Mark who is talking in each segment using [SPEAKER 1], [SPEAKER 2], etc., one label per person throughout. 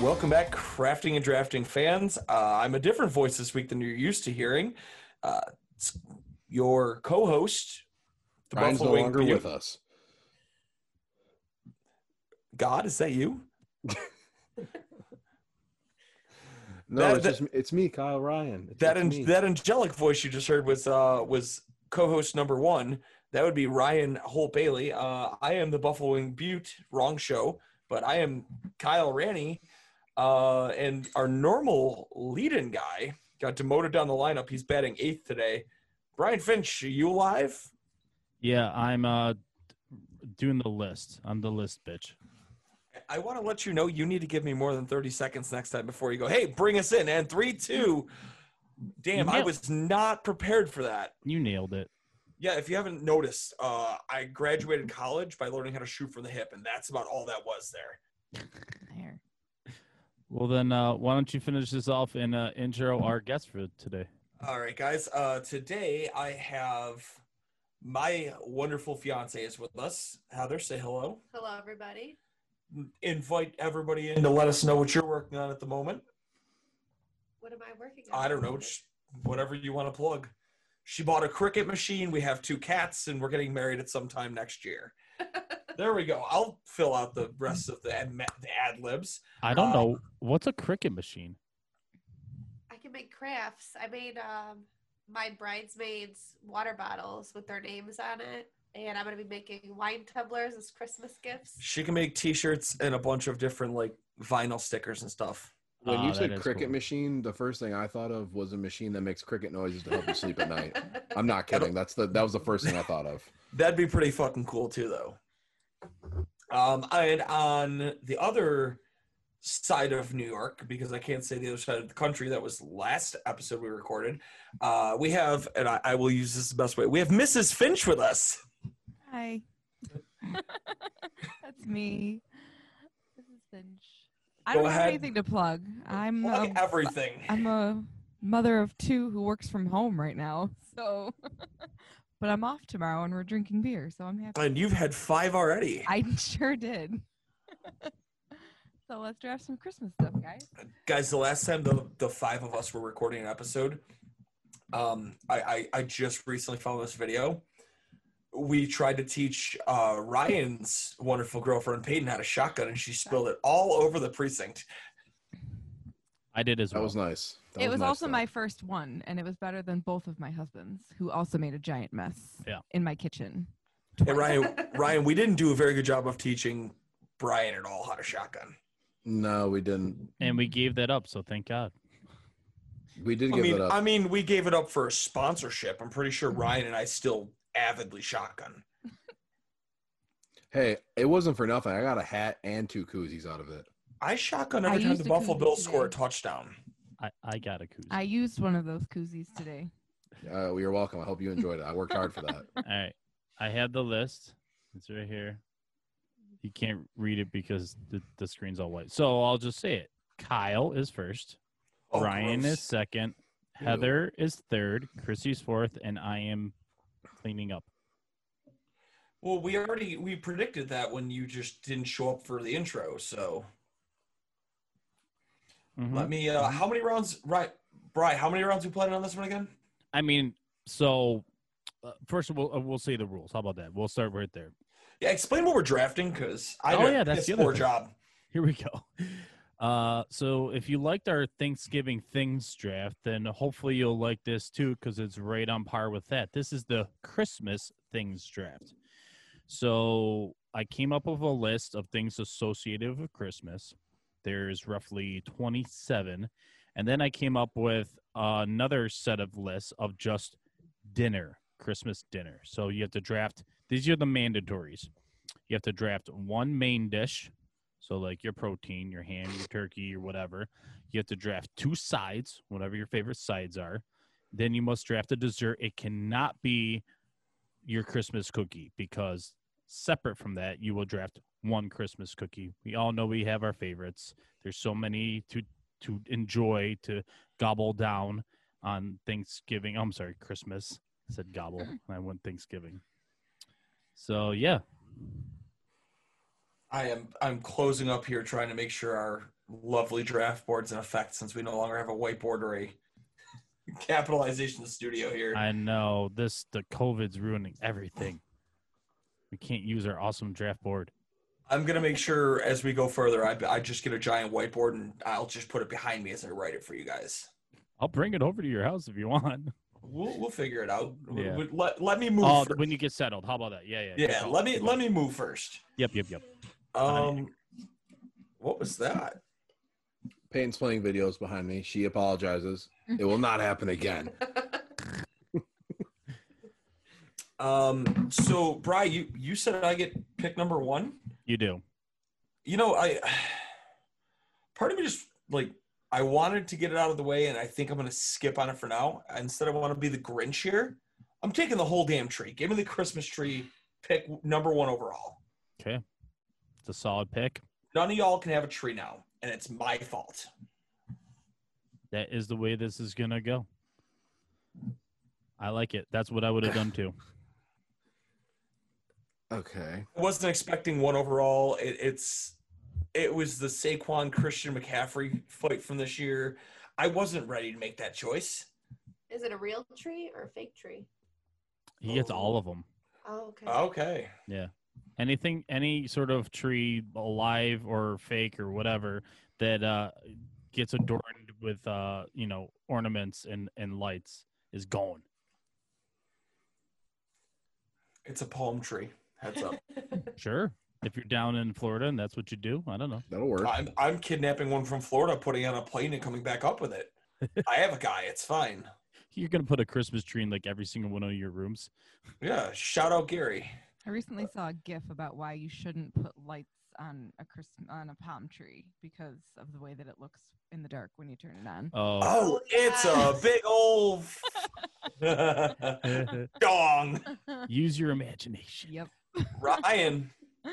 [SPEAKER 1] Welcome back, crafting and drafting fans. Uh, I'm a different voice this week than you're used to hearing. Uh, it's your co-host, the
[SPEAKER 2] Brian's no
[SPEAKER 1] Buffalo Wing
[SPEAKER 2] longer
[SPEAKER 1] Beaut-
[SPEAKER 2] with us.
[SPEAKER 1] God, is that you?
[SPEAKER 2] No,
[SPEAKER 1] That-
[SPEAKER 2] it's
[SPEAKER 1] that-
[SPEAKER 2] just it's me, Kyle Ryan. It's
[SPEAKER 1] That
[SPEAKER 2] just
[SPEAKER 1] an-
[SPEAKER 2] me.
[SPEAKER 1] that angelic voice you just heard was uh, was co-host number one. That would be Ryan Holt Bailey. Uh, I am the Buffalo Wing Butte. Wrong show, but I am Kyle Ranny, uh, and our normal lead-in guy got demoted down the lineup. He's batting eighth today. Brian Finch, are you alive?
[SPEAKER 3] Yeah, I'm uh doing the list. I'm the list bitch.
[SPEAKER 1] I want to let you know you need to give me more than 30 seconds next time before you go, hey, bring us in. And three, two. Damn, I
[SPEAKER 3] Yep.
[SPEAKER 1] was not prepared for that.
[SPEAKER 3] You nailed it.
[SPEAKER 1] Yeah, if you haven't noticed, uh, I graduated college by learning how to shoot from the hip, and that's about all that was there.
[SPEAKER 4] There.
[SPEAKER 3] Well then uh why don't you finish this off and uh intro our guest for today.
[SPEAKER 1] All right, guys. Uh, today I have my wonderful fiance is with us. Heather, say hello.
[SPEAKER 4] Hello, everybody.
[SPEAKER 1] Invite everybody in to let us know what you're working on at the moment.
[SPEAKER 4] What am I working on?
[SPEAKER 1] I don't know, sh- whatever you want to plug. She bought a cricket machine. We have two cats, and we're getting married at some time next year. there we go. I'll fill out the rest of the ad, the ad libs.
[SPEAKER 3] I don't
[SPEAKER 1] Uh,
[SPEAKER 3] know what's a cricket machine.
[SPEAKER 4] I can make crafts. I made um, my bridesmaids water bottles with their names on it, and I'm gonna be making wine tumblers as Christmas gifts.
[SPEAKER 1] She can make T-shirts and a bunch of different like vinyl stickers and stuff.
[SPEAKER 2] when
[SPEAKER 3] Ah,
[SPEAKER 2] you
[SPEAKER 3] that
[SPEAKER 2] said
[SPEAKER 3] is
[SPEAKER 2] cricket
[SPEAKER 3] cool.
[SPEAKER 2] machine, the first thing I thought of was a machine that makes cricket noises to help you sleep at night. I'm not kidding. That's the that was the first thing I thought of.
[SPEAKER 1] That'd be pretty fucking cool too, though. Um, and on the other side of New York, because I can't say the other side of the country, that was last episode we recorded. Uh, we have, and I, I will use this the best way. We have Mrs. Finch with us.
[SPEAKER 5] Hi. That's me. This is Finch. I
[SPEAKER 1] Go
[SPEAKER 5] don't have
[SPEAKER 1] ahead.
[SPEAKER 5] anything to plug. I'm
[SPEAKER 1] Plug
[SPEAKER 5] a,
[SPEAKER 1] everything.
[SPEAKER 5] I'm a mother of two who works from home right now. So but I'm off tomorrow and we're drinking beer, so I'm happy.
[SPEAKER 1] And you've had five already.
[SPEAKER 5] I sure did. so let's draft some Christmas stuff, guys.
[SPEAKER 1] Guys, the last time the, the five of us were recording an episode, um, I, I, I just recently found this video. We tried to teach uh, Ryan's wonderful girlfriend Peyton how to shotgun, and she spilled it all over the precinct.
[SPEAKER 3] I did as
[SPEAKER 2] That
[SPEAKER 3] well.
[SPEAKER 2] was nice. That
[SPEAKER 5] it was
[SPEAKER 2] nice,
[SPEAKER 5] also
[SPEAKER 2] though.
[SPEAKER 5] my first one and it was better than both of my husbands who also made a giant mess
[SPEAKER 3] Yeah.
[SPEAKER 5] in my kitchen.
[SPEAKER 1] And Ryan, Ryan, we didn't do a very good job of teaching Brian at all how to shotgun.
[SPEAKER 2] No, we didn't.
[SPEAKER 3] and we gave that up, so thank God.
[SPEAKER 2] We did
[SPEAKER 1] I
[SPEAKER 2] give it
[SPEAKER 1] mean,
[SPEAKER 2] up.
[SPEAKER 1] I mean, we gave it up for a sponsorship. I'm pretty sure Ryan and I still avidly shotgun.
[SPEAKER 2] hey, it wasn't for nothing. I got a hat and two koozies out of it.
[SPEAKER 1] I shotgun
[SPEAKER 5] I
[SPEAKER 1] every time
[SPEAKER 5] used
[SPEAKER 1] the
[SPEAKER 5] to
[SPEAKER 1] Buffalo
[SPEAKER 5] koozie
[SPEAKER 1] Bills score a
[SPEAKER 5] today.
[SPEAKER 1] touchdown.
[SPEAKER 3] I, I got a koozie.
[SPEAKER 5] I used one of those koozies today.
[SPEAKER 2] Uh, you're welcome. I hope you enjoyed it. I worked hard for that.
[SPEAKER 3] All right. I had the list. It's right here. You can't read it because the, the screen's all white. So I'll just say it. Kyle is first.
[SPEAKER 1] Oh,
[SPEAKER 3] Ryan
[SPEAKER 1] gross.
[SPEAKER 3] is second. Heather is third. Chrissy's fourth. And I am cleaning up.
[SPEAKER 1] Well, we already we predicted that when you just didn't show up for the intro. So
[SPEAKER 3] Mhm.
[SPEAKER 1] let me. Uh, how many rounds, right, Bry? How many rounds we played on this one again?
[SPEAKER 3] I mean, so uh, first of all, uh, we'll say the rules. How about that? We'll start right there.
[SPEAKER 1] Yeah, explain what we're drafting because I
[SPEAKER 3] Oh,
[SPEAKER 1] did
[SPEAKER 3] yeah,
[SPEAKER 1] a
[SPEAKER 3] that's
[SPEAKER 1] piss
[SPEAKER 3] the other
[SPEAKER 1] poor
[SPEAKER 3] thing.
[SPEAKER 1] job.
[SPEAKER 3] Here we go. Uh, so if you liked our Thanksgiving things draft, then hopefully you'll like this too, because it's right on par with that. This is the Christmas things draft. So I came up with a list of things associated with Christmas. There's roughly 27, and And then I came up with another set of lists of just dinner, Christmas dinner. So you have to draft, these are the mandatories. You have to draft one main dish. So, like your protein, your ham, your turkey, your whatever. You have to draft two sides, whatever your favorite sides are. Then you must draft a dessert. It cannot be your Christmas cookie because separate from that, you will draft one Christmas cookie. We all know we have our favorites. There's so many to to enjoy to gobble down on Thanksgiving. Oh, I'm sorry, Christmas. I said gobble. and I went Thanksgiving. So yeah,
[SPEAKER 1] I am I'm closing up here trying to make sure our lovely draft board's in effect since we no longer have a whiteboard or a capitalization studio here.
[SPEAKER 3] I know this. The COVID's ruining everything. We can't use our awesome draft board.
[SPEAKER 1] I'm gonna make sure as we go further, I, I just get a giant whiteboard and I'll just put it behind me as I write it for you guys.
[SPEAKER 3] I'll bring it over to your house if you want.
[SPEAKER 1] We'll we'll figure it out. We-
[SPEAKER 3] Yeah.
[SPEAKER 1] we- Let, let me move.
[SPEAKER 3] Oh,
[SPEAKER 1] first.
[SPEAKER 3] when you get settled, how about that? Yeah, yeah,
[SPEAKER 1] yeah, let me let me move first.
[SPEAKER 3] Yep, yep, yep.
[SPEAKER 1] Um, what was that?
[SPEAKER 2] Peyton's playing videos behind me. She apologizes. It will not happen again.
[SPEAKER 1] Um, so Bry, you you said I get pick number one.
[SPEAKER 3] You do.
[SPEAKER 1] You know, I part of me just like I wanted to get it out of the way, and I think I'm gonna skip on it for now. Instead, I want to be the Grinch here. I'm taking the whole damn tree. Give me the Christmas tree. Pick number one overall.
[SPEAKER 3] It's a solid pick.
[SPEAKER 1] None of y'all can have a tree now, and it's my fault.
[SPEAKER 3] That is the way this is gonna go. I like it. That's what I would have done too.
[SPEAKER 2] Okay.
[SPEAKER 1] I wasn't expecting one overall. It, it's it was the Saquon Christian McCaffrey fight from this year. I wasn't ready to make that choice.
[SPEAKER 4] Is it a real tree or a fake tree?
[SPEAKER 3] He gets all of them.
[SPEAKER 4] Oh, okay.
[SPEAKER 1] Okay.
[SPEAKER 3] Anything, any sort of tree, alive or fake or whatever, that uh, gets adorned with uh, you know ornaments and and lights is gone.
[SPEAKER 1] It's a palm tree. Heads up.
[SPEAKER 3] Sure, if you're down in Florida and that's what you do, I don't know.
[SPEAKER 2] That'll work.
[SPEAKER 1] I'm I'm kidnapping one from Florida, putting it on a plane and coming back up with it. I have a guy. It's fine.
[SPEAKER 3] You're gonna put a Christmas tree in like every single one of your rooms.
[SPEAKER 1] Yeah. Shout out Gary.
[SPEAKER 5] I recently saw a GIF about why you shouldn't put lights on a Christmas on a palm tree because of the way that it looks in the dark when you turn it on.
[SPEAKER 3] Oh,
[SPEAKER 1] Oh, it's a big old
[SPEAKER 2] Oh.
[SPEAKER 1] dong.
[SPEAKER 3] use your imagination.
[SPEAKER 5] yep.
[SPEAKER 1] Ryan.
[SPEAKER 2] All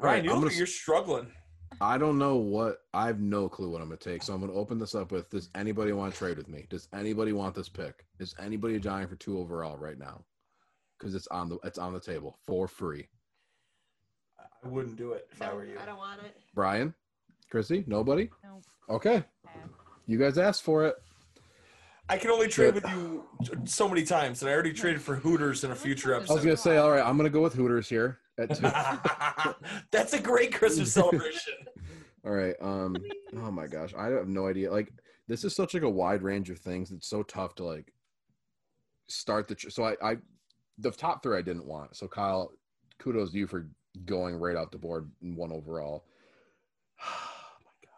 [SPEAKER 2] right,
[SPEAKER 1] Ryan, you look
[SPEAKER 2] I'm gonna
[SPEAKER 1] like
[SPEAKER 2] s-
[SPEAKER 1] you're struggling.
[SPEAKER 2] I don't know what I have no clue what I'm gonna take. So I'm gonna open this up with does anybody want to trade with me? Does anybody want this pick? Is anybody dying for two overall right now? Because it's on the it's on the table for free.
[SPEAKER 1] I wouldn't do it if I
[SPEAKER 4] No,
[SPEAKER 1] were you.
[SPEAKER 4] I don't want it.
[SPEAKER 2] Brian? Chrissy? Nobody?
[SPEAKER 5] Nope.
[SPEAKER 2] Okay. You guys asked for it.
[SPEAKER 1] I can only trade
[SPEAKER 2] But-
[SPEAKER 1] with you so many times, and I already traded for Hooters in a future
[SPEAKER 5] I was
[SPEAKER 2] I was
[SPEAKER 1] episode.
[SPEAKER 2] gonna say, all right, I'm gonna go with Hooters here at two.
[SPEAKER 1] That's a great Christmas celebration.
[SPEAKER 2] All right. Um. Oh my gosh, I have no idea. Like, this is such like a wide range of things. It's so tough to like start the. Tr- so I, I, the top three I didn't want. So Kyle, kudos to you for going right off the board in one overall. Oh my god.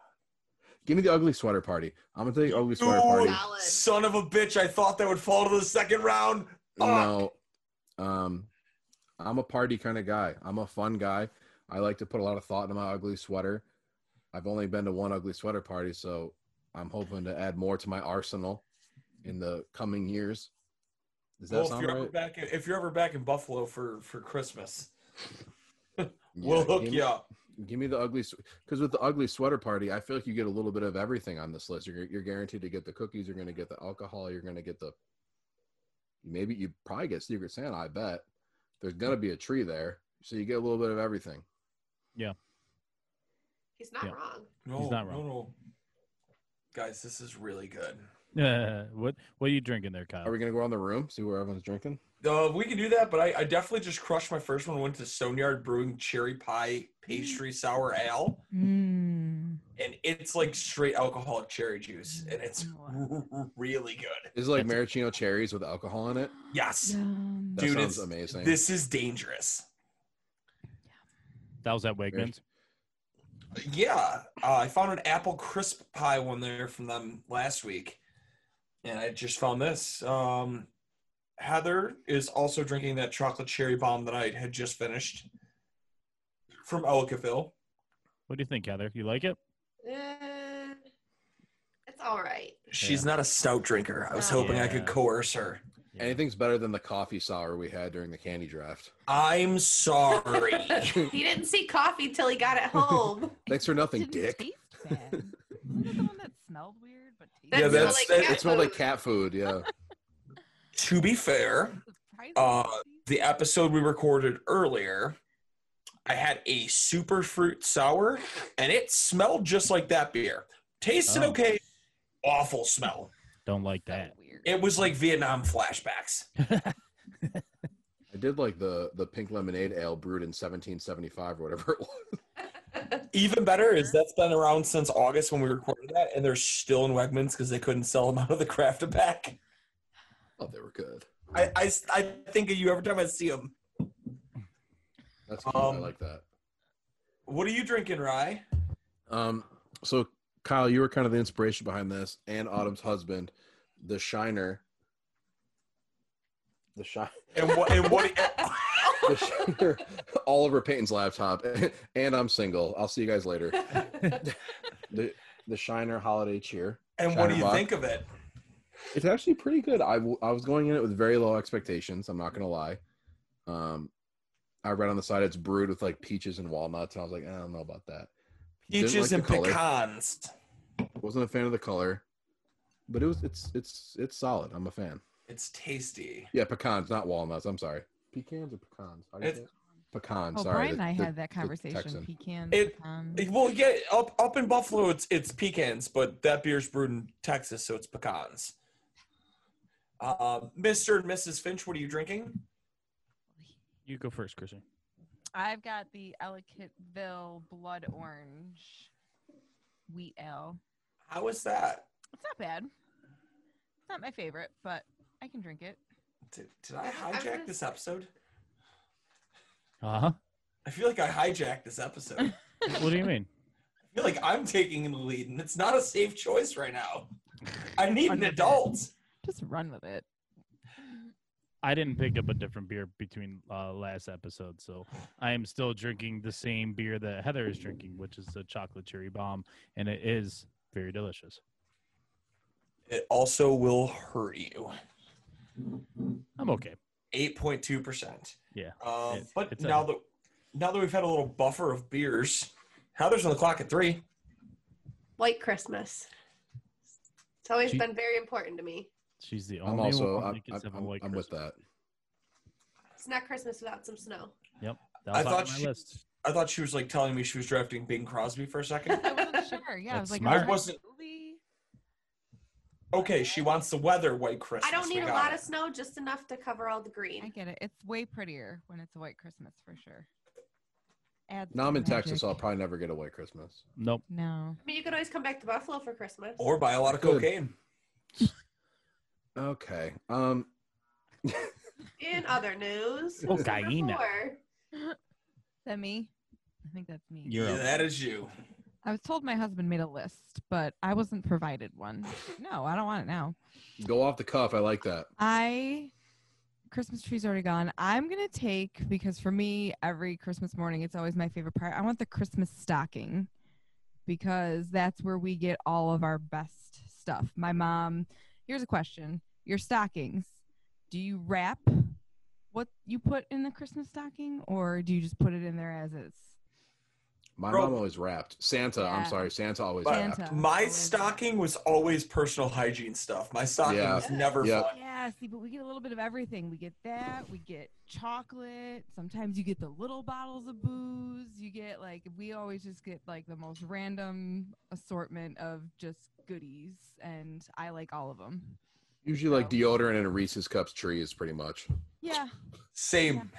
[SPEAKER 2] Give me the ugly sweater party. I'm gonna take ugly sweater party.
[SPEAKER 1] Ooh,
[SPEAKER 4] Solid.
[SPEAKER 1] son of a bitch! I thought that would fall to the second round.
[SPEAKER 2] No. Um, I'm a party kind of guy. I'm a fun guy. I like to put a lot of thought into my ugly sweater. I've only been to one ugly sweater party, so I'm hoping to add more to my arsenal in the coming years. Does that
[SPEAKER 1] Well, if
[SPEAKER 2] sound
[SPEAKER 1] you're
[SPEAKER 2] right?
[SPEAKER 1] ever back, if you're ever back in Buffalo for for Christmas,
[SPEAKER 2] Yeah,
[SPEAKER 1] we'll hook
[SPEAKER 2] give me-
[SPEAKER 1] you up.
[SPEAKER 2] Give me the ugly, because with the ugly sweater party, I feel like you get a little bit of everything on this list. You're, you're guaranteed to get the cookies. You're going to get the alcohol. You're going to get the, maybe you probably get Secret Santa. I bet there's going to be a tree there, so you get a little bit of everything.
[SPEAKER 4] He's not
[SPEAKER 3] Yeah.
[SPEAKER 4] wrong.
[SPEAKER 1] No,
[SPEAKER 3] He's not wrong.
[SPEAKER 1] no, no. Guys, this is really good.
[SPEAKER 3] what what are you drinking there, Kyle?
[SPEAKER 2] Are we gonna go around the room, see where everyone's drinking?
[SPEAKER 1] Uh, we can do that, but I, I definitely just crushed my first one. Went to Stoneyard Brewing Cherry Pie Pastry Sour Ale.
[SPEAKER 5] Mm.
[SPEAKER 1] and it's like straight alcoholic cherry juice, and it's really good.
[SPEAKER 2] Is it like
[SPEAKER 3] That's-
[SPEAKER 2] maraschino cherries with alcohol in it?
[SPEAKER 1] Yes,
[SPEAKER 5] Yum.
[SPEAKER 2] That
[SPEAKER 1] Dude, it's-
[SPEAKER 2] sounds amazing.
[SPEAKER 1] this is dangerous.
[SPEAKER 3] That was at Wegmans.
[SPEAKER 1] Yeah, uh, I found an apple crisp pie one there from them last week, and I just found this. Um, Heather is also drinking that chocolate cherry bomb that I had just finished from Ellicottville.
[SPEAKER 3] What do you think, Heather? You like it?
[SPEAKER 4] Eh, it's all right.
[SPEAKER 1] She's not a stout drinker. I was
[SPEAKER 4] Oh.
[SPEAKER 1] hoping I could
[SPEAKER 3] Yeah.
[SPEAKER 1] coerce her.
[SPEAKER 3] Yeah.
[SPEAKER 2] Anything's better than the coffee sour we had during the candy draft.
[SPEAKER 1] I'm sorry.
[SPEAKER 4] he didn't see coffee till he got it home.
[SPEAKER 2] Thanks for nothing,
[SPEAKER 6] Didn't
[SPEAKER 2] Dick.
[SPEAKER 6] taste bad. Wasn't that the one that smelled weird but tasted
[SPEAKER 1] yeah,
[SPEAKER 4] That
[SPEAKER 1] that's
[SPEAKER 4] smelled like
[SPEAKER 1] that,
[SPEAKER 4] cat
[SPEAKER 2] It smelled like
[SPEAKER 4] food.
[SPEAKER 2] cat food. Yeah.
[SPEAKER 1] to be fair,
[SPEAKER 6] surprising?
[SPEAKER 1] Uh, the episode we recorded earlier, I had a super fruit sour and it smelled just like that beer. Tasted
[SPEAKER 3] Oh.
[SPEAKER 1] okay, awful smell.
[SPEAKER 3] Don't like
[SPEAKER 6] So
[SPEAKER 3] that.
[SPEAKER 6] weird.
[SPEAKER 1] It was like Vietnam flashbacks.
[SPEAKER 2] I did like the the pink lemonade ale brewed in 1775 or whatever it was.
[SPEAKER 1] Even better is that's been around since August when we recorded that, and they're still in Wegmans because they couldn't sell them out of the craft pack.
[SPEAKER 2] Oh, they were good.
[SPEAKER 1] I, I, I think of you every time I see them.
[SPEAKER 2] That's cute. I
[SPEAKER 1] Um,
[SPEAKER 2] like that.
[SPEAKER 1] What are you drinking, Rye?
[SPEAKER 2] Um, so Kyle, you were kind of the inspiration behind this, and Autumn's husband, the Shiner. The shine,
[SPEAKER 1] And what? And what
[SPEAKER 2] the Shiner, Oliver Payton's laptop, and I'm single. I'll see you guys later. The the Shiner Holiday Cheer.
[SPEAKER 1] and what do you
[SPEAKER 2] Shinerbach.
[SPEAKER 1] think of it?
[SPEAKER 2] It's actually pretty good. I, w- I was going in it with very low expectations. I'm not gonna lie. Um, I read on the side it's brewed with like peaches and walnuts, and I was like, I don't know about that. Didn't
[SPEAKER 1] Peaches
[SPEAKER 2] like
[SPEAKER 1] and
[SPEAKER 2] the color.
[SPEAKER 1] pecans.
[SPEAKER 2] Wasn't a fan of the color, but it was it's it's it's solid. I'm a fan.
[SPEAKER 1] It's tasty.
[SPEAKER 2] Yeah, pecans, not walnuts. I'm sorry. Pecans or pecans? How do you
[SPEAKER 1] It's-
[SPEAKER 2] say it? Pecans.
[SPEAKER 6] oh,
[SPEAKER 2] sorry.
[SPEAKER 6] Brian
[SPEAKER 2] the-
[SPEAKER 6] and I
[SPEAKER 2] the-
[SPEAKER 6] had that
[SPEAKER 2] the
[SPEAKER 6] conversation.
[SPEAKER 2] Texan.
[SPEAKER 6] Pecan.
[SPEAKER 1] It-
[SPEAKER 6] pecan.
[SPEAKER 1] Well, yeah, up up in Buffalo, it's it's pecans, but that beer's brewed in Texas, so it's pecans. Uh, Mr. and Mrs. Finch, what are you drinking?
[SPEAKER 3] You go first, Christian.
[SPEAKER 6] I've got the Ellicottville Blood Orange Wheat Ale.
[SPEAKER 1] How is that?
[SPEAKER 6] It's not bad. It's not my favorite, but I can drink it.
[SPEAKER 1] Did, did I
[SPEAKER 4] I'm
[SPEAKER 1] hijack
[SPEAKER 4] gonna-
[SPEAKER 1] this episode?
[SPEAKER 3] Uh huh.
[SPEAKER 1] I feel like I hijacked this episode. I
[SPEAKER 3] What do you mean?
[SPEAKER 1] feel like I'm taking the lead, and it's not a safe choice right now. I need an adult.
[SPEAKER 6] Just run with it.
[SPEAKER 3] I didn't pick up a different beer between uh, last episode, so I am still drinking the same beer that Heather is drinking, which is the chocolate cherry bomb, and it is very delicious.
[SPEAKER 1] It also will hurt you.
[SPEAKER 3] I'm okay.
[SPEAKER 1] Eight point two percent.
[SPEAKER 3] Yeah,
[SPEAKER 1] Um,
[SPEAKER 3] it-
[SPEAKER 1] but
[SPEAKER 3] it's a-
[SPEAKER 1] now that now that we've had a little buffer of beers, Heather's on the clock at three.
[SPEAKER 4] White Christmas. It's always
[SPEAKER 3] She-
[SPEAKER 4] been very important to me.
[SPEAKER 3] She's the only
[SPEAKER 2] I'm also
[SPEAKER 3] one
[SPEAKER 2] I'm,
[SPEAKER 3] that gets
[SPEAKER 2] I'm,
[SPEAKER 3] seven
[SPEAKER 2] I'm,
[SPEAKER 3] white
[SPEAKER 2] I'm with
[SPEAKER 3] Christmas.
[SPEAKER 2] that.
[SPEAKER 4] It's not Christmas without some snow.
[SPEAKER 3] That
[SPEAKER 1] I
[SPEAKER 3] was on
[SPEAKER 1] thought
[SPEAKER 3] my
[SPEAKER 1] she-
[SPEAKER 3] list.
[SPEAKER 1] I thought she was like telling me she was drafting Bing Crosby for a second.
[SPEAKER 6] I wasn't sure. Yeah, I was
[SPEAKER 3] That's
[SPEAKER 6] like,
[SPEAKER 3] smart.
[SPEAKER 6] is that
[SPEAKER 1] I wasn't-
[SPEAKER 6] really?
[SPEAKER 1] Okay, she wants the weather white Christmas.
[SPEAKER 4] I don't
[SPEAKER 1] We
[SPEAKER 4] need a
[SPEAKER 1] got
[SPEAKER 4] lot
[SPEAKER 1] it.
[SPEAKER 4] of snow, just enough to cover all the
[SPEAKER 6] I
[SPEAKER 4] green.
[SPEAKER 6] get it. It's way prettier when it's a white Christmas for sure. Adds
[SPEAKER 2] Now I'm in
[SPEAKER 6] some
[SPEAKER 2] Texas,
[SPEAKER 6] magic.
[SPEAKER 2] so I'll probably never get away Christmas.
[SPEAKER 3] Nope.
[SPEAKER 6] No.
[SPEAKER 4] I mean, you could always come back to Buffalo for Christmas.
[SPEAKER 1] Or buy a lot of
[SPEAKER 2] Good.
[SPEAKER 1] cocaine.
[SPEAKER 2] Okay. Um,
[SPEAKER 4] In other news,
[SPEAKER 3] Oh,
[SPEAKER 4] who's number
[SPEAKER 3] Guyana.
[SPEAKER 4] four?
[SPEAKER 6] Is that me? I think that's me.
[SPEAKER 3] You're up.
[SPEAKER 1] that is you.
[SPEAKER 6] I was told my husband made a list, but I wasn't provided one. No, I don't want it now.
[SPEAKER 2] go off the cuff. I like that.
[SPEAKER 6] I Christmas tree's already gone. I'm gonna take because for me, every Christmas morning, it's always my favorite part. I want the Christmas stocking because that's where we get all of our best stuff. My mom, here's a question: Your stockings, do you wrap what you put in the Christmas stocking, or do you just put it in there as is?
[SPEAKER 2] My
[SPEAKER 1] Bro-
[SPEAKER 2] mom always wrapped. Santa. I'm
[SPEAKER 6] Yeah.
[SPEAKER 2] sorry. Santa always
[SPEAKER 1] But-
[SPEAKER 2] wrapped.
[SPEAKER 6] Santa.
[SPEAKER 1] My
[SPEAKER 6] always
[SPEAKER 1] stocking was always personal hygiene stuff. My stocking
[SPEAKER 2] Yeah.
[SPEAKER 1] was never
[SPEAKER 2] Yeah.
[SPEAKER 1] fun.
[SPEAKER 6] Yeah, see, but we get a little bit of everything. We get that. We get chocolate. Sometimes you get the little bottles of booze. You get like we always just get like the most random assortment of just goodies, and I like all of them.
[SPEAKER 2] Usually, like deodorant and Reese's cups trees, pretty much.
[SPEAKER 6] Yeah.
[SPEAKER 1] Same.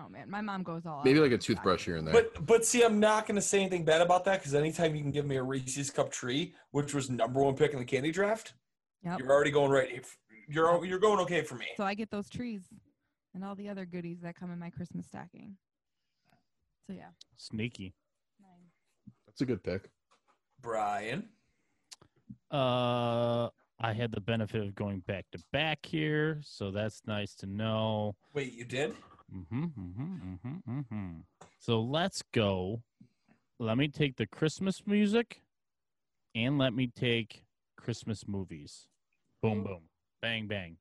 [SPEAKER 6] Oh man, my mom goes all. out
[SPEAKER 2] Maybe like a
[SPEAKER 6] with the
[SPEAKER 2] toothbrush
[SPEAKER 6] chocolate.
[SPEAKER 2] here and there.
[SPEAKER 1] But but see, I'm not gonna say anything bad about that because anytime you can give me a Reese's cup tree, which was number one pick in the candy draft,
[SPEAKER 6] Yep.
[SPEAKER 1] you're already going right. You're you're going okay for me.
[SPEAKER 6] So I get those trees and all the other goodies that come in my Christmas stocking. So yeah.
[SPEAKER 3] Sneaky.
[SPEAKER 6] Nine.
[SPEAKER 2] It's a good pick.
[SPEAKER 1] Brian.
[SPEAKER 3] Uh, I had the benefit of going back to back here, so that's nice to know.
[SPEAKER 1] Wait, you did?
[SPEAKER 3] hmm hmm hmm hmm So let's go. Let me take the Christmas music, and let me take Christmas movies. Boom, boom, bang, bang.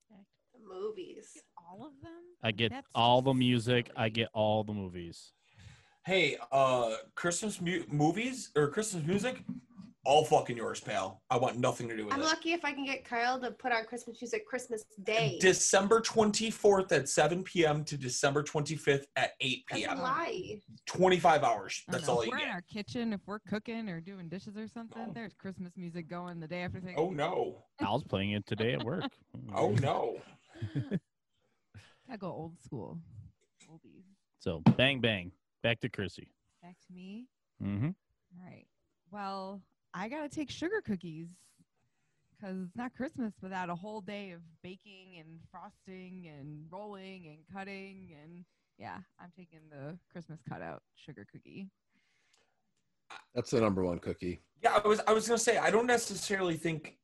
[SPEAKER 4] Movies.
[SPEAKER 6] all of them.
[SPEAKER 3] I get
[SPEAKER 6] That's
[SPEAKER 3] all the
[SPEAKER 6] just
[SPEAKER 3] music. I
[SPEAKER 6] silly.
[SPEAKER 3] get all the movies.
[SPEAKER 1] Hey, uh, Christmas mu- movies or Christmas music? All fucking yours, pal. I want nothing to do with
[SPEAKER 4] I'm
[SPEAKER 1] it.
[SPEAKER 4] lucky if I can get Kyle to put on Christmas music Christmas Day.
[SPEAKER 1] December 24th at 7 p.m. to December 25th at 8
[SPEAKER 4] That's a
[SPEAKER 1] p.m.
[SPEAKER 4] lie.
[SPEAKER 1] 25 hours.
[SPEAKER 5] I don't
[SPEAKER 1] That's
[SPEAKER 5] know,
[SPEAKER 1] all
[SPEAKER 5] if
[SPEAKER 1] you
[SPEAKER 5] we're in
[SPEAKER 1] get.
[SPEAKER 5] our kitchen if we're cooking or doing dishes or something.
[SPEAKER 1] No.
[SPEAKER 5] There's Christmas music going the day after thing.
[SPEAKER 1] Oh no.
[SPEAKER 3] I was playing it today at work.
[SPEAKER 2] Mm-hmm.
[SPEAKER 1] Oh no.
[SPEAKER 5] Gotta go old school.
[SPEAKER 6] Oldies.
[SPEAKER 3] So bang, bang, back to Chrissy.
[SPEAKER 5] Back to me.
[SPEAKER 3] Mm-hmm.
[SPEAKER 5] All right. Well, I gotta take sugar cookies because it's not Christmas without a whole day of baking and frosting and rolling and cutting and yeah, I'm taking the Christmas cutout sugar cookie.
[SPEAKER 2] That's the number one cookie.
[SPEAKER 1] Yeah, I was I was gonna say I don't necessarily think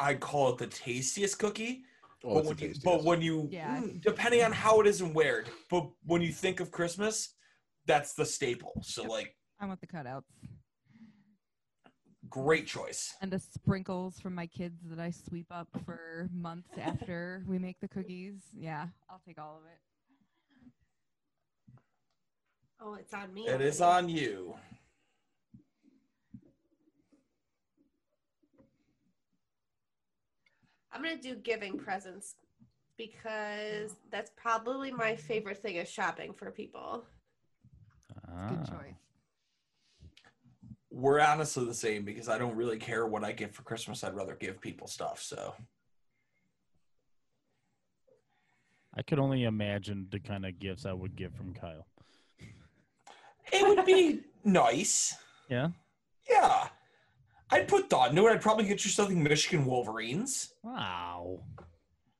[SPEAKER 1] I call it the tastiest cookie,
[SPEAKER 2] Oh,
[SPEAKER 1] but,
[SPEAKER 2] it's
[SPEAKER 1] when
[SPEAKER 2] the
[SPEAKER 1] you,
[SPEAKER 2] tastiest.
[SPEAKER 1] but when you,
[SPEAKER 5] Yeah.
[SPEAKER 1] mm, depending on how it is and where, but when you think of Christmas, that's the staple. So
[SPEAKER 5] Yep.
[SPEAKER 1] like,
[SPEAKER 5] I want the cutouts
[SPEAKER 1] great choice.
[SPEAKER 5] and the sprinkles from my kids that I sweep up for months after we make the cookies. Yeah, I'll take all of it.
[SPEAKER 4] Oh, it's on me.
[SPEAKER 1] It is on
[SPEAKER 4] already.
[SPEAKER 1] you.
[SPEAKER 4] I'm gonna do giving presents because that's probably my favorite thing is shopping for people.
[SPEAKER 5] It's a Good
[SPEAKER 3] Ah.
[SPEAKER 2] Ah.
[SPEAKER 5] choice.
[SPEAKER 1] We're honestly the same because I don't really care what I get for Christmas. I'd rather give people stuff. So
[SPEAKER 3] I could only imagine the kind of gifts I would get from Kyle.
[SPEAKER 1] it would be nice.
[SPEAKER 3] Yeah.
[SPEAKER 1] Yeah. I'd put thought into it. I'd probably get you something Michigan Wolverines.
[SPEAKER 3] Wow.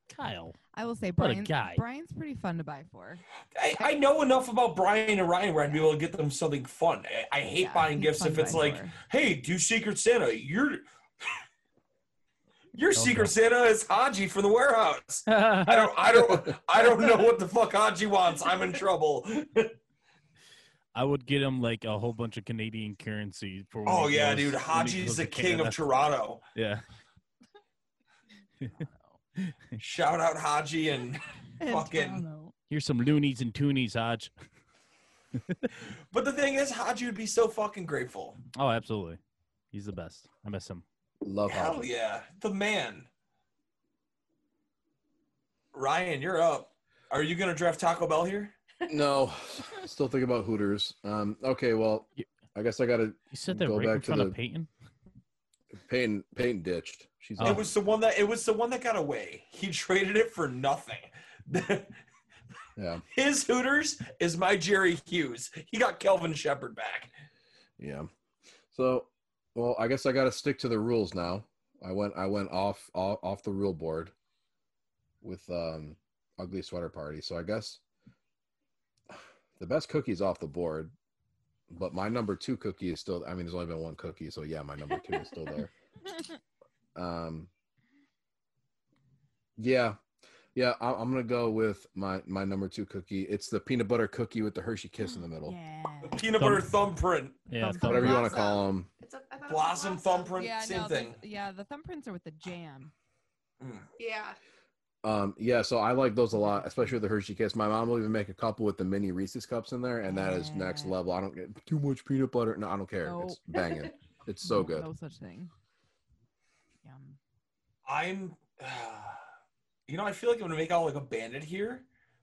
[SPEAKER 3] Kyle.
[SPEAKER 5] I will say
[SPEAKER 3] What a
[SPEAKER 5] Brian
[SPEAKER 3] guy.
[SPEAKER 5] Brian's pretty fun to buy for.
[SPEAKER 1] I, I know enough about Brian and Ryan where I'd be able to get them something fun. I, I hate
[SPEAKER 5] Yeah,
[SPEAKER 1] buying
[SPEAKER 5] he's
[SPEAKER 1] gifts
[SPEAKER 5] fun
[SPEAKER 1] if
[SPEAKER 5] to
[SPEAKER 1] it's
[SPEAKER 5] buy
[SPEAKER 1] like,
[SPEAKER 5] for.
[SPEAKER 1] hey, do Secret Santa. Your your
[SPEAKER 3] Okay.
[SPEAKER 1] Secret Santa is Haji from the warehouse. I don't I don't I don't know what the fuck Haji wants. I'm in trouble.
[SPEAKER 3] I would get him like a whole bunch of Canadian currency for. when
[SPEAKER 1] Oh
[SPEAKER 3] he
[SPEAKER 1] yeah,
[SPEAKER 3] goes-
[SPEAKER 1] dude.
[SPEAKER 3] when he
[SPEAKER 1] Haji's
[SPEAKER 3] goes
[SPEAKER 1] the
[SPEAKER 3] to
[SPEAKER 1] king of
[SPEAKER 3] Canada.
[SPEAKER 1] Toronto.
[SPEAKER 3] Yeah.
[SPEAKER 1] Shout out Haji and Fucking-
[SPEAKER 3] Here's some loonies and toonies, Hodge.
[SPEAKER 1] but the thing is Haji would be so fucking grateful.
[SPEAKER 3] Oh, absolutely. He's the best. I miss him.
[SPEAKER 2] Love
[SPEAKER 1] Hell
[SPEAKER 2] Hodges.
[SPEAKER 1] yeah. The man. Ryan, you're up. Are you gonna draft Taco Bell here?
[SPEAKER 2] No, still thinking about Hooters. Um, okay, well,
[SPEAKER 3] Yeah.
[SPEAKER 2] I guess I got to
[SPEAKER 3] You said that
[SPEAKER 2] Go
[SPEAKER 3] right in
[SPEAKER 2] back to
[SPEAKER 3] front of
[SPEAKER 2] the-
[SPEAKER 3] Peyton.
[SPEAKER 2] Peyton. Peyton ditched. She's
[SPEAKER 3] Oh.
[SPEAKER 1] It was the one that it was the one that got away. He traded it for nothing.
[SPEAKER 2] yeah,
[SPEAKER 1] His Hooters is my Jerry Hughes. He got Kelvin Shepard back.
[SPEAKER 2] yeah. So, well, I guess I got to stick to the rules now. I went, I went off, off, off the rule board with um, ugly sweater party. So I guess the best cookie's off the board, but my number two cookie is still. I mean, there's only been one cookie, so yeah, my number two is still there. Um, yeah, yeah, I, I'm gonna go with my my number two cookie. It's the peanut butter cookie with the Hershey kiss in the middle,
[SPEAKER 6] Yeah.
[SPEAKER 1] Peanut butter thumbprint.
[SPEAKER 3] Yeah.
[SPEAKER 5] Thumbs
[SPEAKER 3] thumb-
[SPEAKER 2] whatever you want to
[SPEAKER 4] Blossom.
[SPEAKER 2] call them.
[SPEAKER 4] It's a, I thought it was a
[SPEAKER 1] Blossom thumbprint,
[SPEAKER 5] Yeah,
[SPEAKER 1] same
[SPEAKER 5] no, the-
[SPEAKER 1] thing.
[SPEAKER 5] yeah, the thumbprints are with the jam.
[SPEAKER 1] Mm.
[SPEAKER 4] Yeah.
[SPEAKER 2] Um, yeah, so I like those a lot, especially with the Hershey Kiss. My mom will even make a couple with the mini Reese's cups in there, and that is next
[SPEAKER 5] Yeah.
[SPEAKER 2] level. I don't get too much peanut butter. No, I don't care.
[SPEAKER 5] Nope.
[SPEAKER 2] It's banging. It's so
[SPEAKER 5] No-
[SPEAKER 2] good.
[SPEAKER 5] No such thing. Yum.
[SPEAKER 1] I'm you know, I feel like I'm gonna make out like a bandit here,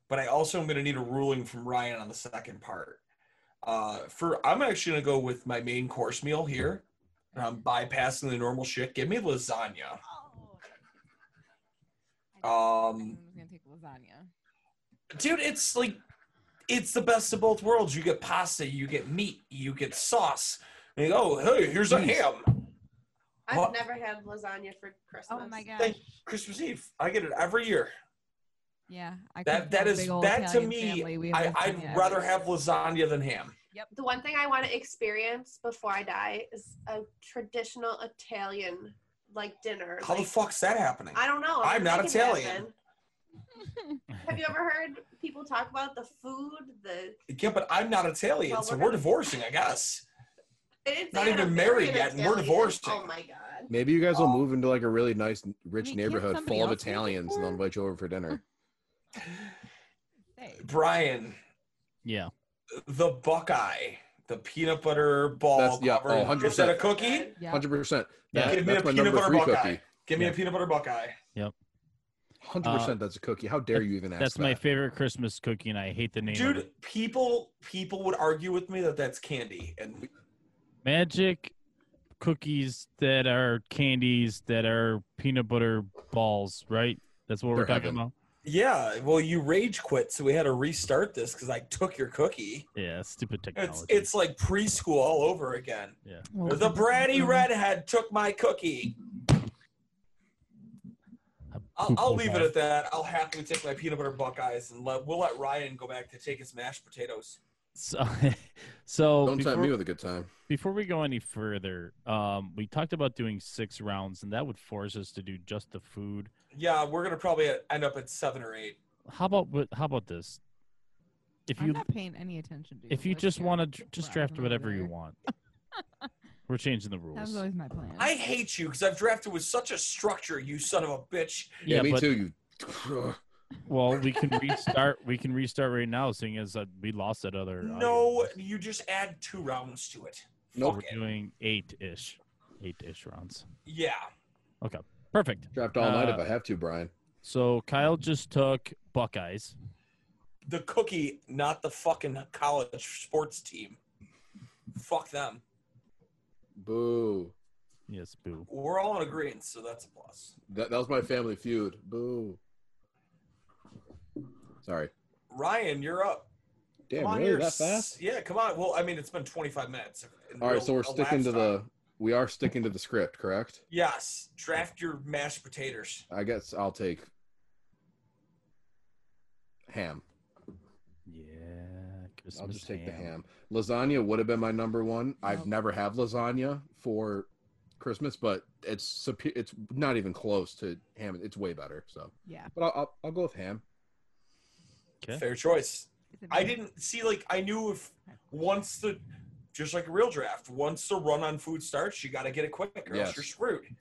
[SPEAKER 1] but I also am gonna need a ruling from Ryan on the second part. Uh for I'm actually gonna go with my main course meal here. And I'm bypassing the normal shit. Give me lasagna.
[SPEAKER 5] Oh. I'm
[SPEAKER 1] Um,
[SPEAKER 5] gonna take lasagna.
[SPEAKER 1] dude it's like it's the best of both worlds you get pasta you get meat you get sauce and you go hey here's a ham
[SPEAKER 4] I've
[SPEAKER 1] What?
[SPEAKER 4] never had lasagna for Christmas.
[SPEAKER 5] Oh my gosh.
[SPEAKER 1] Thank- christmas eve i get it every year
[SPEAKER 5] Yeah, I come
[SPEAKER 1] that
[SPEAKER 5] from
[SPEAKER 1] that
[SPEAKER 5] a
[SPEAKER 1] is
[SPEAKER 5] big old
[SPEAKER 1] that to
[SPEAKER 5] Italian
[SPEAKER 1] me
[SPEAKER 5] family. We have
[SPEAKER 1] I,
[SPEAKER 5] lasagna
[SPEAKER 1] i'd
[SPEAKER 5] every
[SPEAKER 1] rather
[SPEAKER 5] year.
[SPEAKER 1] have lasagna than ham
[SPEAKER 4] The one thing I want to experience before I die is a traditional Italian like dinner.
[SPEAKER 1] How the
[SPEAKER 4] like-
[SPEAKER 1] fuck's that happening?
[SPEAKER 4] I don't know.
[SPEAKER 1] I'm
[SPEAKER 4] gonna
[SPEAKER 1] not
[SPEAKER 4] make it
[SPEAKER 1] Italian.
[SPEAKER 4] happen. Have you ever heard people talk about the food? The
[SPEAKER 1] Yeah, but I'm not Italian,
[SPEAKER 4] Well,
[SPEAKER 1] so
[SPEAKER 4] we're
[SPEAKER 1] we're
[SPEAKER 4] gonna-
[SPEAKER 1] divorcing, I guess.
[SPEAKER 4] they didn't say
[SPEAKER 1] Not
[SPEAKER 4] that
[SPEAKER 1] even
[SPEAKER 4] I'm
[SPEAKER 1] married
[SPEAKER 4] Korean
[SPEAKER 1] yet, and we're
[SPEAKER 4] Italian.
[SPEAKER 1] divorcing.
[SPEAKER 4] Oh my god!
[SPEAKER 2] Maybe you guys will move into like a really nice, rich
[SPEAKER 6] mean, can't
[SPEAKER 2] neighborhood
[SPEAKER 6] somebody
[SPEAKER 2] full of
[SPEAKER 6] else make it
[SPEAKER 2] Italians, and
[SPEAKER 6] for
[SPEAKER 2] they'll invite you over for dinner.
[SPEAKER 6] Hey,
[SPEAKER 1] Brian,
[SPEAKER 3] Yeah.
[SPEAKER 1] the Buckeye, the peanut butter ball.
[SPEAKER 2] That's- yeah,
[SPEAKER 1] covered-
[SPEAKER 2] oh, 100%.
[SPEAKER 1] Is that a cookie?
[SPEAKER 5] Yeah.
[SPEAKER 2] Hundred percent.
[SPEAKER 3] Yeah.
[SPEAKER 2] That,
[SPEAKER 1] Give me a
[SPEAKER 2] that's my
[SPEAKER 1] peanut
[SPEAKER 2] number
[SPEAKER 1] butter
[SPEAKER 2] three
[SPEAKER 1] Buckeye.
[SPEAKER 2] cookie.
[SPEAKER 1] Give me a
[SPEAKER 3] Yeah.
[SPEAKER 1] peanut butter Buckeye.
[SPEAKER 2] Hundred percent. That's a cookie. How dare you even ask?
[SPEAKER 3] That's my
[SPEAKER 2] that?
[SPEAKER 3] favorite Christmas cookie, and I hate the name. of
[SPEAKER 1] Dude,
[SPEAKER 3] it.
[SPEAKER 1] people people would argue with me that that's candy, and
[SPEAKER 3] magic cookies that are candies that are peanut butter balls, right? That's what we're
[SPEAKER 2] They're
[SPEAKER 3] talking
[SPEAKER 2] heaven.
[SPEAKER 3] about.
[SPEAKER 1] yeah, well, you rage quit, so we had to restart this because I took your cookie.
[SPEAKER 3] Yeah, stupid technology.
[SPEAKER 1] It's it's like preschool all over again.
[SPEAKER 5] Well,
[SPEAKER 1] The bratty redhead took my cookie. I'll, I'll leave it at that. I'll happily take my peanut butter Buckeyes, and let, we'll let Ryan go back to take his mashed potatoes.
[SPEAKER 3] So, so
[SPEAKER 2] Don't tempt
[SPEAKER 3] before-
[SPEAKER 2] me with a good time.
[SPEAKER 3] Before we go any further, um, we talked about doing six rounds, and that would force us to do just the food.
[SPEAKER 1] Yeah, we're gonna probably end up at seven or eight.
[SPEAKER 3] How about what? How about this? If
[SPEAKER 5] I'm
[SPEAKER 3] you
[SPEAKER 5] not paying any attention to.
[SPEAKER 3] if you just want to just draft whatever you
[SPEAKER 5] want.
[SPEAKER 3] want, we're changing the
[SPEAKER 5] That was
[SPEAKER 3] rules.
[SPEAKER 5] always my plan.
[SPEAKER 1] I hate you because I've drafted with such a structure, you son of a bitch.
[SPEAKER 2] Yeah, me
[SPEAKER 3] but
[SPEAKER 2] too. You.
[SPEAKER 3] well, we can restart. we can restart right now, seeing as uh, we lost that other. audio
[SPEAKER 1] No,
[SPEAKER 3] voice.
[SPEAKER 1] you just add two rounds to it.
[SPEAKER 2] Nope.
[SPEAKER 1] Fuck
[SPEAKER 3] we're
[SPEAKER 1] it.
[SPEAKER 3] doing eight ish, eight ish rounds.
[SPEAKER 1] Yeah.
[SPEAKER 3] Perfect.
[SPEAKER 2] Draft all night
[SPEAKER 3] Uh,
[SPEAKER 2] if I have to, Brian.
[SPEAKER 3] So Kyle just took Buckeyes.
[SPEAKER 1] The cookie, not the fucking college sports team. Fuck them.
[SPEAKER 2] Boo.
[SPEAKER 3] Yes, boo.
[SPEAKER 1] We're all in agreement, so that's a plus.
[SPEAKER 2] That, that was my family feud. Boo. Sorry.
[SPEAKER 1] Ryan, you're up.
[SPEAKER 2] Damn,
[SPEAKER 1] Come on
[SPEAKER 2] really
[SPEAKER 1] here.
[SPEAKER 2] that
[SPEAKER 1] S-
[SPEAKER 2] fast?
[SPEAKER 1] Yeah, come on. Well, I mean, it's been 25 minutes.
[SPEAKER 2] All right, so we're sticking to the we are sticking to the script, correct?
[SPEAKER 1] Yes, draft your mashed potatoes.
[SPEAKER 2] I guess I'll take ham.
[SPEAKER 3] Yeah, Christmas
[SPEAKER 2] I'll just take the ham. Lasagna would have been my number one. I've
[SPEAKER 5] Nope.
[SPEAKER 2] never had lasagna for Christmas, but it's supe- it's not even close to ham. It's way better. So,
[SPEAKER 5] Yeah.
[SPEAKER 2] but I'll I'll, I'll go with ham.
[SPEAKER 3] Okay.
[SPEAKER 1] Fair choice.
[SPEAKER 5] It's a-
[SPEAKER 1] I didn't see like I knew if once the just like a real draft, once the run on food starts, you got to get it quick, or else
[SPEAKER 2] Yes.
[SPEAKER 1] you're screwed.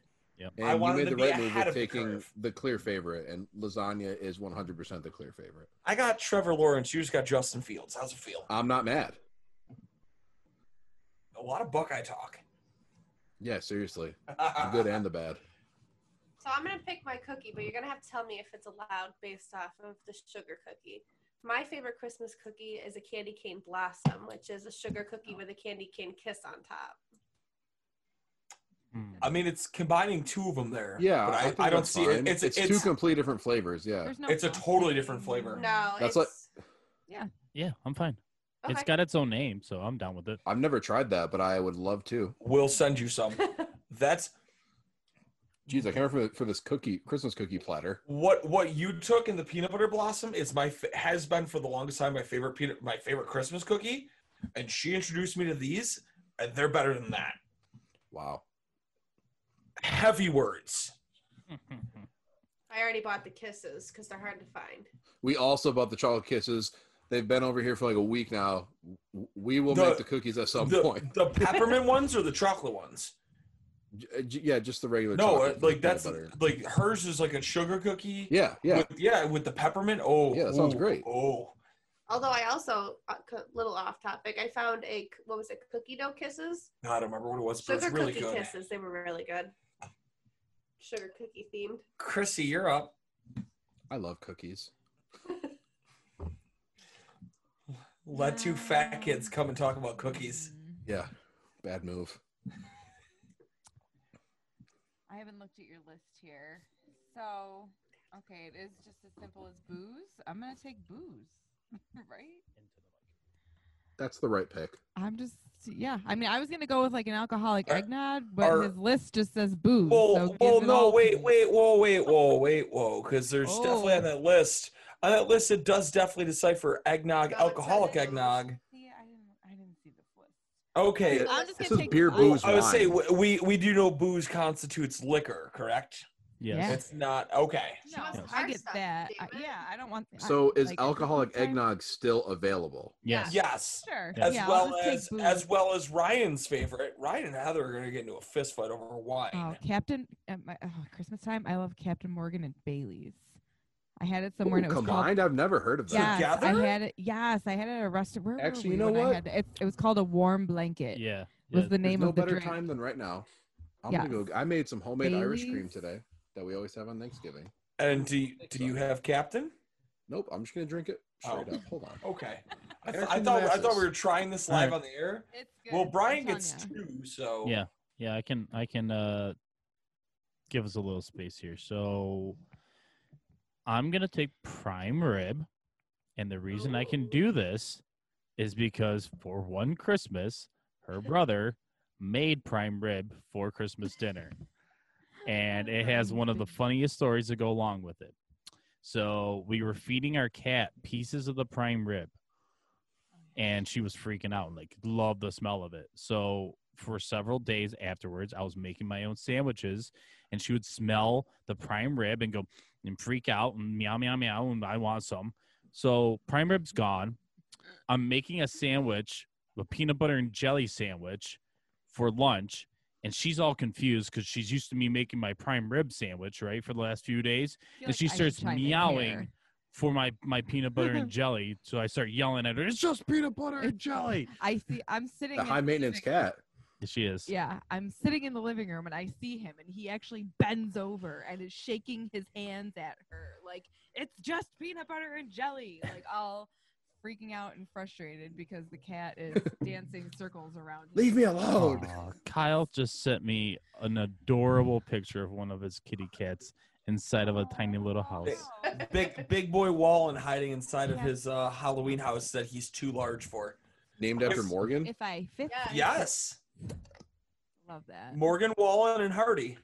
[SPEAKER 2] And
[SPEAKER 1] I
[SPEAKER 2] you
[SPEAKER 1] wanted
[SPEAKER 2] made
[SPEAKER 1] to
[SPEAKER 2] the
[SPEAKER 1] be
[SPEAKER 2] right move
[SPEAKER 1] ahead
[SPEAKER 2] of
[SPEAKER 1] of the
[SPEAKER 2] taking
[SPEAKER 1] curve.
[SPEAKER 2] the clear favorite, and lasagna is 100% the clear favorite.
[SPEAKER 1] I got Trevor Lawrence. You just got Justin Fields. How's it feel?
[SPEAKER 2] I'm not mad.
[SPEAKER 1] A lot of Buckeye talk.
[SPEAKER 2] Yeah, seriously. The good
[SPEAKER 1] Uh,
[SPEAKER 2] and the bad.
[SPEAKER 4] So I'm gonna pick my cookie, but you're gonna have to tell me if it's allowed based off of the sugar cookie. My favorite Christmas cookie is a candy cane blossom, which is a sugar
[SPEAKER 5] Oh.
[SPEAKER 4] cookie with a candy cane kiss on top.
[SPEAKER 3] Hmm.
[SPEAKER 1] I mean, it's combining two of them there.
[SPEAKER 2] Yeah,
[SPEAKER 1] but I,
[SPEAKER 2] think
[SPEAKER 1] I, don't
[SPEAKER 2] that's
[SPEAKER 1] see
[SPEAKER 2] fine.
[SPEAKER 1] it. It's
[SPEAKER 2] it's,
[SPEAKER 1] it's,
[SPEAKER 2] two complete different flavors. Yeah,
[SPEAKER 5] There's no
[SPEAKER 1] it's a
[SPEAKER 5] sauce.
[SPEAKER 1] totally different flavor.
[SPEAKER 4] No,
[SPEAKER 2] That's
[SPEAKER 4] it's
[SPEAKER 3] Yeah, I'm fine. It's
[SPEAKER 4] okay.
[SPEAKER 3] got its own name, so I'm down with it.
[SPEAKER 2] I've never tried that, but I would love to.
[SPEAKER 1] We'll send you some. That's
[SPEAKER 2] Jeez, I can't remember for this cookie Christmas cookie platter.
[SPEAKER 1] what what you took in the peanut butter blossom is my fa- has been for the longest time my favorite peanut my favorite Christmas cookie, and she introduced me to these, and they're better than that.
[SPEAKER 2] Wow.
[SPEAKER 1] Heavy words.
[SPEAKER 4] I already bought the kisses because they're hard to find.
[SPEAKER 2] We also bought the chocolate kisses. They've been over here for like a week now. W- We will
[SPEAKER 1] The-
[SPEAKER 2] make the cookies at some
[SPEAKER 1] the,
[SPEAKER 2] point.
[SPEAKER 1] the peppermint ones or the chocolate ones?
[SPEAKER 2] J- j- yeah, just the regular.
[SPEAKER 1] No,
[SPEAKER 2] chocolate
[SPEAKER 1] uh,
[SPEAKER 2] with
[SPEAKER 1] like
[SPEAKER 2] peanut
[SPEAKER 1] that's
[SPEAKER 2] butter.
[SPEAKER 1] like hers is like a sugar cookie.
[SPEAKER 2] Yeah, yeah.
[SPEAKER 1] With, yeah, with the peppermint. Oh,
[SPEAKER 2] Yeah, that sounds
[SPEAKER 1] ooh,
[SPEAKER 2] great.
[SPEAKER 1] Oh,
[SPEAKER 4] Although I also a little off topic, I found a what was it, cookie dough kisses,
[SPEAKER 1] No, I don't remember what it was, but
[SPEAKER 4] sugar
[SPEAKER 1] it's really
[SPEAKER 4] cookie
[SPEAKER 1] good.
[SPEAKER 4] kisses. They were really good. Sugar cookie themed.
[SPEAKER 1] Chrissy, you're up.
[SPEAKER 2] I love cookies.
[SPEAKER 1] Let two fat kids
[SPEAKER 4] Ah.
[SPEAKER 5] Um,
[SPEAKER 1] come and talk about cookies.
[SPEAKER 6] Mm-hmm.
[SPEAKER 5] mm,
[SPEAKER 2] Yeah, bad move.
[SPEAKER 6] I haven't looked at your list here. So, okay, it is just as simple as booze. I'm going to take booze, right?
[SPEAKER 2] That's the right pick.
[SPEAKER 5] I'm just yeah. I mean, I was gonna go with like an alcoholic
[SPEAKER 1] Are-
[SPEAKER 5] eggnog, but
[SPEAKER 1] Uh, are-
[SPEAKER 5] his list just says booze. so
[SPEAKER 1] Whoa,
[SPEAKER 5] give
[SPEAKER 1] whoa,
[SPEAKER 5] it
[SPEAKER 1] no,
[SPEAKER 5] all to
[SPEAKER 1] wait,
[SPEAKER 5] me.
[SPEAKER 1] wait, whoa, wait, whoa, wait, whoa, because there's
[SPEAKER 5] Oh.
[SPEAKER 1] definitely on that list. On that list, it does definitely decipher eggnog,
[SPEAKER 4] No, it
[SPEAKER 1] alcoholic
[SPEAKER 4] doesn't.
[SPEAKER 1] eggnog.
[SPEAKER 6] See, I didn't, I didn't see
[SPEAKER 1] Okay.
[SPEAKER 6] I'm just
[SPEAKER 2] This
[SPEAKER 6] gonna
[SPEAKER 2] is
[SPEAKER 6] take
[SPEAKER 2] beer,
[SPEAKER 6] the-
[SPEAKER 2] booze,
[SPEAKER 1] I would say
[SPEAKER 2] wine.
[SPEAKER 1] w- we we do know booze constitutes liquor, correct?
[SPEAKER 6] Yeah.
[SPEAKER 3] Yes.
[SPEAKER 1] It's not okay.
[SPEAKER 4] She
[SPEAKER 7] No,
[SPEAKER 4] wants
[SPEAKER 3] Yes.
[SPEAKER 6] I
[SPEAKER 4] our
[SPEAKER 6] get
[SPEAKER 4] stuff,
[SPEAKER 6] that. I-
[SPEAKER 4] David.
[SPEAKER 6] yeah, I don't want. I-
[SPEAKER 2] So is
[SPEAKER 6] like,
[SPEAKER 2] alcoholic
[SPEAKER 6] sometimes-
[SPEAKER 2] eggnog still available?
[SPEAKER 3] Yes.
[SPEAKER 1] Yes.
[SPEAKER 7] Sure.
[SPEAKER 3] Yeah.
[SPEAKER 1] As
[SPEAKER 6] Yeah, I'll
[SPEAKER 1] well
[SPEAKER 6] just take
[SPEAKER 1] as
[SPEAKER 6] booze.
[SPEAKER 1] as well as Ryan's favorite, Ryan and Heather are gonna get into a fist fight over wine.
[SPEAKER 6] Oh, Captain! At my, oh, Christmas time, I love Captain Morgan and Bailey's. I had it somewhere,
[SPEAKER 2] Ooh,
[SPEAKER 6] and it was called.
[SPEAKER 2] combined? I've never heard of that.
[SPEAKER 6] Yes,
[SPEAKER 1] Together?
[SPEAKER 6] I had it. Yes, I had it at a restaurant. Where were
[SPEAKER 2] Actually, you
[SPEAKER 6] we
[SPEAKER 2] know
[SPEAKER 6] when I
[SPEAKER 2] what?
[SPEAKER 6] had it? It- it was called a warm blanket.
[SPEAKER 3] Yeah.
[SPEAKER 6] Was
[SPEAKER 3] yeah.
[SPEAKER 6] the
[SPEAKER 2] There's
[SPEAKER 6] name
[SPEAKER 2] no
[SPEAKER 6] of the
[SPEAKER 2] better
[SPEAKER 6] drink?
[SPEAKER 2] time than right now. I'm gonna
[SPEAKER 6] Yes.
[SPEAKER 2] go. I made some homemade Irish cream
[SPEAKER 6] Baileys.
[SPEAKER 2] today that we always have on Thanksgiving.
[SPEAKER 1] And do you, do you have Captain?
[SPEAKER 2] Nope, I'm just gonna drink it straight
[SPEAKER 1] Oh.
[SPEAKER 2] up. Hold on.
[SPEAKER 1] Okay. I,
[SPEAKER 2] I
[SPEAKER 1] th-
[SPEAKER 2] gotta
[SPEAKER 1] I
[SPEAKER 2] clean the
[SPEAKER 1] thought I thought we
[SPEAKER 2] matches.
[SPEAKER 1] were trying this
[SPEAKER 3] All
[SPEAKER 1] live
[SPEAKER 3] right.
[SPEAKER 1] on the air.
[SPEAKER 7] It's good.
[SPEAKER 1] Well, Brian
[SPEAKER 6] I'm
[SPEAKER 1] gets
[SPEAKER 6] telling
[SPEAKER 1] two, so
[SPEAKER 3] Yeah. Yeah, I can I can uh give us a little space here. So I'm gonna take prime rib, and the reason I can do this is because for one Christmas, her brother made prime rib for Christmas dinner. And it has one of the funniest stories to go along with it. So we were feeding our cat pieces of the prime rib and she was freaking out like loved the smell of it so for several days afterwards i was making my own sandwiches and she would smell the prime rib and go and freak out and meow meow meow and i want some so prime rib's gone i'm making a sandwich a peanut butter and jelly sandwich for lunch and she's all confused because she's used to me making my prime rib sandwich right for the last few days
[SPEAKER 6] feel
[SPEAKER 3] and she
[SPEAKER 6] I should
[SPEAKER 3] starts
[SPEAKER 6] chime in
[SPEAKER 3] meowing.
[SPEAKER 6] here.
[SPEAKER 3] for my my peanut butter and jelly so i start yelling at her it's just peanut butter and jelly
[SPEAKER 6] I see. I'm sitting.
[SPEAKER 2] The
[SPEAKER 6] in
[SPEAKER 2] high maintenance
[SPEAKER 6] living-
[SPEAKER 2] cat.
[SPEAKER 3] She is.
[SPEAKER 6] Yeah, I'm sitting in the living room and I see him, and he actually bends over and is shaking his hands at her like it's just peanut butter and jelly, like all freaking out and frustrated because the cat is dancing circles around. Him.
[SPEAKER 2] Leave me alone.
[SPEAKER 3] Aw, Kyle just sent me an adorable picture of one of his kitty cats inside of a tiny little house.
[SPEAKER 1] big big boy Wallen hiding inside of
[SPEAKER 6] Yeah.
[SPEAKER 1] his uh, Halloween house that he's too large for.
[SPEAKER 2] Named after Morgan.
[SPEAKER 6] If I fit,
[SPEAKER 4] Yeah.
[SPEAKER 1] Yes,
[SPEAKER 6] love that.
[SPEAKER 1] Morgan Wallen and Hardy.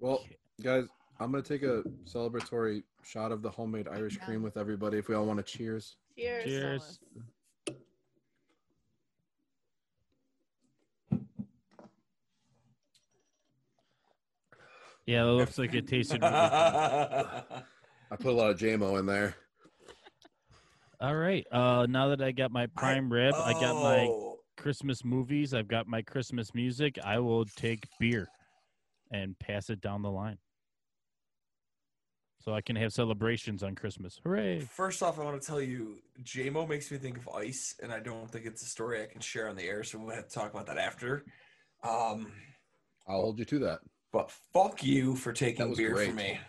[SPEAKER 2] Well, guys, I'm gonna take a celebratory shot of the homemade Irish
[SPEAKER 7] Yeah.
[SPEAKER 2] cream with everybody. If we all want to cheers.
[SPEAKER 4] Cheers.
[SPEAKER 3] Cheers. Yeah, it looks like it tasted really good.
[SPEAKER 2] I put a lot of JMO in there.
[SPEAKER 3] All right. Uh, now that I got my prime rib, I got my
[SPEAKER 1] Oh,
[SPEAKER 3] Christmas movies, I've got my Christmas music, I will take beer and pass it down the line. So I can have celebrations on Christmas. Hooray.
[SPEAKER 1] First off, I want to tell you, JMO makes me think of ice, and I don't think it's a story I can share on the air, so we'll have to talk about that after. Um,
[SPEAKER 2] I'll hold you to that.
[SPEAKER 1] but fuck you for
[SPEAKER 2] That
[SPEAKER 1] taking
[SPEAKER 2] was
[SPEAKER 1] beer
[SPEAKER 2] great.
[SPEAKER 1] from me.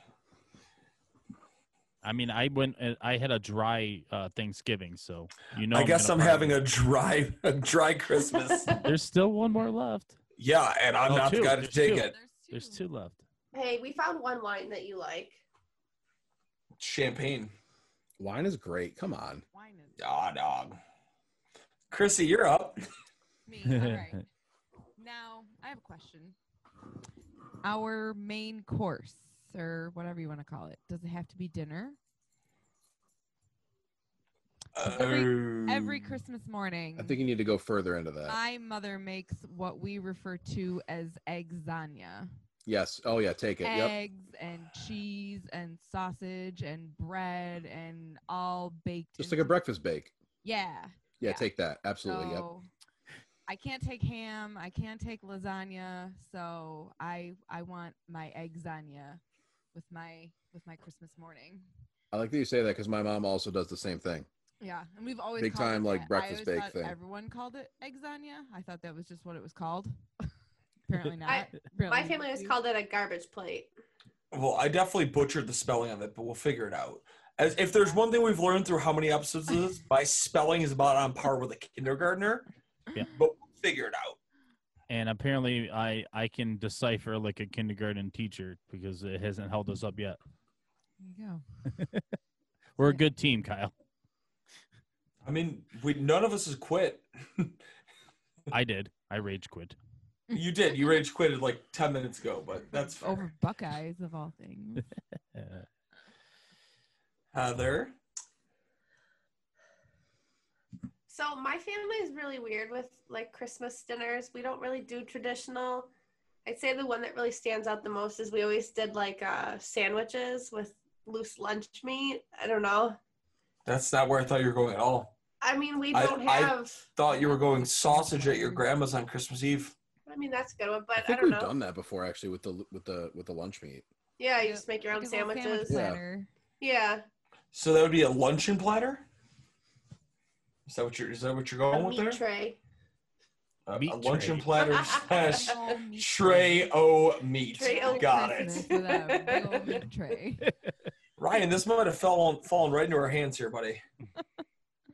[SPEAKER 3] I mean, I went. and I had a dry uh, Thanksgiving, so you know.
[SPEAKER 1] I guess I'm
[SPEAKER 3] gonna
[SPEAKER 1] having
[SPEAKER 3] party.
[SPEAKER 1] a dry, a dry Christmas.
[SPEAKER 3] There's still one more left.
[SPEAKER 1] yeah, and I'm
[SPEAKER 3] Oh,
[SPEAKER 1] not
[SPEAKER 3] two.
[SPEAKER 1] the guy to
[SPEAKER 3] There's
[SPEAKER 1] take
[SPEAKER 3] two.
[SPEAKER 1] it.
[SPEAKER 3] There's two left.
[SPEAKER 4] Hey, we found one wine that you like.
[SPEAKER 1] Champagne.
[SPEAKER 2] Wine is great. Come on.
[SPEAKER 7] Wine is
[SPEAKER 1] Ah, dog. Chrissy, you're up.
[SPEAKER 6] Me. All right. now I have a question. Our main course, or whatever you want to call it, does it have to be dinner? Every
[SPEAKER 1] Oh.
[SPEAKER 6] Christmas morning,
[SPEAKER 2] Mm. I think you need to go further into that.
[SPEAKER 6] my mother makes what we refer to as eggsania.
[SPEAKER 2] yes. Oh yeah. Take it. Yep.
[SPEAKER 6] eggs and cheese and sausage and bread and all baked.
[SPEAKER 2] Just like
[SPEAKER 6] into-
[SPEAKER 2] a breakfast bake.
[SPEAKER 6] Yeah.
[SPEAKER 2] Yeah,
[SPEAKER 6] Yeah.
[SPEAKER 2] Take that. Absolutely. yep.
[SPEAKER 6] So I can't take ham. I can't take lasagna. So I I want my eggsania with my with my Christmas morning.
[SPEAKER 2] I like that you say that because my mom also does the same thing.
[SPEAKER 6] Yeah, and we've always
[SPEAKER 2] Big
[SPEAKER 6] called it
[SPEAKER 2] time, like,
[SPEAKER 6] that. I
[SPEAKER 2] breakfast
[SPEAKER 6] always
[SPEAKER 2] bake
[SPEAKER 6] thought
[SPEAKER 2] thing.
[SPEAKER 6] Everyone called it eggsania. I thought that was just what it was called. Apparently not.
[SPEAKER 4] I-
[SPEAKER 6] Apparently
[SPEAKER 4] My family was
[SPEAKER 6] we-
[SPEAKER 4] called it a garbage plate.
[SPEAKER 1] Well, I definitely butchered the spelling of it, but we'll figure it out. As if there's one thing we've learned through how many episodes of this, my spelling is about on par with a kindergartner.
[SPEAKER 3] Yeah.
[SPEAKER 1] But we'll figure it out.
[SPEAKER 3] And apparently, I I can decipher like a kindergarten teacher because it hasn't held us up yet.
[SPEAKER 6] There you go.
[SPEAKER 3] We're a
[SPEAKER 6] Yeah.
[SPEAKER 3] good team, Kyle.
[SPEAKER 1] I mean, we none of us has quit.
[SPEAKER 3] I did. I rage quit.
[SPEAKER 1] you did. You rage quitted like ten minutes ago, but that's fair.
[SPEAKER 6] over Buckeyes of all things.
[SPEAKER 3] Uh,
[SPEAKER 1] Heather.
[SPEAKER 4] So my family is really weird with like Christmas dinners. We don't really do traditional. I'd say the one that really stands out the most is we always did like uh, sandwiches with loose lunch meat. I don't know.
[SPEAKER 1] That's not where I thought you were going at all.
[SPEAKER 4] I mean, we
[SPEAKER 1] I-
[SPEAKER 4] don't
[SPEAKER 1] I-
[SPEAKER 4] have.
[SPEAKER 1] Thought you were going sausage at your grandma's on Christmas Eve.
[SPEAKER 4] I, mean, that's a good one, but
[SPEAKER 2] I
[SPEAKER 4] I,
[SPEAKER 2] think
[SPEAKER 4] don't
[SPEAKER 2] we've
[SPEAKER 4] know.
[SPEAKER 2] done that before actually with the with the with the lunch meat.
[SPEAKER 4] Yeah, you
[SPEAKER 6] Yeah,
[SPEAKER 4] just make your own
[SPEAKER 6] Like a little
[SPEAKER 4] sandwiches.
[SPEAKER 2] Yeah.
[SPEAKER 5] Platter.
[SPEAKER 4] Yeah,
[SPEAKER 1] So that would be a luncheon platter. Is that what you're? Is that what you're
[SPEAKER 4] a
[SPEAKER 1] going with
[SPEAKER 4] meat
[SPEAKER 1] there?
[SPEAKER 4] tray.
[SPEAKER 1] A,
[SPEAKER 3] Meat
[SPEAKER 1] a luncheon
[SPEAKER 3] tray.
[SPEAKER 1] platter slash
[SPEAKER 6] Oh, meat
[SPEAKER 1] tray o meat.
[SPEAKER 4] Tray o'
[SPEAKER 1] Got
[SPEAKER 5] Christmas
[SPEAKER 1] it.
[SPEAKER 5] with a big old meat tray.
[SPEAKER 1] Ryan, this might have fallen fallen right into our hands here, buddy.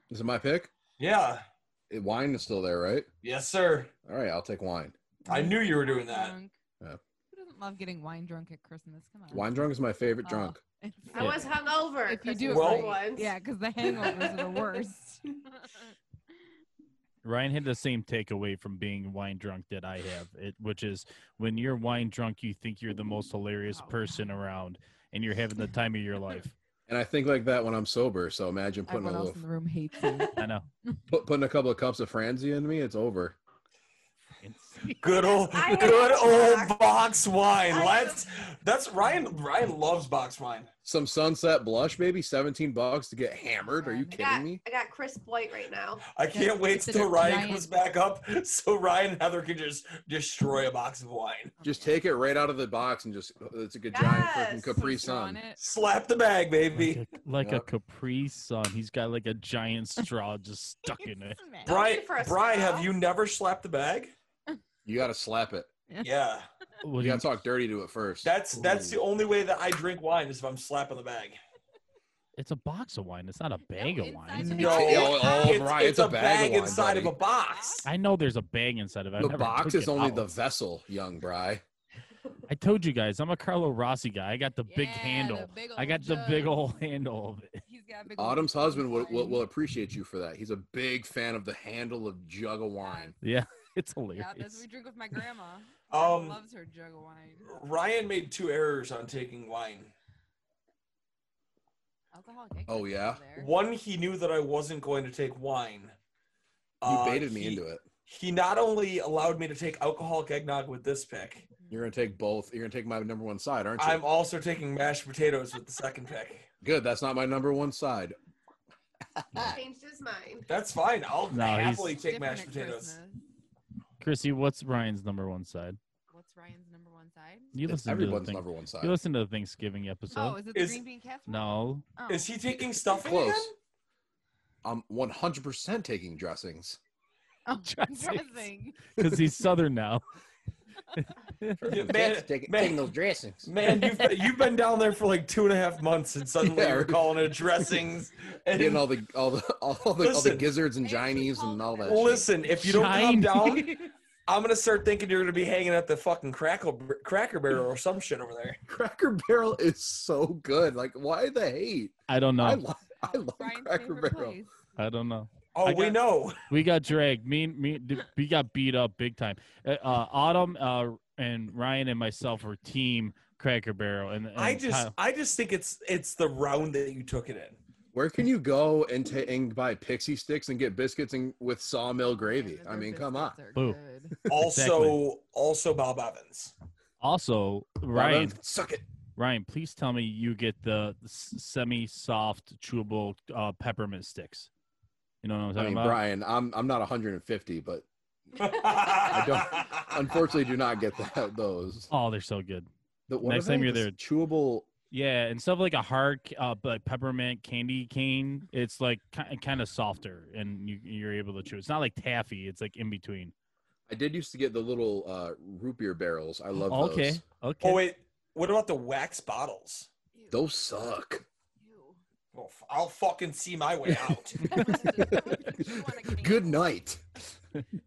[SPEAKER 2] Is it my pick?
[SPEAKER 1] Yeah.
[SPEAKER 2] Eh, Wine is still there, right?
[SPEAKER 1] Yes, sir.
[SPEAKER 2] All right, I'll take wine.
[SPEAKER 1] I knew you were doing that.
[SPEAKER 4] Mm-hmm.
[SPEAKER 5] Drunk.
[SPEAKER 2] Yeah.
[SPEAKER 5] Who doesn't love getting wine drunk at Christmas? Come on.
[SPEAKER 2] Wine drunk is my favorite
[SPEAKER 5] Oh.
[SPEAKER 2] drunk.
[SPEAKER 5] It's
[SPEAKER 4] I was hungover.
[SPEAKER 5] if you do it
[SPEAKER 1] Well-
[SPEAKER 5] right. Yeah, because the hangovers are the worst.
[SPEAKER 3] Ryan had the same takeaway from being wine drunk that I have, it, which is when you're wine drunk, you think you're the most hilarious
[SPEAKER 5] Oh.
[SPEAKER 3] person around, and you're having the time of your life.
[SPEAKER 2] And I think like that when I'm sober. So imagine putting
[SPEAKER 5] Everyone
[SPEAKER 2] a
[SPEAKER 5] else in
[SPEAKER 2] little,
[SPEAKER 5] the room hates you.
[SPEAKER 3] I know.
[SPEAKER 2] put, putting a couple of cups of Franzia into me. It's over.
[SPEAKER 3] It's-
[SPEAKER 1] Good old,
[SPEAKER 4] I had
[SPEAKER 1] good
[SPEAKER 4] a
[SPEAKER 1] old
[SPEAKER 4] box.
[SPEAKER 1] box wine.
[SPEAKER 4] I
[SPEAKER 1] Let's. That's Ryan. Ryan loves box wine.
[SPEAKER 2] Some sunset blush, baby. Seventeen bucks to get hammered. Are you
[SPEAKER 4] I
[SPEAKER 2] kidding
[SPEAKER 4] got,
[SPEAKER 2] me? Uh.
[SPEAKER 4] I got crisp white right now.
[SPEAKER 1] I can't wait
[SPEAKER 5] it's a
[SPEAKER 1] till Ryan
[SPEAKER 5] giant-
[SPEAKER 1] comes back up, so Ryan and Heather can just destroy a box of wine.
[SPEAKER 2] Just take it right out of the box and just it's a good giant
[SPEAKER 4] Yes.
[SPEAKER 2] freaking Capri
[SPEAKER 5] Put straw in
[SPEAKER 2] Sun.
[SPEAKER 5] it.
[SPEAKER 1] Slap the bag, baby.
[SPEAKER 3] Like a, like a
[SPEAKER 2] Yep.
[SPEAKER 3] Capri Sun. He's got like a giant straw just stuck in it.
[SPEAKER 1] Brian,
[SPEAKER 4] Bro- Don't be
[SPEAKER 6] Smack.
[SPEAKER 4] for a
[SPEAKER 1] Brian,
[SPEAKER 4] smile.
[SPEAKER 1] have you never slapped the bag?
[SPEAKER 2] You got to slap it.
[SPEAKER 1] Yeah,
[SPEAKER 3] What
[SPEAKER 2] You
[SPEAKER 3] do you-
[SPEAKER 2] got to talk dirty to it first.
[SPEAKER 1] that's that's
[SPEAKER 2] Ooh.
[SPEAKER 1] the only way that I drink wine is if I'm slapping the bag.
[SPEAKER 3] it's a box of wine. It's not a bag of
[SPEAKER 6] inside
[SPEAKER 3] wine.
[SPEAKER 6] the
[SPEAKER 1] No,
[SPEAKER 6] box.
[SPEAKER 1] Yeah, well,
[SPEAKER 2] oh,
[SPEAKER 1] it's,
[SPEAKER 2] Brian,
[SPEAKER 1] it's
[SPEAKER 2] it's
[SPEAKER 1] a
[SPEAKER 2] a bag of
[SPEAKER 1] bag
[SPEAKER 2] wine,
[SPEAKER 1] inside of
[SPEAKER 2] buddy.
[SPEAKER 1] a box.
[SPEAKER 3] I know there's a bag inside of it. I
[SPEAKER 2] The
[SPEAKER 3] never
[SPEAKER 2] box
[SPEAKER 3] took
[SPEAKER 2] is
[SPEAKER 3] it Oh.
[SPEAKER 2] only
[SPEAKER 3] out.
[SPEAKER 2] the vessel, young Bry.
[SPEAKER 3] I told you guys, I'm a Carlo Rossi guy. I got the big
[SPEAKER 6] Yeah,
[SPEAKER 3] handle.
[SPEAKER 6] the big
[SPEAKER 3] I
[SPEAKER 6] old
[SPEAKER 3] got the big
[SPEAKER 6] jug.
[SPEAKER 3] old handle of it.
[SPEAKER 6] He's got a big old
[SPEAKER 2] Autumn's
[SPEAKER 6] jug of
[SPEAKER 2] husband will, will,
[SPEAKER 6] wine.
[SPEAKER 2] will appreciate you for that. He's a big fan of the handle of jug of wine.
[SPEAKER 3] Yeah, it's
[SPEAKER 6] Yeah,
[SPEAKER 3] hilarious.
[SPEAKER 6] that's what we drink with my grandma.
[SPEAKER 1] Um,
[SPEAKER 6] Grandma loves her jug of wine.
[SPEAKER 1] Ryan made two errors on taking wine.
[SPEAKER 6] Alcoholic. egg
[SPEAKER 2] Oh,
[SPEAKER 6] whites
[SPEAKER 2] yeah?
[SPEAKER 6] over there.
[SPEAKER 1] One, he knew that I wasn't going to take wine.
[SPEAKER 2] You baited me
[SPEAKER 1] Uh, he,
[SPEAKER 2] into it.
[SPEAKER 1] He not only allowed me to take alcoholic eggnog with this pick,
[SPEAKER 2] You're gonna take both. You're gonna take my number one side, aren't you?
[SPEAKER 1] I'm also taking mashed potatoes with the second pick.
[SPEAKER 2] Good. That's not my number one side.
[SPEAKER 4] Changed his mind.
[SPEAKER 1] That's fine. I'll
[SPEAKER 3] No, he's-
[SPEAKER 1] happily take
[SPEAKER 6] Different
[SPEAKER 1] mashed
[SPEAKER 6] at
[SPEAKER 1] potatoes.
[SPEAKER 6] Christmas.
[SPEAKER 3] Chrissy, what's Ryan's number one side?
[SPEAKER 6] What's Ryan's number one side?
[SPEAKER 3] You
[SPEAKER 2] It's
[SPEAKER 3] listen to the
[SPEAKER 2] everyone's
[SPEAKER 3] thing.
[SPEAKER 2] number one side.
[SPEAKER 3] You listen to the Thanksgiving episode.
[SPEAKER 6] oh, is it the
[SPEAKER 1] is-
[SPEAKER 6] green bean casserole?
[SPEAKER 3] no,
[SPEAKER 6] Oh.
[SPEAKER 1] Is he taking stuffing
[SPEAKER 2] Close.
[SPEAKER 1] again?
[SPEAKER 2] I'm 100% taking dressings.
[SPEAKER 6] Oh,
[SPEAKER 3] Dressings.
[SPEAKER 6] dressing.
[SPEAKER 3] because he's Southern now.
[SPEAKER 1] Yeah, man, man,
[SPEAKER 2] those dressings.
[SPEAKER 1] man, you've been, you've been down there for like two and a half months, and suddenly
[SPEAKER 2] Yeah.
[SPEAKER 1] you're calling it dressings. And
[SPEAKER 2] Getting all the all the all the, all the
[SPEAKER 1] Listen.
[SPEAKER 2] gizzards and
[SPEAKER 6] They actually
[SPEAKER 2] ginies
[SPEAKER 6] call
[SPEAKER 2] and
[SPEAKER 6] them
[SPEAKER 2] all
[SPEAKER 6] that.
[SPEAKER 2] that. shit.
[SPEAKER 1] listen, if you don't
[SPEAKER 3] Shiny.
[SPEAKER 1] calm down, I'm gonna start thinking you're gonna be hanging at the fucking crackle, Cracker Barrel or some shit over there.
[SPEAKER 2] Cracker Barrel is so good. Like, why the hate?
[SPEAKER 3] I don't
[SPEAKER 2] I,
[SPEAKER 3] know.
[SPEAKER 2] lo- I
[SPEAKER 6] Oh,
[SPEAKER 2] love
[SPEAKER 6] Ryan's
[SPEAKER 2] Cracker
[SPEAKER 6] favorite
[SPEAKER 2] Barrel.
[SPEAKER 6] place.
[SPEAKER 3] I don't know.
[SPEAKER 1] Oh,
[SPEAKER 3] I
[SPEAKER 1] we
[SPEAKER 3] got-
[SPEAKER 1] know.
[SPEAKER 3] We got dragged. Me, and me, d- we got beat up big time. Uh, uh, Autumn uh, and Ryan and myself were team Cracker Barrel, and, and
[SPEAKER 1] I just,
[SPEAKER 3] Kyle-
[SPEAKER 1] I just think it's it's the round that you took it in.
[SPEAKER 2] Where can you go and, ta- and buy pixie sticks and get biscuits and with sawmill gravy?
[SPEAKER 6] Yeah,
[SPEAKER 2] I
[SPEAKER 6] their
[SPEAKER 2] mean, come on.
[SPEAKER 6] biscuits are
[SPEAKER 3] Boo.
[SPEAKER 6] good.
[SPEAKER 1] Also,
[SPEAKER 3] Exactly.
[SPEAKER 1] also Bob Evans.
[SPEAKER 3] also Ryan.
[SPEAKER 2] suck it.
[SPEAKER 3] Ryan, please tell me you get the s- semi-soft, chewable uh, peppermint sticks. You know what I'm
[SPEAKER 2] I
[SPEAKER 3] talking
[SPEAKER 2] mean,
[SPEAKER 3] about?
[SPEAKER 2] Brian, I'm I'm not 150, but
[SPEAKER 1] I
[SPEAKER 2] don't- unfortunately, do not get that those.
[SPEAKER 3] Oh, they're so good.
[SPEAKER 2] The, what
[SPEAKER 3] Next
[SPEAKER 2] are they?
[SPEAKER 3] time you're
[SPEAKER 2] This
[SPEAKER 3] there-
[SPEAKER 2] chewable.
[SPEAKER 3] Yeah, instead of like a hard, c- uh, like peppermint candy cane, it's like ki- kind of softer, and you, you're able to chew. It's not like taffy; it's like in between.
[SPEAKER 2] I did used to get the little uh, root beer barrels. I love those.
[SPEAKER 3] okay, okay.
[SPEAKER 1] Oh wait, what about the wax bottles?
[SPEAKER 6] Ew.
[SPEAKER 2] Those suck.
[SPEAKER 6] Ew.
[SPEAKER 1] Well, f- I'll fucking see my way out.
[SPEAKER 2] Good night.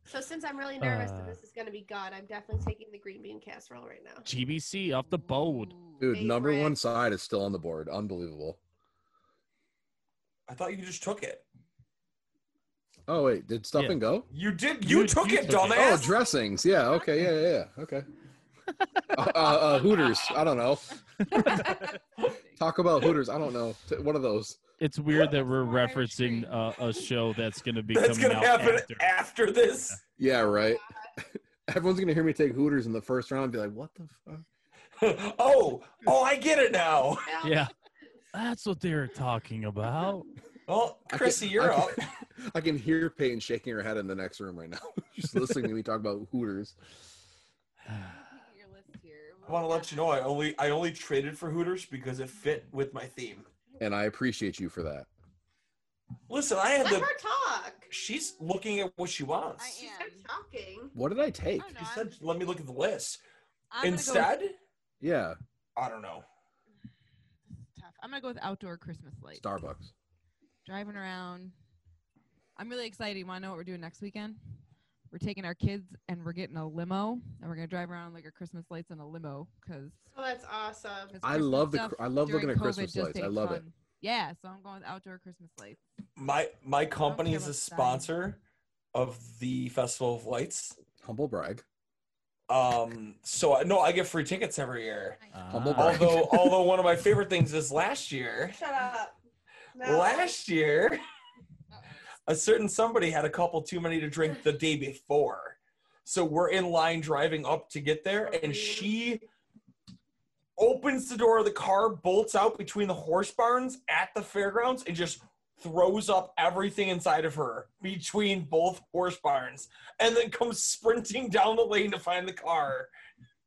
[SPEAKER 4] So since I'm really nervous
[SPEAKER 3] Uh.
[SPEAKER 4] that this is going to be gone, I'm definitely taking the green bean casserole right now.
[SPEAKER 3] GBC off the bold.
[SPEAKER 6] Ooh.
[SPEAKER 2] Dude, number
[SPEAKER 4] Favorite.
[SPEAKER 2] one side is still on the board. Unbelievable.
[SPEAKER 1] I thought you just took it.
[SPEAKER 2] Oh wait, did stuff
[SPEAKER 3] Yeah.
[SPEAKER 2] and go?
[SPEAKER 1] You did. You,
[SPEAKER 3] You-
[SPEAKER 1] took
[SPEAKER 3] you
[SPEAKER 1] it,
[SPEAKER 3] took it.
[SPEAKER 2] Oh,
[SPEAKER 1] dumbass.
[SPEAKER 2] dressings. Yeah. Okay. Yeah. Yeah. yeah. Okay. uh, uh, uh, Hooters. I don't know. Talk about Hooters. I don't know. T- One of those.
[SPEAKER 3] it's weird that we're
[SPEAKER 6] Sorry, I'm
[SPEAKER 3] referencing
[SPEAKER 6] intrigued.
[SPEAKER 3] uh, a show that's going to be
[SPEAKER 1] That's gonna
[SPEAKER 3] coming out
[SPEAKER 1] happen
[SPEAKER 3] after.
[SPEAKER 1] after, this.
[SPEAKER 2] Yeah, right. Everyone's gonna hear me take Hooters in the first round and be like, "What the fuck?"
[SPEAKER 1] oh, oh, I get it now.
[SPEAKER 3] Yeah, that's what they were talking about.
[SPEAKER 1] Well,
[SPEAKER 2] I can-
[SPEAKER 1] Chrissy, you're
[SPEAKER 2] I
[SPEAKER 1] up.
[SPEAKER 2] can- I can hear Peyton shaking her head in the next room right now, just listening to me talk about Hooters.
[SPEAKER 6] Looking at your list here.
[SPEAKER 1] I want to let you know I only I only traded for Hooters because it fit with my theme.
[SPEAKER 2] And I appreciate you for that.
[SPEAKER 1] Listen, I had
[SPEAKER 4] Let
[SPEAKER 1] the.
[SPEAKER 4] her talk.
[SPEAKER 1] She's looking at what she wants.
[SPEAKER 6] I
[SPEAKER 4] She's
[SPEAKER 6] am.
[SPEAKER 4] kept talking.
[SPEAKER 2] What did I take?
[SPEAKER 6] I don't know,
[SPEAKER 1] She
[SPEAKER 6] I'm
[SPEAKER 1] said,
[SPEAKER 6] just-
[SPEAKER 1] "Let me look at the list."
[SPEAKER 6] I'm gonna go with-
[SPEAKER 1] Instead,
[SPEAKER 2] Yeah,
[SPEAKER 1] I don't know.
[SPEAKER 6] This is tough. I'm gonna go with outdoor Christmas lights.
[SPEAKER 2] Starbucks.
[SPEAKER 6] Driving around. I'm really excited. You wanna know what we're doing next weekend? We're taking our kids and we're getting a limo and we're gonna drive around like our Christmas lights in a limo because
[SPEAKER 4] Oh, that's awesome.
[SPEAKER 2] I love the cr- I love looking at Christmas lights. I love it.
[SPEAKER 6] Yeah, so I'm going with outdoor Christmas lights.
[SPEAKER 1] My my company
[SPEAKER 6] care
[SPEAKER 1] is a
[SPEAKER 6] about
[SPEAKER 1] sponsor of the Festival of Lights.
[SPEAKER 2] Humble brag.
[SPEAKER 1] Um, so I, no, I get free tickets every year.
[SPEAKER 2] Humble
[SPEAKER 3] Ah.
[SPEAKER 2] brag.
[SPEAKER 1] Although although one of my favorite things is last year.
[SPEAKER 4] Shut up. No.
[SPEAKER 1] Last year, a certain somebody had a couple too many to drink the day before. So we're in line driving up to get there, and she opens the door of the car, bolts out between the horse barns at the fairgrounds, and just throws up everything inside of her between both horse barns, and then comes sprinting down the lane to find the car.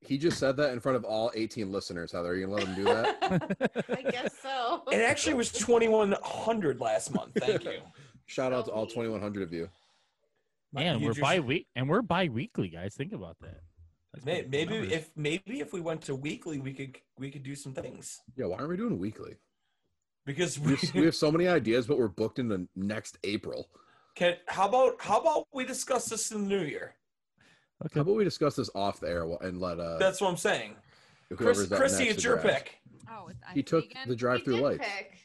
[SPEAKER 2] He just said that in front of all 18 listeners. Heather, you gonna let him do that?
[SPEAKER 4] I guess so.
[SPEAKER 1] It actually was 2100 last month. Thank you.
[SPEAKER 2] Shout out to all
[SPEAKER 4] Tell me.
[SPEAKER 2] 2,100 of you.
[SPEAKER 3] Man,
[SPEAKER 1] You
[SPEAKER 3] we're
[SPEAKER 1] just-
[SPEAKER 3] bi week and we're bi weekly, guys. Think about that. That's
[SPEAKER 1] May-
[SPEAKER 3] pretty cool
[SPEAKER 1] Maybe
[SPEAKER 3] numbers.
[SPEAKER 1] if maybe if we went to weekly, we could we could do some things
[SPEAKER 2] Yeah, why aren't we doing weekly?
[SPEAKER 1] because
[SPEAKER 2] We
[SPEAKER 1] we,
[SPEAKER 2] have, we have so many ideas, but we're booked into next April.
[SPEAKER 1] can. How about how about we discuss this in the new year?
[SPEAKER 2] How
[SPEAKER 3] okay.
[SPEAKER 2] about we discuss this off the air and let uh
[SPEAKER 1] That's what I'm saying. Chris,
[SPEAKER 2] whoever's up
[SPEAKER 1] Chrissy,
[SPEAKER 2] next
[SPEAKER 1] it's
[SPEAKER 2] to
[SPEAKER 1] your
[SPEAKER 2] draft.
[SPEAKER 1] pick.
[SPEAKER 6] Oh, it's
[SPEAKER 2] He
[SPEAKER 6] I-
[SPEAKER 2] took
[SPEAKER 6] vegan?
[SPEAKER 2] the
[SPEAKER 4] She
[SPEAKER 2] drive-through
[SPEAKER 4] did
[SPEAKER 2] lights.
[SPEAKER 4] pick.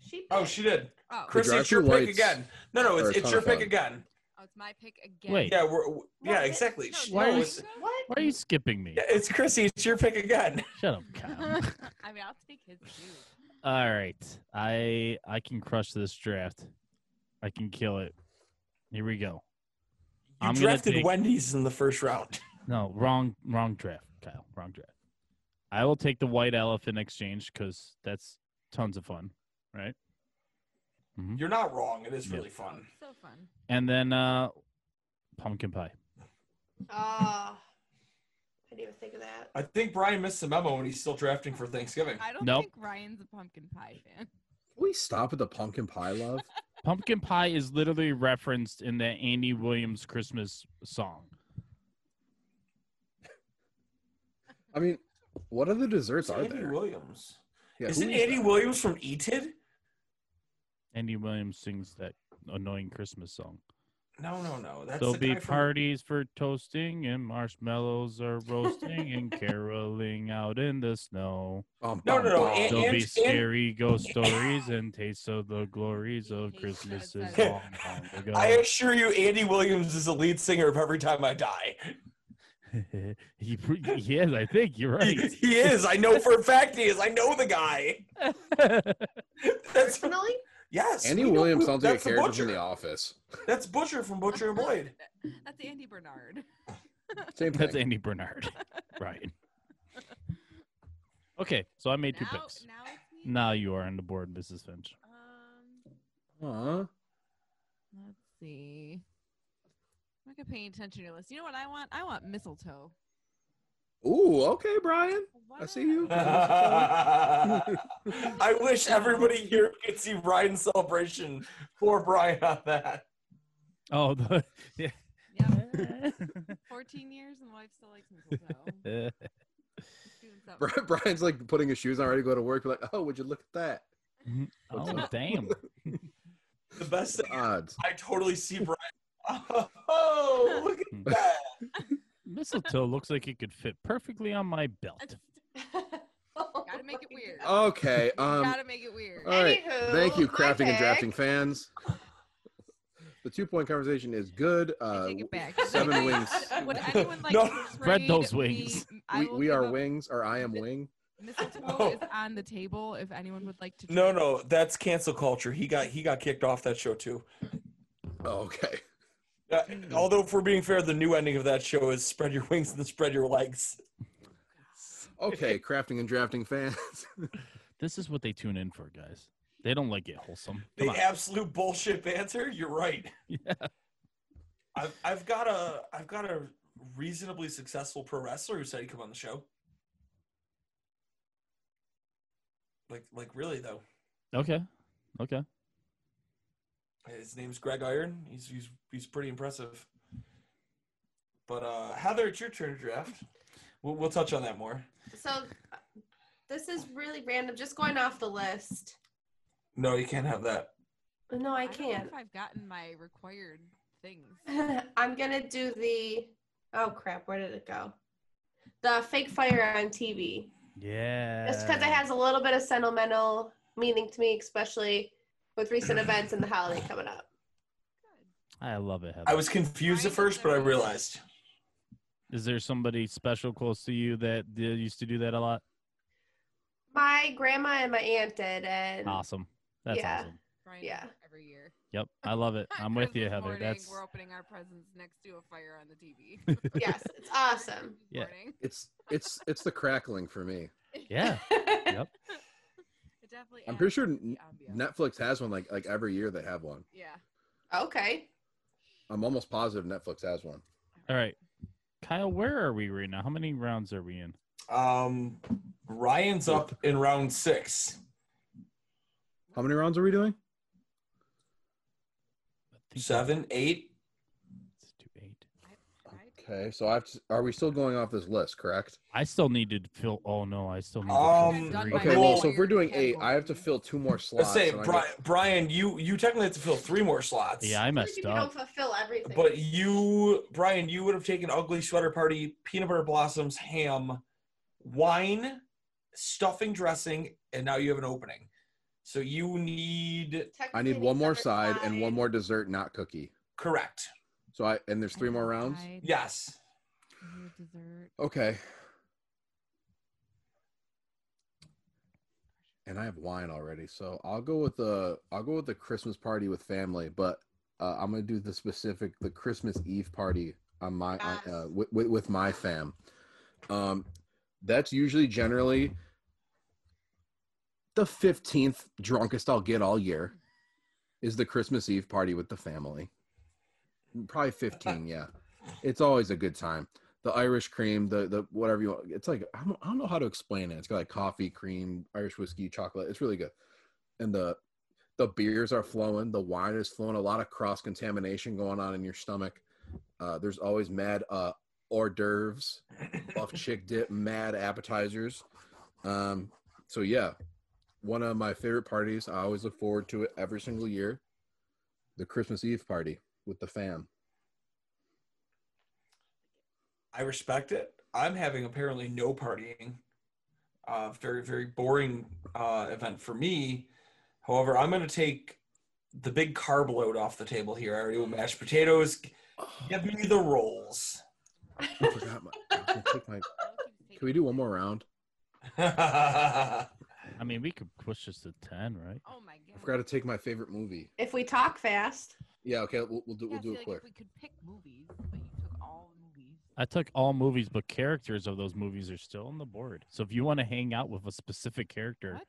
[SPEAKER 4] She picked.
[SPEAKER 1] Oh, she did.
[SPEAKER 6] Oh,
[SPEAKER 2] Chris-
[SPEAKER 1] Chrissy, it's your
[SPEAKER 2] drive-thru
[SPEAKER 1] pick
[SPEAKER 2] lights
[SPEAKER 1] again. No, no,
[SPEAKER 2] are a
[SPEAKER 1] it's, it's
[SPEAKER 2] ton
[SPEAKER 1] your
[SPEAKER 2] of
[SPEAKER 1] pick
[SPEAKER 2] fun.
[SPEAKER 1] again.
[SPEAKER 6] oh, it's my pick again.
[SPEAKER 3] Wait.
[SPEAKER 1] Yeah, we're yeah
[SPEAKER 4] it-
[SPEAKER 1] exactly.
[SPEAKER 4] no,
[SPEAKER 1] Sh- no,
[SPEAKER 3] Why are you-
[SPEAKER 1] it's,
[SPEAKER 4] What?
[SPEAKER 3] Why are you skipping me?
[SPEAKER 1] yeah, it's Chrissy. It's your pick again.
[SPEAKER 3] Shut up, Kyle.
[SPEAKER 6] I mean, I'll take his too.
[SPEAKER 3] All right, I I can crush this draft. I can kill it. Here we go.
[SPEAKER 1] You
[SPEAKER 3] I'm gonna
[SPEAKER 1] drafted
[SPEAKER 3] take- Mm-hmm.
[SPEAKER 1] Wendy's in the first round.
[SPEAKER 3] No, wrong, wrong draft, Kyle. Wrong draft. I will take the white elephant exchange because that's tons of fun, right?
[SPEAKER 1] You're not wrong. It is
[SPEAKER 3] Yeah.
[SPEAKER 1] really fun.
[SPEAKER 6] Oh, So fun.
[SPEAKER 3] And then uh pumpkin pie.
[SPEAKER 4] Ah, I didn't even think of that.
[SPEAKER 1] I think Brian missed the memo and he's still drafting for Thanksgiving.
[SPEAKER 6] I don't
[SPEAKER 3] Nope.
[SPEAKER 6] think Ryan's a pumpkin pie fan.
[SPEAKER 2] Can we stop at the pumpkin pie love?
[SPEAKER 3] Pumpkin pie is literally referenced in that Andy Williams Christmas song.
[SPEAKER 2] I mean, what other desserts are
[SPEAKER 1] Andy
[SPEAKER 2] there?
[SPEAKER 1] Williams.
[SPEAKER 2] Yeah,
[SPEAKER 1] Isn't
[SPEAKER 2] who
[SPEAKER 1] Andy
[SPEAKER 2] that?
[SPEAKER 1] Williams from E Eated?
[SPEAKER 3] Andy Williams sings that annoying Christmas song.
[SPEAKER 1] No, no, no. That's
[SPEAKER 3] There'll
[SPEAKER 1] the
[SPEAKER 3] be
[SPEAKER 1] guy from-
[SPEAKER 3] parties for toasting and marshmallows are roasting and caroling out in the snow.
[SPEAKER 2] Bum,
[SPEAKER 1] No,
[SPEAKER 2] bum,
[SPEAKER 1] no, no,
[SPEAKER 2] bum.
[SPEAKER 1] An-
[SPEAKER 3] There'll
[SPEAKER 1] and-
[SPEAKER 3] be
[SPEAKER 1] and-
[SPEAKER 3] scary ghost stories and tastes of the glories of
[SPEAKER 6] He hates that
[SPEAKER 3] Christmases long,
[SPEAKER 6] song.
[SPEAKER 3] long ago.
[SPEAKER 1] I assure you, Andy Williams is the lead singer of Every Time I Die.
[SPEAKER 3] he, pre- yes, I think you're
[SPEAKER 1] He,
[SPEAKER 3] right.
[SPEAKER 1] he is. I know for a fact he is. I know the guy. That's
[SPEAKER 4] Personally,
[SPEAKER 1] yes.
[SPEAKER 2] Andy
[SPEAKER 1] we know
[SPEAKER 2] Williams
[SPEAKER 1] who-
[SPEAKER 2] sounds like a
[SPEAKER 1] that's the
[SPEAKER 2] character
[SPEAKER 1] butcher.
[SPEAKER 2] from The Office.
[SPEAKER 1] That's Butcher from Butcher and Boyd.
[SPEAKER 6] That's Andy Bernard.
[SPEAKER 2] Same thing.
[SPEAKER 3] That's Andy Bernard. Ryan. Okay, so I made two
[SPEAKER 6] now,
[SPEAKER 3] picks.
[SPEAKER 6] now it's me.
[SPEAKER 3] Now you are on the board, Mrs. Finch.
[SPEAKER 6] Um,
[SPEAKER 2] Aw.
[SPEAKER 6] let's see. I'm not paying attention to your list. You know what I want? I want mistletoe.
[SPEAKER 2] Ooh, okay, Brian.
[SPEAKER 6] Why
[SPEAKER 2] I see
[SPEAKER 6] not?
[SPEAKER 2] you.
[SPEAKER 1] Uh-huh. I wish everybody here could see Brian's celebration for Brian on that.
[SPEAKER 3] Oh, the, yeah.
[SPEAKER 6] Yep. 14 years and wife still likes mistletoe.
[SPEAKER 3] Oh,
[SPEAKER 6] It's doing something.
[SPEAKER 2] Bri- Brian's like putting his shoes on, ready to go to work. Be like, oh, would you look at that?
[SPEAKER 3] oh, damn.
[SPEAKER 1] The best
[SPEAKER 2] The
[SPEAKER 1] thing,
[SPEAKER 2] odds.
[SPEAKER 1] I totally see Brian. Oh, look at that.
[SPEAKER 3] Mistletoe looks like it could fit perfectly on my belt.
[SPEAKER 6] Gotta make it weird.
[SPEAKER 2] Okay. Um.
[SPEAKER 6] Gotta make it weird.
[SPEAKER 2] All right.
[SPEAKER 4] Anywho,
[SPEAKER 2] Thank you,
[SPEAKER 4] my
[SPEAKER 2] crafting and
[SPEAKER 4] pick.
[SPEAKER 2] drafting fans. The two-point conversation is good.
[SPEAKER 6] I
[SPEAKER 2] Uh,
[SPEAKER 6] take it back.
[SPEAKER 2] seven wings.
[SPEAKER 6] Would anyone like
[SPEAKER 1] No.
[SPEAKER 6] to
[SPEAKER 3] Spread those
[SPEAKER 6] trade
[SPEAKER 3] wings.
[SPEAKER 6] me- I
[SPEAKER 2] We,
[SPEAKER 6] will
[SPEAKER 2] we
[SPEAKER 6] give
[SPEAKER 2] are
[SPEAKER 6] up-
[SPEAKER 2] wings, or I am wing.
[SPEAKER 6] Mistletoe
[SPEAKER 1] No.
[SPEAKER 6] is on the table if anyone would like to.
[SPEAKER 1] No,
[SPEAKER 6] try.
[SPEAKER 1] no, that's cancel culture. He got he got kicked off that show too.
[SPEAKER 2] Oh, okay.
[SPEAKER 1] Uh, although, if we're being fair, the new ending of that show is spread your wings and spread your legs.
[SPEAKER 2] Okay, crafting and drafting fans.
[SPEAKER 3] This is what they tune in for, guys. They don't like it wholesome.
[SPEAKER 1] The
[SPEAKER 3] Come on.
[SPEAKER 1] absolute bullshit answer. You're right.
[SPEAKER 3] Yeah.
[SPEAKER 1] I've I've got a I've got a reasonably successful pro wrestler who said he'd come on the show. Like like really though,
[SPEAKER 3] Okay. Okay.
[SPEAKER 1] his name's Greg Iron. He's he's he's pretty impressive. But uh Heather, it's your turn to draft. We'll, we'll touch on that more.
[SPEAKER 4] So uh, this is really random. Just going off the list.
[SPEAKER 1] No, you can't have that.
[SPEAKER 4] No, I
[SPEAKER 6] don't know
[SPEAKER 4] can't.
[SPEAKER 6] if I've gotten my required things.
[SPEAKER 4] I'm gonna do the. Oh crap! Where did it go? The fake fire on TV.
[SPEAKER 3] Yeah.
[SPEAKER 4] Just because it has a little bit of sentimental meaning to me, especially with recent events and the holiday coming up.
[SPEAKER 3] I love it. Heather.
[SPEAKER 1] I was confused at first, but I realized.
[SPEAKER 3] Is there somebody special close to you that did, used to do that a lot?
[SPEAKER 4] My grandma and my aunt did, and
[SPEAKER 3] Awesome. That's
[SPEAKER 4] Yeah.
[SPEAKER 3] awesome.
[SPEAKER 6] Brian
[SPEAKER 4] Yeah.
[SPEAKER 6] does every year.
[SPEAKER 3] Yep. I love it. I'm with you,
[SPEAKER 6] Christmas
[SPEAKER 3] Heather.
[SPEAKER 6] morning,
[SPEAKER 3] That's
[SPEAKER 6] We're opening our presents next to a fire on the TV.
[SPEAKER 4] yes, it's awesome.
[SPEAKER 3] Yeah.
[SPEAKER 6] Morning.
[SPEAKER 2] It's it's it's the crackling for me.
[SPEAKER 3] yeah. Yep.
[SPEAKER 6] It definitely.
[SPEAKER 2] I'm
[SPEAKER 6] adds
[SPEAKER 2] pretty sure
[SPEAKER 6] to
[SPEAKER 2] n-
[SPEAKER 6] the ambiance.
[SPEAKER 2] Netflix has one like like every year they have one.
[SPEAKER 6] Yeah.
[SPEAKER 4] okay.
[SPEAKER 2] I'm almost positive Netflix has one.
[SPEAKER 3] All right. Kyle, where are we right now? How many rounds are we in?
[SPEAKER 1] Um, Ryan's up in round six.
[SPEAKER 2] How many rounds are we doing?
[SPEAKER 3] I think
[SPEAKER 1] Seven, eight.
[SPEAKER 3] it's two, eight.
[SPEAKER 2] Okay, so I have to, are we still going off this list, correct?
[SPEAKER 3] I still need to fill. Oh no, I still need
[SPEAKER 1] Um,
[SPEAKER 3] to fill three.
[SPEAKER 6] Done by
[SPEAKER 2] Okay,
[SPEAKER 1] Well-
[SPEAKER 2] well, so if we're doing eight,
[SPEAKER 6] Category.
[SPEAKER 2] I have to fill two more
[SPEAKER 1] Let's
[SPEAKER 2] slots.
[SPEAKER 1] say,
[SPEAKER 2] and I
[SPEAKER 1] Brian,
[SPEAKER 2] get-
[SPEAKER 1] Brian, you you technically have to fill three more slots.
[SPEAKER 3] Yeah, I
[SPEAKER 4] If you
[SPEAKER 3] messed
[SPEAKER 4] don't
[SPEAKER 3] up.
[SPEAKER 4] fulfill everything.
[SPEAKER 1] But you, Brian, you would have taken Ugly Sweater Party, Peanut Butter Blossoms, ham, wine, stuffing dressing, and now you have an opening. So you need
[SPEAKER 2] I need one more side and one more dessert, not cookie.
[SPEAKER 1] correct.
[SPEAKER 2] So I and there's three more rounds.
[SPEAKER 1] Yes.
[SPEAKER 6] Dessert.
[SPEAKER 2] Okay. And I have wine already, so I'll go with the I'll go with the Christmas party with family, but uh, I'm gonna do the specific the Christmas Eve party on my on,
[SPEAKER 4] Yes.
[SPEAKER 2] uh, with, with with my fam. Um, that's usually generally the fifteenth drunkest I'll get all year is the Christmas Eve party with the family. Probably fifteen, yeah. It's always a good time the Irish cream, the the whatever you want. It's like I don't, I don't know how to explain it. It's got like coffee, cream, Irish whiskey, chocolate. It's really good, and the the beers are flowing, the wine is flowing. A lot of cross contamination going on in your stomach. Uh, there's always mad uh, hors d'oeuvres, buff chick dip, mad appetizers. Um, so yeah, one of my favorite parties. I always look forward to it every single year. The Christmas Eve party with the fam.
[SPEAKER 1] I respect it. I'm having apparently no partying. Uh, very, very boring uh, event for me. However, I'm going to take the big carb load off the table here. I already went mashed potatoes. Give me the rolls.
[SPEAKER 2] I forgot my. I was gonna take my Can we do one more round?
[SPEAKER 1] That's
[SPEAKER 3] I mean, we could push this to ten, right?
[SPEAKER 6] Oh my god.
[SPEAKER 2] I forgot to take my favorite movie.
[SPEAKER 4] If we talk fast,
[SPEAKER 2] Yeah, okay, we'll, we'll do we'll do it quick.
[SPEAKER 6] we could pick movies, but you took all movies.
[SPEAKER 3] I took all movies, but characters of those movies are still on the board. So if you want to hang out with a specific character,
[SPEAKER 6] What?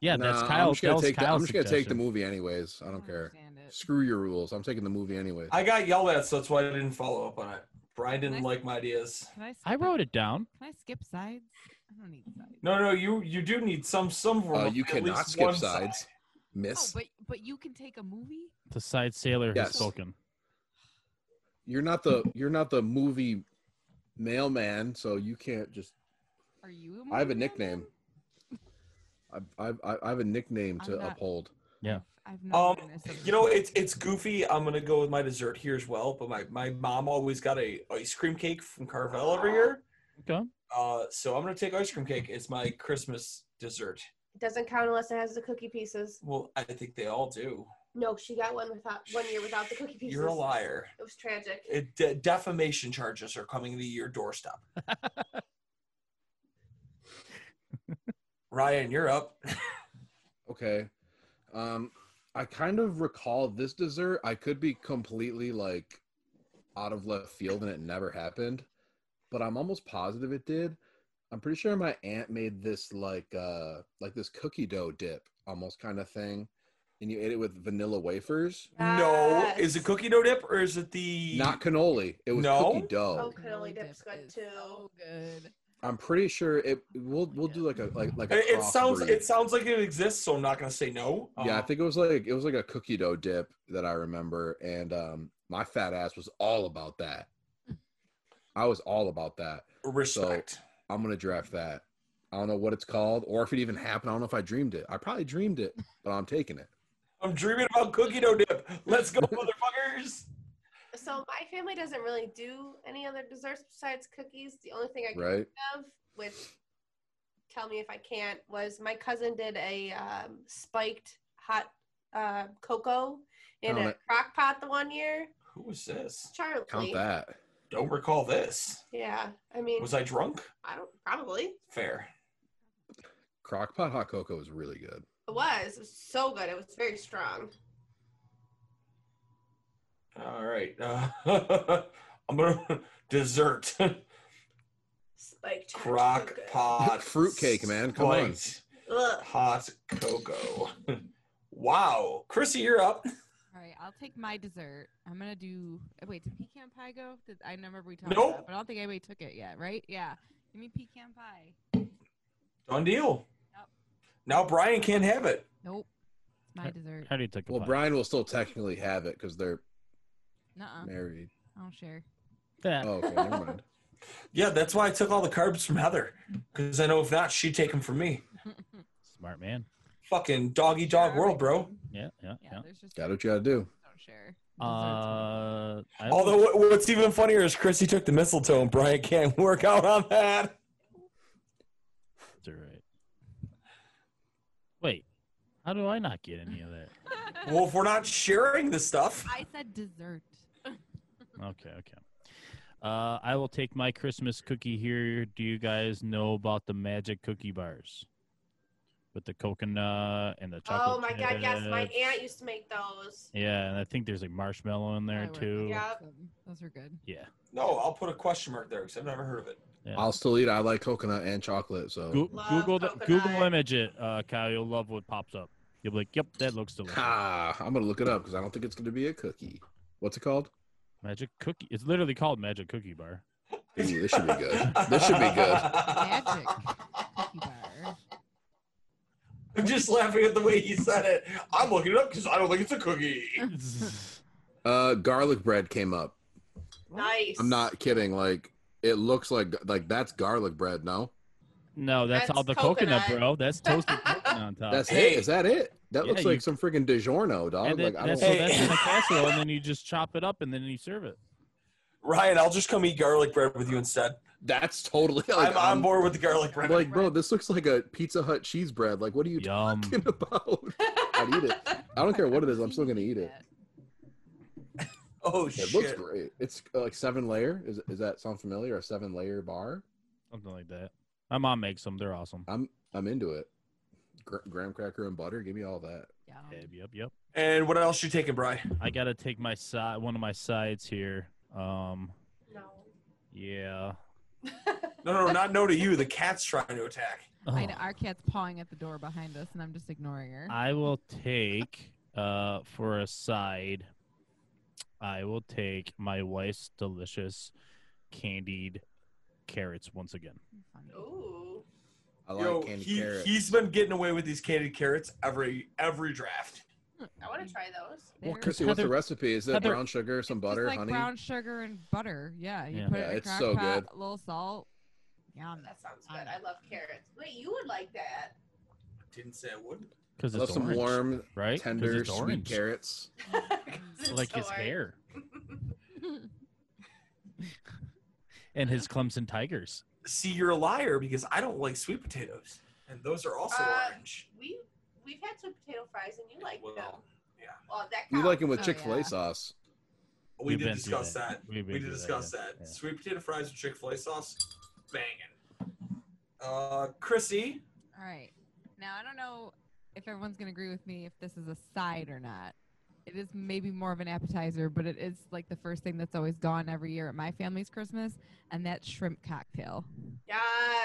[SPEAKER 3] yeah, that's
[SPEAKER 2] Nah,
[SPEAKER 3] Kyle.
[SPEAKER 2] I'm just gonna
[SPEAKER 3] that was
[SPEAKER 2] take the, I'm
[SPEAKER 3] Kyle's
[SPEAKER 2] just gonna take the
[SPEAKER 3] suggestion.
[SPEAKER 2] movie anyways.
[SPEAKER 6] Oh,
[SPEAKER 2] I don't care.
[SPEAKER 6] understand it.
[SPEAKER 2] Screw your rules. I'm taking the movie anyway.
[SPEAKER 1] I got yelled at, so that's why I didn't follow up on it. Brian didn't
[SPEAKER 6] Nice.
[SPEAKER 1] like my ideas.
[SPEAKER 6] Can I? Skip
[SPEAKER 3] I wrote it down.
[SPEAKER 6] Can I skip sides? I don't need sides. Oh,
[SPEAKER 1] No, no, you you do need some some form.
[SPEAKER 2] Uh,
[SPEAKER 1] of
[SPEAKER 2] you
[SPEAKER 1] at
[SPEAKER 2] cannot
[SPEAKER 1] least
[SPEAKER 2] skip
[SPEAKER 1] one
[SPEAKER 2] sides,
[SPEAKER 1] side.
[SPEAKER 6] Oh,
[SPEAKER 2] miss.
[SPEAKER 6] but but you can take a movie.
[SPEAKER 3] The side sailor
[SPEAKER 2] Yes.
[SPEAKER 3] has spoken.
[SPEAKER 2] You're not the you're not the movie mailman, so you can't just.
[SPEAKER 6] Are you?
[SPEAKER 2] I have a
[SPEAKER 6] movie
[SPEAKER 2] nickname. I I I- I have a nickname to
[SPEAKER 6] I'm not-
[SPEAKER 2] uphold.
[SPEAKER 3] Yeah.
[SPEAKER 6] I've not.
[SPEAKER 1] Um,
[SPEAKER 6] done this ever.
[SPEAKER 1] you know it's it's goofy. I'm gonna go with my dessert here as well. But my my mom always got a ice cream cake from Carvel every year.
[SPEAKER 3] Okay.
[SPEAKER 1] Uh, so I'm gonna take ice cream cake. It's my Christmas dessert.
[SPEAKER 4] it doesn't count unless it has the cookie pieces.
[SPEAKER 1] Well, I think they all do.
[SPEAKER 4] No, she got one without one year without the cookie pieces.
[SPEAKER 1] You're a liar.
[SPEAKER 4] It was tragic.
[SPEAKER 1] It, de- defamation charges are coming to your doorstep. Ryan, you're up.
[SPEAKER 2] Okay. Um, I kind of recall this dessert. I could be completely like out of left field and it never happened, but I'm almost positive it did. I'm pretty sure my aunt made this like uh like this cookie dough dip almost kind of thing, and you ate it with vanilla wafers.
[SPEAKER 1] No,
[SPEAKER 4] Yes.
[SPEAKER 1] is it cookie dough dip or is it the
[SPEAKER 2] Not cannoli. It was
[SPEAKER 1] No?
[SPEAKER 2] cookie dough.
[SPEAKER 4] Oh, cannoli dip's
[SPEAKER 6] dip
[SPEAKER 4] good
[SPEAKER 6] is
[SPEAKER 4] too.
[SPEAKER 6] So good.
[SPEAKER 2] I'm pretty sure it. We'll we'll do like a like like a.
[SPEAKER 1] It, it sounds
[SPEAKER 2] crossbreed.
[SPEAKER 1] it sounds like it exists, so I'm not gonna say no.
[SPEAKER 2] Yeah, I
[SPEAKER 1] Um,
[SPEAKER 2] think it was like it was like a cookie dough dip that I remember, and um, my fat ass was all about that. I was all about that.
[SPEAKER 1] respect.
[SPEAKER 2] I'm gonna draft that. I don't know what it's called or if it even happened. I don't know if I dreamed it. I probably dreamed it, but I'm taking it.
[SPEAKER 1] I'm dreaming about cookie dough dip. Let's go, motherfuckers.
[SPEAKER 4] So my family doesn't really do any other desserts besides cookies. The only thing I can
[SPEAKER 2] Right?
[SPEAKER 4] of, which tell me if I can't, was my cousin did a um, spiked hot uh, cocoa in
[SPEAKER 2] Count
[SPEAKER 4] a
[SPEAKER 2] it.
[SPEAKER 4] crock pot the one year.
[SPEAKER 1] Who was this?
[SPEAKER 4] Charlie.
[SPEAKER 2] Count that.
[SPEAKER 1] Don't recall this.
[SPEAKER 4] Yeah, I mean,
[SPEAKER 1] Was I drunk?
[SPEAKER 4] I don't probably.
[SPEAKER 1] Fair.
[SPEAKER 2] Crockpot hot cocoa is really good.
[SPEAKER 4] It was. It was so good. It was very strong.
[SPEAKER 1] All right. Uh, I'm gonna dessert
[SPEAKER 4] Spiked
[SPEAKER 1] crock
[SPEAKER 4] cocoa.
[SPEAKER 1] pot
[SPEAKER 2] Fruitcake, man. Come on.
[SPEAKER 1] spiked
[SPEAKER 4] Ugh.
[SPEAKER 1] Hot cocoa. wow, Chrissy, you're up.
[SPEAKER 6] All right, I'll take my dessert. I'm gonna do. uh, Wait, did pecan pie go? Did, I remember we talked
[SPEAKER 1] Nope.
[SPEAKER 6] about, it, but I don't think anybody took it yet, right? Yeah. Give me pecan pie.
[SPEAKER 1] Done deal.
[SPEAKER 6] Yep.
[SPEAKER 1] Now Brian can't have it.
[SPEAKER 6] Nope. It's my dessert.
[SPEAKER 3] How do you take a
[SPEAKER 2] Well,
[SPEAKER 3] pie?
[SPEAKER 2] Brian will still technically have it because they're
[SPEAKER 6] Nuh-uh.
[SPEAKER 2] married.
[SPEAKER 6] I don't share.
[SPEAKER 3] That-
[SPEAKER 2] Oh, okay, never mind.
[SPEAKER 1] Yeah, that's why I took all the carbs from Heather because I know if not, she'd take them from me.
[SPEAKER 3] Smart man.
[SPEAKER 1] Fucking doggy dog world, bro.
[SPEAKER 3] Yeah, yeah,
[SPEAKER 6] Yeah,
[SPEAKER 3] yeah.
[SPEAKER 6] there's just
[SPEAKER 2] Got what you gotta do.
[SPEAKER 6] don't share.
[SPEAKER 3] Uh, I don't-
[SPEAKER 1] Although what- what's even funnier is Chrissy took the mistletoe and Brian can't work out on that.
[SPEAKER 3] That's all right. Wait, how do I not get any of that?
[SPEAKER 1] Well, if we're not sharing the stuff,
[SPEAKER 6] I said dessert.
[SPEAKER 3] Okay, okay. Uh, I will take my Christmas cookie here. Do you guys know about the magic cookie bars with the coconut and the chocolate?
[SPEAKER 4] Oh my god, yes, my
[SPEAKER 3] chips?
[SPEAKER 4] aunt used to make those.
[SPEAKER 3] Yeah, and I think there's like marshmallow in there
[SPEAKER 6] I would-
[SPEAKER 3] too.
[SPEAKER 4] Yeah.
[SPEAKER 6] Those are good.
[SPEAKER 3] Yeah.
[SPEAKER 1] no, I'll put a question mark there because I've never heard of it.
[SPEAKER 2] I'll still eat. it. I like coconut and chocolate, so
[SPEAKER 3] Go-
[SPEAKER 4] Love
[SPEAKER 3] Google the,
[SPEAKER 4] coconut.
[SPEAKER 3] Google image it, uh, Kyle. You'll love what pops up. You'll be like, "Yep, that looks delicious."
[SPEAKER 2] Ah, I'm gonna look it up because I don't think it's gonna be a cookie. What's it called?
[SPEAKER 3] Magic cookie. It's literally called magic cookie bar.
[SPEAKER 2] Ooh, this should be good. This should be good.
[SPEAKER 6] Magic cookie bar.
[SPEAKER 1] I'm just laughing at the way he said it. I'm looking it up because I don't think it's a cookie.
[SPEAKER 2] Uh, garlic bread came up.
[SPEAKER 4] Nice.
[SPEAKER 2] I'm not kidding. Like it looks like like that's garlic bread. No,
[SPEAKER 3] no, that's,
[SPEAKER 4] That's
[SPEAKER 3] all the coconut,
[SPEAKER 4] coconut.
[SPEAKER 3] bro. That's toasted coconut on top.
[SPEAKER 2] that's
[SPEAKER 1] hey.
[SPEAKER 2] it. Is that it? That
[SPEAKER 3] Uh, Yeah,
[SPEAKER 2] looks like
[SPEAKER 3] you-
[SPEAKER 2] some freaking DiGiorno, dog.
[SPEAKER 3] and then,
[SPEAKER 2] Like I
[SPEAKER 3] that's,
[SPEAKER 2] don't.
[SPEAKER 3] so
[SPEAKER 1] Hey.
[SPEAKER 3] that's in the casserole, and then you just chop it up, and then you serve it.
[SPEAKER 1] Ryan, I'll just come eat garlic bread with you instead.
[SPEAKER 2] That's totally. Like,
[SPEAKER 1] I'm on board with the garlic bread.
[SPEAKER 2] Like, bro, this looks like a Pizza Hut cheese bread. Like, what are you
[SPEAKER 3] Yum.
[SPEAKER 2] talking about? I'd eat it. I don't care what it is. I'm still gonna eat it.
[SPEAKER 1] oh
[SPEAKER 2] It
[SPEAKER 1] shit!
[SPEAKER 2] looks great. It's uh, like seven layer. Is is that sound familiar? A seven layer bar?
[SPEAKER 3] Something like that. My mom makes them. They're awesome.
[SPEAKER 2] I'm I'm into it. Gra- graham cracker and butter. Give me all that.
[SPEAKER 3] Yep, yep, yep.
[SPEAKER 1] And what else you taking, Bry?
[SPEAKER 3] I gotta take my side, one of my sides here. Um,
[SPEAKER 4] No.
[SPEAKER 3] yeah.
[SPEAKER 1] No, no, no, not no to you. The cat's trying to attack.
[SPEAKER 6] I
[SPEAKER 3] Oh.
[SPEAKER 6] know, our cat's pawing at the door behind us, and I'm just ignoring her.
[SPEAKER 3] I will take uh for a side. I will take my wife's delicious candied carrots once again.
[SPEAKER 6] Funny.
[SPEAKER 4] Ooh.
[SPEAKER 2] I like
[SPEAKER 1] Yo,
[SPEAKER 2] candy
[SPEAKER 1] he,
[SPEAKER 2] carrot.
[SPEAKER 1] he's been getting away with these candied carrots every every draft.
[SPEAKER 4] I want to try those.
[SPEAKER 2] Well,
[SPEAKER 6] They're-
[SPEAKER 2] Chrissy, what's the
[SPEAKER 3] Heather-
[SPEAKER 2] recipe? Is it
[SPEAKER 3] Heather-
[SPEAKER 2] brown sugar, some
[SPEAKER 6] It's
[SPEAKER 2] butter,
[SPEAKER 6] just like
[SPEAKER 2] honey?
[SPEAKER 6] brown sugar and butter. Yeah, you
[SPEAKER 3] Yeah.
[SPEAKER 6] put it
[SPEAKER 2] Yeah,
[SPEAKER 6] in a
[SPEAKER 2] it's
[SPEAKER 6] crock
[SPEAKER 2] so
[SPEAKER 6] pot,
[SPEAKER 2] good.
[SPEAKER 6] a little salt. Yum.
[SPEAKER 4] That sounds good. I love carrots. Wait, you would like that.
[SPEAKER 1] Didn't say I would.
[SPEAKER 3] Because
[SPEAKER 2] I love
[SPEAKER 3] it's
[SPEAKER 2] some
[SPEAKER 3] orange,
[SPEAKER 2] warm,
[SPEAKER 3] right? 'Cause
[SPEAKER 2] tender,
[SPEAKER 3] it's
[SPEAKER 2] sweet
[SPEAKER 3] orange.
[SPEAKER 2] carrots.
[SPEAKER 4] 'Cause it's
[SPEAKER 3] Like
[SPEAKER 4] so
[SPEAKER 3] his
[SPEAKER 4] hard.
[SPEAKER 3] hair and his Clemson Tigers.
[SPEAKER 1] See, you're a liar because I don't like sweet potatoes, and those are also
[SPEAKER 4] Uh,
[SPEAKER 1] orange.
[SPEAKER 4] We we've had sweet potato fries and you like them.
[SPEAKER 1] Well,
[SPEAKER 4] Well, that
[SPEAKER 2] You
[SPEAKER 4] counts.
[SPEAKER 2] like it with
[SPEAKER 6] Oh,
[SPEAKER 2] Chick Fil A
[SPEAKER 6] yeah.
[SPEAKER 2] sauce?
[SPEAKER 1] we
[SPEAKER 3] We've
[SPEAKER 1] did
[SPEAKER 3] been through
[SPEAKER 1] discuss that.
[SPEAKER 3] We've been
[SPEAKER 1] We did
[SPEAKER 3] through
[SPEAKER 1] discuss
[SPEAKER 3] yeah.
[SPEAKER 1] that.
[SPEAKER 3] yeah.
[SPEAKER 1] Sweet potato fries with Chick Fil A sauce, banging. Uh, Chrissy,
[SPEAKER 6] All right. Now, I don't know if everyone's going to agree with me if this is a side or not. It is maybe more of an appetizer, but it is like the first thing that's always gone every year at my family's Christmas, and that's shrimp cocktail.
[SPEAKER 4] Yes.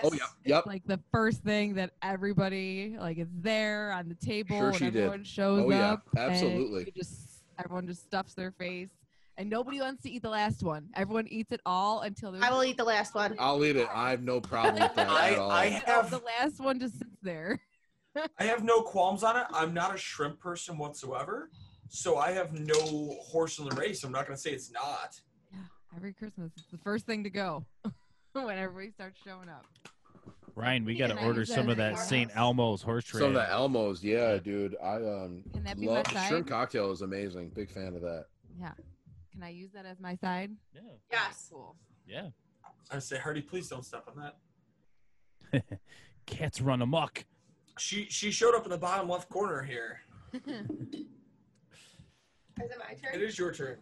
[SPEAKER 2] Oh yeah, yep.
[SPEAKER 6] Like the first thing that everybody like is there on the table,
[SPEAKER 2] Sure
[SPEAKER 6] and
[SPEAKER 2] she did.
[SPEAKER 6] everyone shows
[SPEAKER 2] Oh yeah,
[SPEAKER 6] up. and
[SPEAKER 2] absolutely.
[SPEAKER 6] you just everyone just stuffs their face, and nobody wants to eat the last one. Everyone eats it all until there's
[SPEAKER 4] I will eat the last one.
[SPEAKER 2] I'll eat it. I have no problem with that
[SPEAKER 1] I-
[SPEAKER 2] at all.
[SPEAKER 1] I- have-
[SPEAKER 6] the last one just sits there.
[SPEAKER 1] I have no qualms on it. I'm not a shrimp person whatsoever, so I have no horse in the race. I'm not going to say it's not.
[SPEAKER 6] Yeah, every Christmas, it's the first thing to go when everybody starts showing up.
[SPEAKER 3] Ryan, we got
[SPEAKER 6] Can
[SPEAKER 3] to
[SPEAKER 6] I
[SPEAKER 3] order
[SPEAKER 6] use
[SPEAKER 3] some
[SPEAKER 6] that
[SPEAKER 3] of
[SPEAKER 6] as
[SPEAKER 3] that
[SPEAKER 4] a
[SPEAKER 3] St.
[SPEAKER 4] warehouse?
[SPEAKER 3] Elmo's horse trade.
[SPEAKER 2] Some of the Elmos, yeah, dude. I um
[SPEAKER 6] Can that be my
[SPEAKER 2] love
[SPEAKER 6] side?
[SPEAKER 2] shrimp cocktail is amazing. Big fan of that.
[SPEAKER 6] Can I use that as my side?
[SPEAKER 3] yeah,
[SPEAKER 4] Yes.
[SPEAKER 6] Cool.
[SPEAKER 3] yeah.
[SPEAKER 1] I say, Hardy, please don't step on that.
[SPEAKER 3] Cats run amok.
[SPEAKER 1] She she showed up in the bottom left corner here.
[SPEAKER 4] Is it my
[SPEAKER 1] It
[SPEAKER 4] turn?
[SPEAKER 1] is your turn.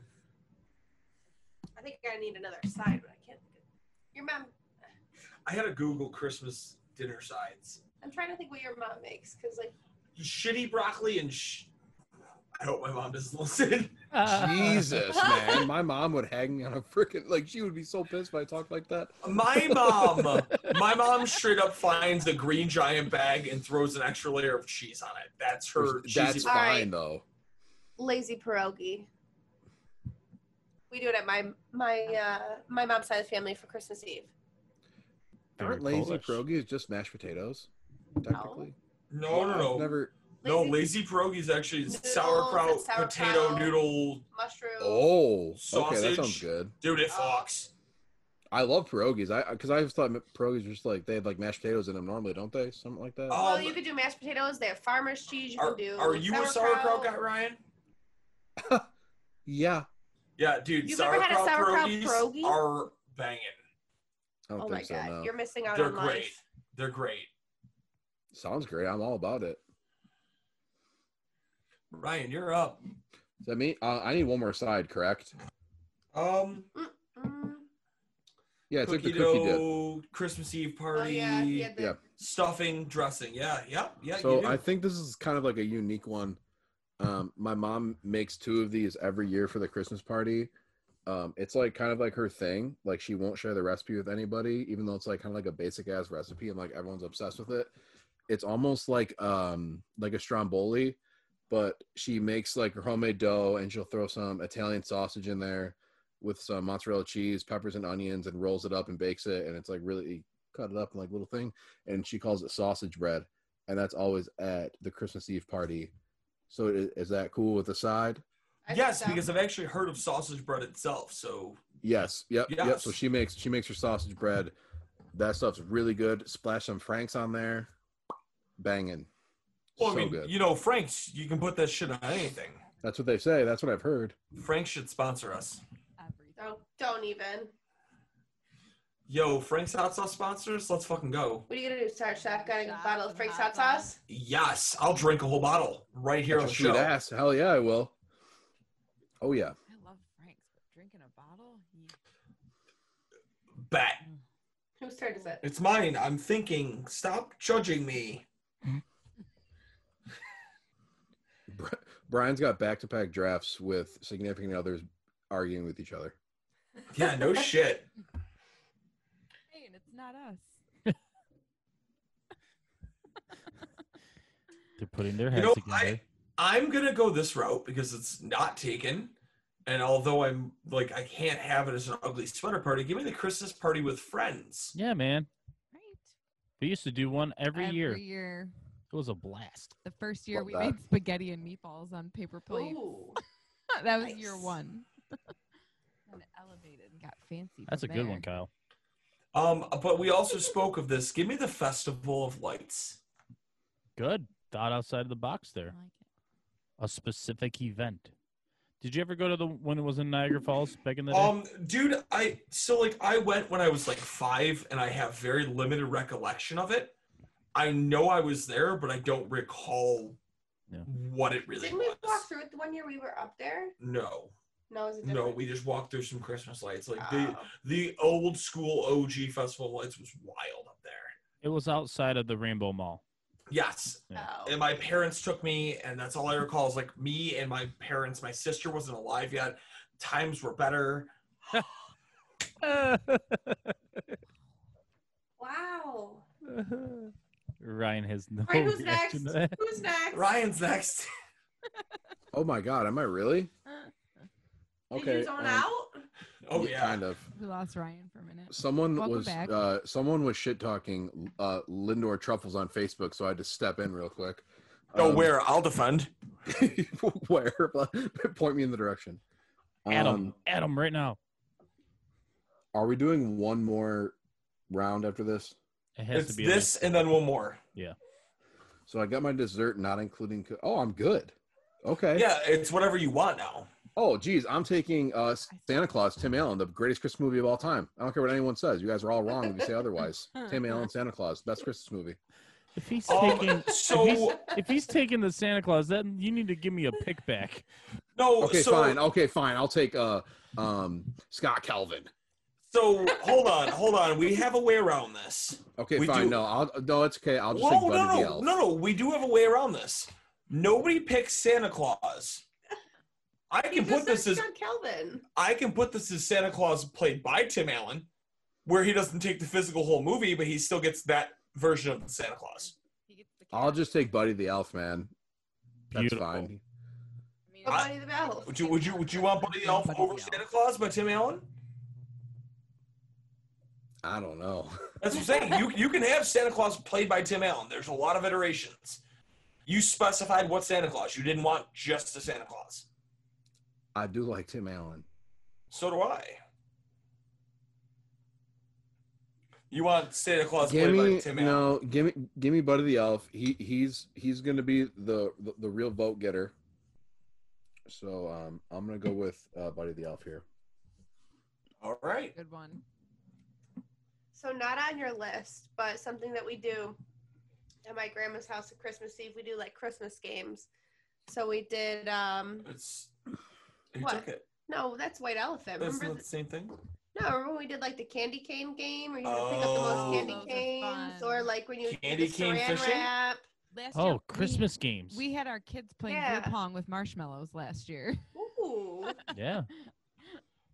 [SPEAKER 4] I think I need another side, but I can't. think of- Your mom.
[SPEAKER 1] I had a Google Christmas dinner sides.
[SPEAKER 4] I'm trying to think what your mom makes because like
[SPEAKER 1] Shitty broccoli and sh- I hope my mom doesn't listen.
[SPEAKER 6] Uh.
[SPEAKER 2] Jesus, man. My mom would hang me on a freaking like she would be so pissed if I talked like that.
[SPEAKER 1] My mom, my mom straight up finds a green giant bag and throws an extra layer of cheese on it. That's her. cheesy
[SPEAKER 2] That's
[SPEAKER 4] All
[SPEAKER 2] fine
[SPEAKER 4] right.
[SPEAKER 2] though.
[SPEAKER 4] lazy pierogi. We do it at my my uh, my mom's side of the family for Christmas Eve.
[SPEAKER 3] Very
[SPEAKER 2] Aren't lazy
[SPEAKER 3] Polish.
[SPEAKER 2] pierogi is just mashed potatoes, technically?
[SPEAKER 1] No, no, no,
[SPEAKER 2] I've never.
[SPEAKER 1] no. Lazy pierogi is actually
[SPEAKER 4] Noodles and
[SPEAKER 1] sauerkraut,
[SPEAKER 4] sauerkraut.
[SPEAKER 1] potato noodle.
[SPEAKER 4] mushroom.
[SPEAKER 2] Oh, okay, that sounds
[SPEAKER 1] Sausage.
[SPEAKER 2] good.
[SPEAKER 1] Dude,
[SPEAKER 4] Oh,
[SPEAKER 1] it fucks.
[SPEAKER 2] I love pierogies. I because I always thought pierogies were just like they had like mashed potatoes in them normally, don't they? Something like that.
[SPEAKER 1] Oh,
[SPEAKER 4] well,
[SPEAKER 1] um,
[SPEAKER 4] you could do mashed potatoes. They have farmer's cheese. You
[SPEAKER 1] Are,
[SPEAKER 4] can do.
[SPEAKER 1] are you a sauerkraut guy, Ryan?
[SPEAKER 2] yeah,
[SPEAKER 1] Yeah, dude.
[SPEAKER 4] You've never
[SPEAKER 1] sauerkraut,
[SPEAKER 4] had a sauerkraut
[SPEAKER 1] pierogies
[SPEAKER 4] pierogi?
[SPEAKER 1] are banging.
[SPEAKER 2] I don't
[SPEAKER 4] Oh my
[SPEAKER 2] think so.
[SPEAKER 4] god,
[SPEAKER 2] No.
[SPEAKER 4] you're missing out
[SPEAKER 1] They're
[SPEAKER 4] on
[SPEAKER 1] great.
[SPEAKER 4] life.
[SPEAKER 1] They're great.
[SPEAKER 2] Sounds great. I'm all about it.
[SPEAKER 1] Ryan, you're up.
[SPEAKER 2] Is that me? Uh, I need one more side, correct?
[SPEAKER 1] Um,
[SPEAKER 4] Mm.
[SPEAKER 2] Yeah, it's like
[SPEAKER 1] cookie
[SPEAKER 2] the cookie dip.
[SPEAKER 1] dough, Christmas Eve party,
[SPEAKER 4] Oh yeah, he had the
[SPEAKER 2] Yeah.
[SPEAKER 1] stuffing, dressing. Yeah, yeah, yeah. you
[SPEAKER 2] so
[SPEAKER 1] do.
[SPEAKER 2] I think this is kind of like a unique one. Um, my mom makes two of these every year for the Christmas party. Um, it's like kind of like her thing. Like she won't share the recipe with anybody, even though it's like kind of like a basic ass recipe, and like everyone's obsessed with it. It's almost like um like a stromboli, but she makes like her homemade dough, and she'll throw some Italian sausage in there with some mozzarella cheese, peppers, and onions, and rolls it up and bakes it, and it's like really cut it up and like little thing, and she calls it sausage bread and that's always at the Christmas Eve party. So is, is that cool with the side?
[SPEAKER 4] I think
[SPEAKER 1] yes,
[SPEAKER 4] so.
[SPEAKER 1] because I've actually heard of sausage bread itself. So
[SPEAKER 2] Yes. Yep. Yep.
[SPEAKER 1] Yes.
[SPEAKER 2] So she makes she makes her sausage bread. That stuff's really good. Splash some Franks on there. Banging.
[SPEAKER 1] well, I
[SPEAKER 2] so
[SPEAKER 1] mean,
[SPEAKER 2] good.
[SPEAKER 1] you know, Frank's. You can put that shit on anything.
[SPEAKER 2] That's what they say. That's what I've heard.
[SPEAKER 1] Frank should sponsor us.
[SPEAKER 6] Everything.
[SPEAKER 4] Oh, don't even.
[SPEAKER 1] Yo, Frank's hot sauce sponsors. Let's fucking go.
[SPEAKER 4] What are you gonna do? Start shotgunning a
[SPEAKER 6] Shot
[SPEAKER 4] bottle of
[SPEAKER 6] of
[SPEAKER 4] Frank's hot
[SPEAKER 6] hot
[SPEAKER 4] sauce?
[SPEAKER 1] Yes, I'll drink a whole bottle right here on
[SPEAKER 2] That's
[SPEAKER 1] the
[SPEAKER 2] your
[SPEAKER 1] show.
[SPEAKER 2] sweet ass. Hell yeah, I will. Oh yeah.
[SPEAKER 6] I love Frank's, but drinking a bottle.
[SPEAKER 1] Bet
[SPEAKER 4] Whose turn is it?
[SPEAKER 1] it's mine. I'm thinking. Stop judging me.
[SPEAKER 2] Bri- Brian's got back to back drafts with significant others arguing with each other.
[SPEAKER 1] Yeah, no shit.
[SPEAKER 6] Hey, and it's not us.
[SPEAKER 3] They're putting their
[SPEAKER 1] You
[SPEAKER 3] heads
[SPEAKER 1] know, I,
[SPEAKER 3] together.
[SPEAKER 1] I'm gonna go this route because it's not taken. And although I'm like I can't have it as an ugly sweater party, give me the Christmas party with friends.
[SPEAKER 3] Yeah, man.
[SPEAKER 6] Right.
[SPEAKER 3] We used to do one every, year.
[SPEAKER 6] Every year.
[SPEAKER 3] It was a blast.
[SPEAKER 6] The first year
[SPEAKER 2] Love
[SPEAKER 6] we
[SPEAKER 2] that.
[SPEAKER 6] made spaghetti and meatballs on paper plates.
[SPEAKER 4] Ooh,
[SPEAKER 6] that was year
[SPEAKER 4] nice.
[SPEAKER 6] one. and it elevated and got fancy.
[SPEAKER 3] That's a
[SPEAKER 6] from
[SPEAKER 3] good one,
[SPEAKER 6] there.
[SPEAKER 3] Kyle.
[SPEAKER 1] Um, but we also spoke of this. Give me the Festival of Lights.
[SPEAKER 3] Good. Thought outside of the box
[SPEAKER 6] I
[SPEAKER 3] there.
[SPEAKER 6] like it.
[SPEAKER 3] A specific event. Did you ever go to the one that was in Niagara Falls back in the day?
[SPEAKER 1] Um, dude, I so like I went when I was like five, and I have very limited recollection of it. I know I was there, but I don't recall
[SPEAKER 3] Yeah.
[SPEAKER 1] what it really
[SPEAKER 4] didn't we
[SPEAKER 1] was.
[SPEAKER 4] walk through it the one year we were up there?
[SPEAKER 1] No,
[SPEAKER 4] No, it was a different.
[SPEAKER 1] no, we just walked through some Christmas lights. Like the
[SPEAKER 4] Oh.
[SPEAKER 1] the old school OG Festival of Lights was wild up there.
[SPEAKER 3] it was outside of the Rainbow Mall.
[SPEAKER 1] Yes.
[SPEAKER 4] Oh.
[SPEAKER 1] And my parents took me, and that's all I recall is like me and my parents. My sister wasn't alive yet. Times were better. Oh,
[SPEAKER 4] wow.
[SPEAKER 3] Ryan has no.
[SPEAKER 4] All right, who's
[SPEAKER 3] reaction
[SPEAKER 4] next?
[SPEAKER 3] to that.
[SPEAKER 4] Who's next?
[SPEAKER 1] Ryan's next.
[SPEAKER 2] Oh my god, am I really?
[SPEAKER 4] Did
[SPEAKER 2] Okay.
[SPEAKER 4] you zone
[SPEAKER 2] um,
[SPEAKER 4] out?
[SPEAKER 1] Oh yeah.
[SPEAKER 2] kind of.
[SPEAKER 6] We lost Ryan for a minute.
[SPEAKER 2] Someone
[SPEAKER 6] Welcome
[SPEAKER 2] was
[SPEAKER 6] back.
[SPEAKER 2] uh, someone was shit talking uh, Lindor Truffles on Facebook, so I had to step in real quick.
[SPEAKER 1] Oh,
[SPEAKER 2] Um,
[SPEAKER 1] where? I'll defend.
[SPEAKER 2] where? Point me in the direction.
[SPEAKER 3] Adam,
[SPEAKER 2] Um,
[SPEAKER 3] Adam, right now.
[SPEAKER 2] are we doing one more round after this?
[SPEAKER 3] It has
[SPEAKER 1] It's
[SPEAKER 3] to be
[SPEAKER 1] this and then one more.
[SPEAKER 2] So I got my dessert, not including. Co- oh, I'm good. Okay.
[SPEAKER 1] Yeah, it's whatever you want now.
[SPEAKER 2] Oh, geez, I'm taking uh, Santa Claus, Tim Allen, the greatest Christmas movie of all time. I don't care what anyone says. You guys are all wrong if you say otherwise. Tim Allen, Santa Claus, best Christmas movie.
[SPEAKER 3] If he's
[SPEAKER 1] Um,
[SPEAKER 3] taking, if, he's,
[SPEAKER 1] so
[SPEAKER 3] if he's taking the Santa Claus, then you need to give me a pick back.
[SPEAKER 1] no.
[SPEAKER 2] Okay,
[SPEAKER 1] Oh, so,
[SPEAKER 2] fine. Okay, fine. I'll take uh, um, Scott Calvin.
[SPEAKER 1] So hold on, hold on. We have a way around this.
[SPEAKER 2] Okay,
[SPEAKER 1] We
[SPEAKER 2] fine.
[SPEAKER 1] do-
[SPEAKER 2] No, I'll, no, it's okay. I'll just
[SPEAKER 1] Whoa,
[SPEAKER 2] take Buddy
[SPEAKER 1] no,
[SPEAKER 2] the
[SPEAKER 1] no,
[SPEAKER 2] Elf.
[SPEAKER 1] no, no. We do have a way around this. Nobody picks Santa Claus. I can
[SPEAKER 4] You
[SPEAKER 1] put
[SPEAKER 4] just
[SPEAKER 1] this
[SPEAKER 4] said
[SPEAKER 1] as
[SPEAKER 4] John Kelvin.
[SPEAKER 1] I can put this as Santa Claus played by Tim Allen, where he doesn't take the physical whole movie, but he still gets that version of Santa Claus.
[SPEAKER 6] He gets the
[SPEAKER 2] I'll
[SPEAKER 6] cat.
[SPEAKER 2] just take Buddy the Elf, man. That's
[SPEAKER 3] Beautiful.
[SPEAKER 2] fine.
[SPEAKER 6] I mean,
[SPEAKER 4] But
[SPEAKER 1] I-
[SPEAKER 4] Buddy the Elf.
[SPEAKER 1] Would you would you would you want Buddy the Elf
[SPEAKER 6] Buddy
[SPEAKER 1] over
[SPEAKER 6] the Elf.
[SPEAKER 1] Santa Claus by Tim Allen?
[SPEAKER 2] I don't know.
[SPEAKER 1] That's what I'm saying. You you can have Santa Claus played by Tim Allen. There's a lot of iterations. You specified what Santa Claus. You didn't want just the Santa Claus.
[SPEAKER 2] I do like Tim Allen.
[SPEAKER 1] So do I. You want Santa Claus
[SPEAKER 2] Give
[SPEAKER 1] played
[SPEAKER 2] me
[SPEAKER 1] by Tim Allen?
[SPEAKER 2] no, give me give me Buddy the Elf. He he's he's gonna be the the, the real vote getter. So um, I'm gonna go with uh, Buddy the Elf here.
[SPEAKER 1] All right.
[SPEAKER 6] good one.
[SPEAKER 4] So not on your list, but something that we do at my grandma's house at Christmas Eve, we do like Christmas games. So we did um
[SPEAKER 1] It's who
[SPEAKER 4] What?
[SPEAKER 1] took it?
[SPEAKER 4] no, that's White Elephant.
[SPEAKER 1] That's
[SPEAKER 4] Remember
[SPEAKER 1] not the same thing.
[SPEAKER 4] th- no, remember when we did like the candy cane game where you had to pick up the
[SPEAKER 1] Oh.
[SPEAKER 4] most candy
[SPEAKER 6] Those are
[SPEAKER 4] canes
[SPEAKER 6] fun.
[SPEAKER 4] or like when you would do
[SPEAKER 1] Candy
[SPEAKER 4] the
[SPEAKER 1] cane
[SPEAKER 4] saran
[SPEAKER 1] fishing?
[SPEAKER 4] wrap.
[SPEAKER 6] Last year,
[SPEAKER 3] Oh,
[SPEAKER 6] we-
[SPEAKER 3] Christmas games.
[SPEAKER 6] We had our kids playing
[SPEAKER 4] Yeah.
[SPEAKER 6] beer pong with marshmallows last year.
[SPEAKER 4] Ooh.
[SPEAKER 3] yeah.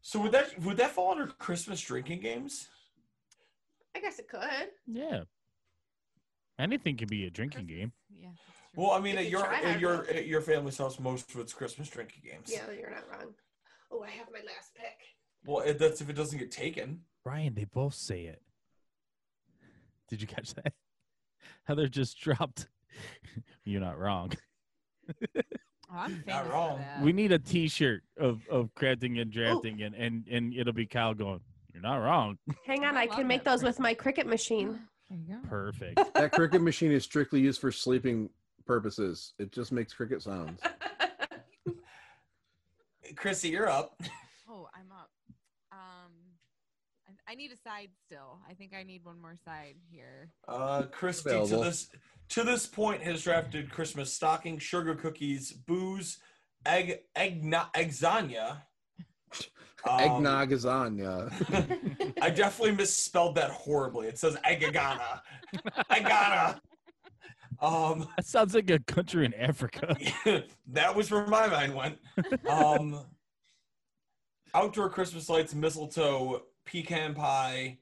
[SPEAKER 1] So would that would that fall under Christmas drinking games?
[SPEAKER 4] I guess it could.
[SPEAKER 3] Yeah. Anything can be a drinking game.
[SPEAKER 6] Yeah. that's true.
[SPEAKER 1] Well, I mean, at
[SPEAKER 4] If you
[SPEAKER 1] your
[SPEAKER 4] try
[SPEAKER 1] at
[SPEAKER 4] hard
[SPEAKER 1] your
[SPEAKER 4] enough.
[SPEAKER 1] at your family's house, most of it's Christmas drinking games.
[SPEAKER 4] Yeah, you're not wrong. Oh, I have my last pick.
[SPEAKER 1] Well, it- that's if it doesn't get taken.
[SPEAKER 3] Ryan, they both say it. Did you catch that? Heather just dropped. You're not wrong.
[SPEAKER 6] oh, I'm
[SPEAKER 1] not
[SPEAKER 6] famous for
[SPEAKER 1] wrong.
[SPEAKER 6] that.
[SPEAKER 3] We need a T-shirt of of crafting and drafting, and and and it'll be Kyle going. You're not wrong.
[SPEAKER 4] Hang on,
[SPEAKER 6] I
[SPEAKER 4] I
[SPEAKER 6] love
[SPEAKER 4] can make
[SPEAKER 6] that
[SPEAKER 4] those with my cricket machine.
[SPEAKER 6] There you go.
[SPEAKER 3] Perfect.
[SPEAKER 2] That cricket machine is strictly used for sleeping purposes. It just makes cricket sounds.
[SPEAKER 1] Chrissy, you're up.
[SPEAKER 6] Oh, I'm up. Um, I, I need a side still. I think I need one more side here.
[SPEAKER 1] Uh, Christy to
[SPEAKER 2] Available.
[SPEAKER 1] this to this point has drafted Christmas stocking, sugar cookies, booze, egg eggno- eggzania. Um,
[SPEAKER 2] Eggnog is on. Yeah.
[SPEAKER 1] I definitely misspelled that horribly. It says eggagana. eggana. Um,
[SPEAKER 3] That sounds like a country in Africa.
[SPEAKER 1] that was where my mind went. Um, outdoor Christmas lights, mistletoe, pecan pie,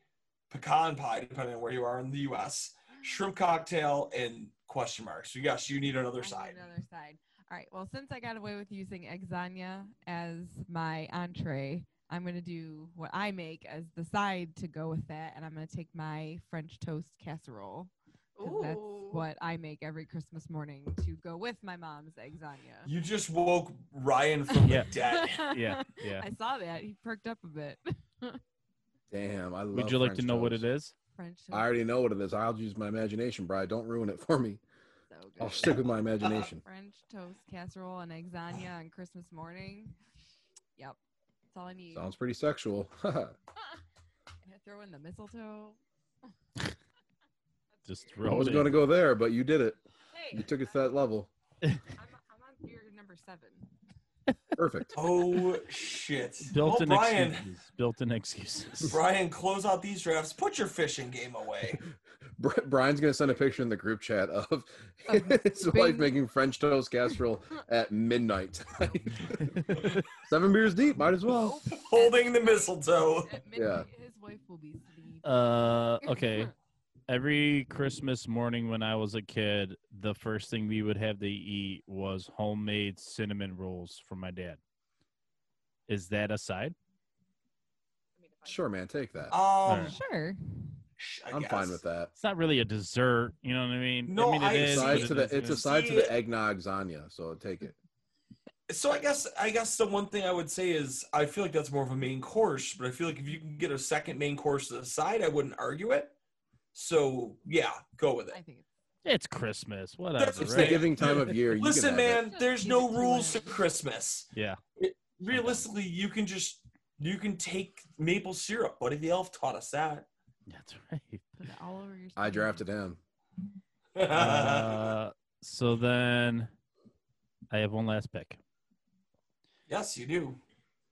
[SPEAKER 1] pecan pie, depending on where you are in the U.S. Shrimp cocktail and question marks. So yes, you need another
[SPEAKER 6] I need
[SPEAKER 1] side.
[SPEAKER 6] Another side. All right. Well, since I got away with using exania as my entree, I'm going to do what I make as the side to go with that, and I'm going to take my French toast casserole. 'cause That's what I make every Christmas morning to go with my mom's exania.
[SPEAKER 1] You just woke Ryan from
[SPEAKER 3] Yeah.
[SPEAKER 1] the dead.
[SPEAKER 3] Yeah, yeah.
[SPEAKER 6] I saw that. He perked up a bit.
[SPEAKER 2] Damn, I love.
[SPEAKER 3] Would you like to
[SPEAKER 2] French
[SPEAKER 3] know what it
[SPEAKER 2] toast.
[SPEAKER 3] is?
[SPEAKER 6] French toast.
[SPEAKER 2] I already know what it is. I'll use my imagination, Brian. Don't ruin it for me.
[SPEAKER 6] is so good.
[SPEAKER 2] I'll stick with my imagination.
[SPEAKER 6] French toast casserole and exania on Christmas morning. Yep. That's all I need.
[SPEAKER 2] Sounds pretty sexual.
[SPEAKER 6] And I throw in the mistletoe.
[SPEAKER 3] Just
[SPEAKER 2] I
[SPEAKER 3] throw
[SPEAKER 2] was
[SPEAKER 3] it
[SPEAKER 2] going to
[SPEAKER 3] in.
[SPEAKER 2] go there, but you did it.
[SPEAKER 6] Hey,
[SPEAKER 2] You took it to that level.
[SPEAKER 6] I'm, I'm on beer number seven.
[SPEAKER 2] Perfect.
[SPEAKER 1] Oh shit. Well,
[SPEAKER 3] Built-in
[SPEAKER 1] Brian,
[SPEAKER 3] excuses. Built-in excuses.
[SPEAKER 1] Brian, close out these drafts. Put your fishing game away.
[SPEAKER 2] Bri- Brian's gonna send a picture in the group chat of his wife
[SPEAKER 6] bing.
[SPEAKER 2] making French toast casserole at midnight. Seven beers deep, might as
[SPEAKER 3] Oh.
[SPEAKER 6] Oh
[SPEAKER 2] well.
[SPEAKER 1] Holding the mistletoe.
[SPEAKER 6] At
[SPEAKER 2] Yeah.
[SPEAKER 6] midnight, His wife will be sleeping.
[SPEAKER 3] Uh, okay. Every Christmas morning when I was a kid, the first thing we would have to eat was homemade cinnamon rolls from my dad. Is that a side?
[SPEAKER 2] Sure, man, take that.
[SPEAKER 1] Um,
[SPEAKER 6] Sure.
[SPEAKER 1] sh- I
[SPEAKER 2] I'm fine
[SPEAKER 1] guess.
[SPEAKER 2] with that.
[SPEAKER 3] It's not really a dessert, you know what I mean?
[SPEAKER 1] No,
[SPEAKER 3] I mean
[SPEAKER 1] I-
[SPEAKER 3] it is,
[SPEAKER 2] Aside
[SPEAKER 3] but
[SPEAKER 2] to
[SPEAKER 3] it
[SPEAKER 2] the, it's
[SPEAKER 3] isn't.
[SPEAKER 2] aside to the eggnog zanya, so take it.
[SPEAKER 1] So I guess I guess the one thing I would say is I feel like that's more of a main course, but I feel like if you can get a second main course to the side, I wouldn't argue it. So yeah, go with
[SPEAKER 6] I
[SPEAKER 1] it.
[SPEAKER 6] think it's
[SPEAKER 3] It's Christmas,
[SPEAKER 1] That's
[SPEAKER 3] whatever,
[SPEAKER 2] It's
[SPEAKER 1] what
[SPEAKER 2] the
[SPEAKER 1] I'm
[SPEAKER 3] right?
[SPEAKER 1] saying.
[SPEAKER 2] giving time of year. You can
[SPEAKER 1] Listen,
[SPEAKER 2] have it.
[SPEAKER 1] man,
[SPEAKER 6] Just
[SPEAKER 1] there's
[SPEAKER 6] give
[SPEAKER 1] no
[SPEAKER 6] it to
[SPEAKER 1] rules to
[SPEAKER 6] him.
[SPEAKER 1] Christmas.
[SPEAKER 3] Yeah.
[SPEAKER 1] Realistically, you can just you can take maple syrup. Buddy the Elf taught us that.
[SPEAKER 3] That's right.
[SPEAKER 6] put it all over your.
[SPEAKER 2] I
[SPEAKER 6] skin.
[SPEAKER 2] drafted him.
[SPEAKER 3] Uh, so then I have one last pick.
[SPEAKER 1] yes, you do.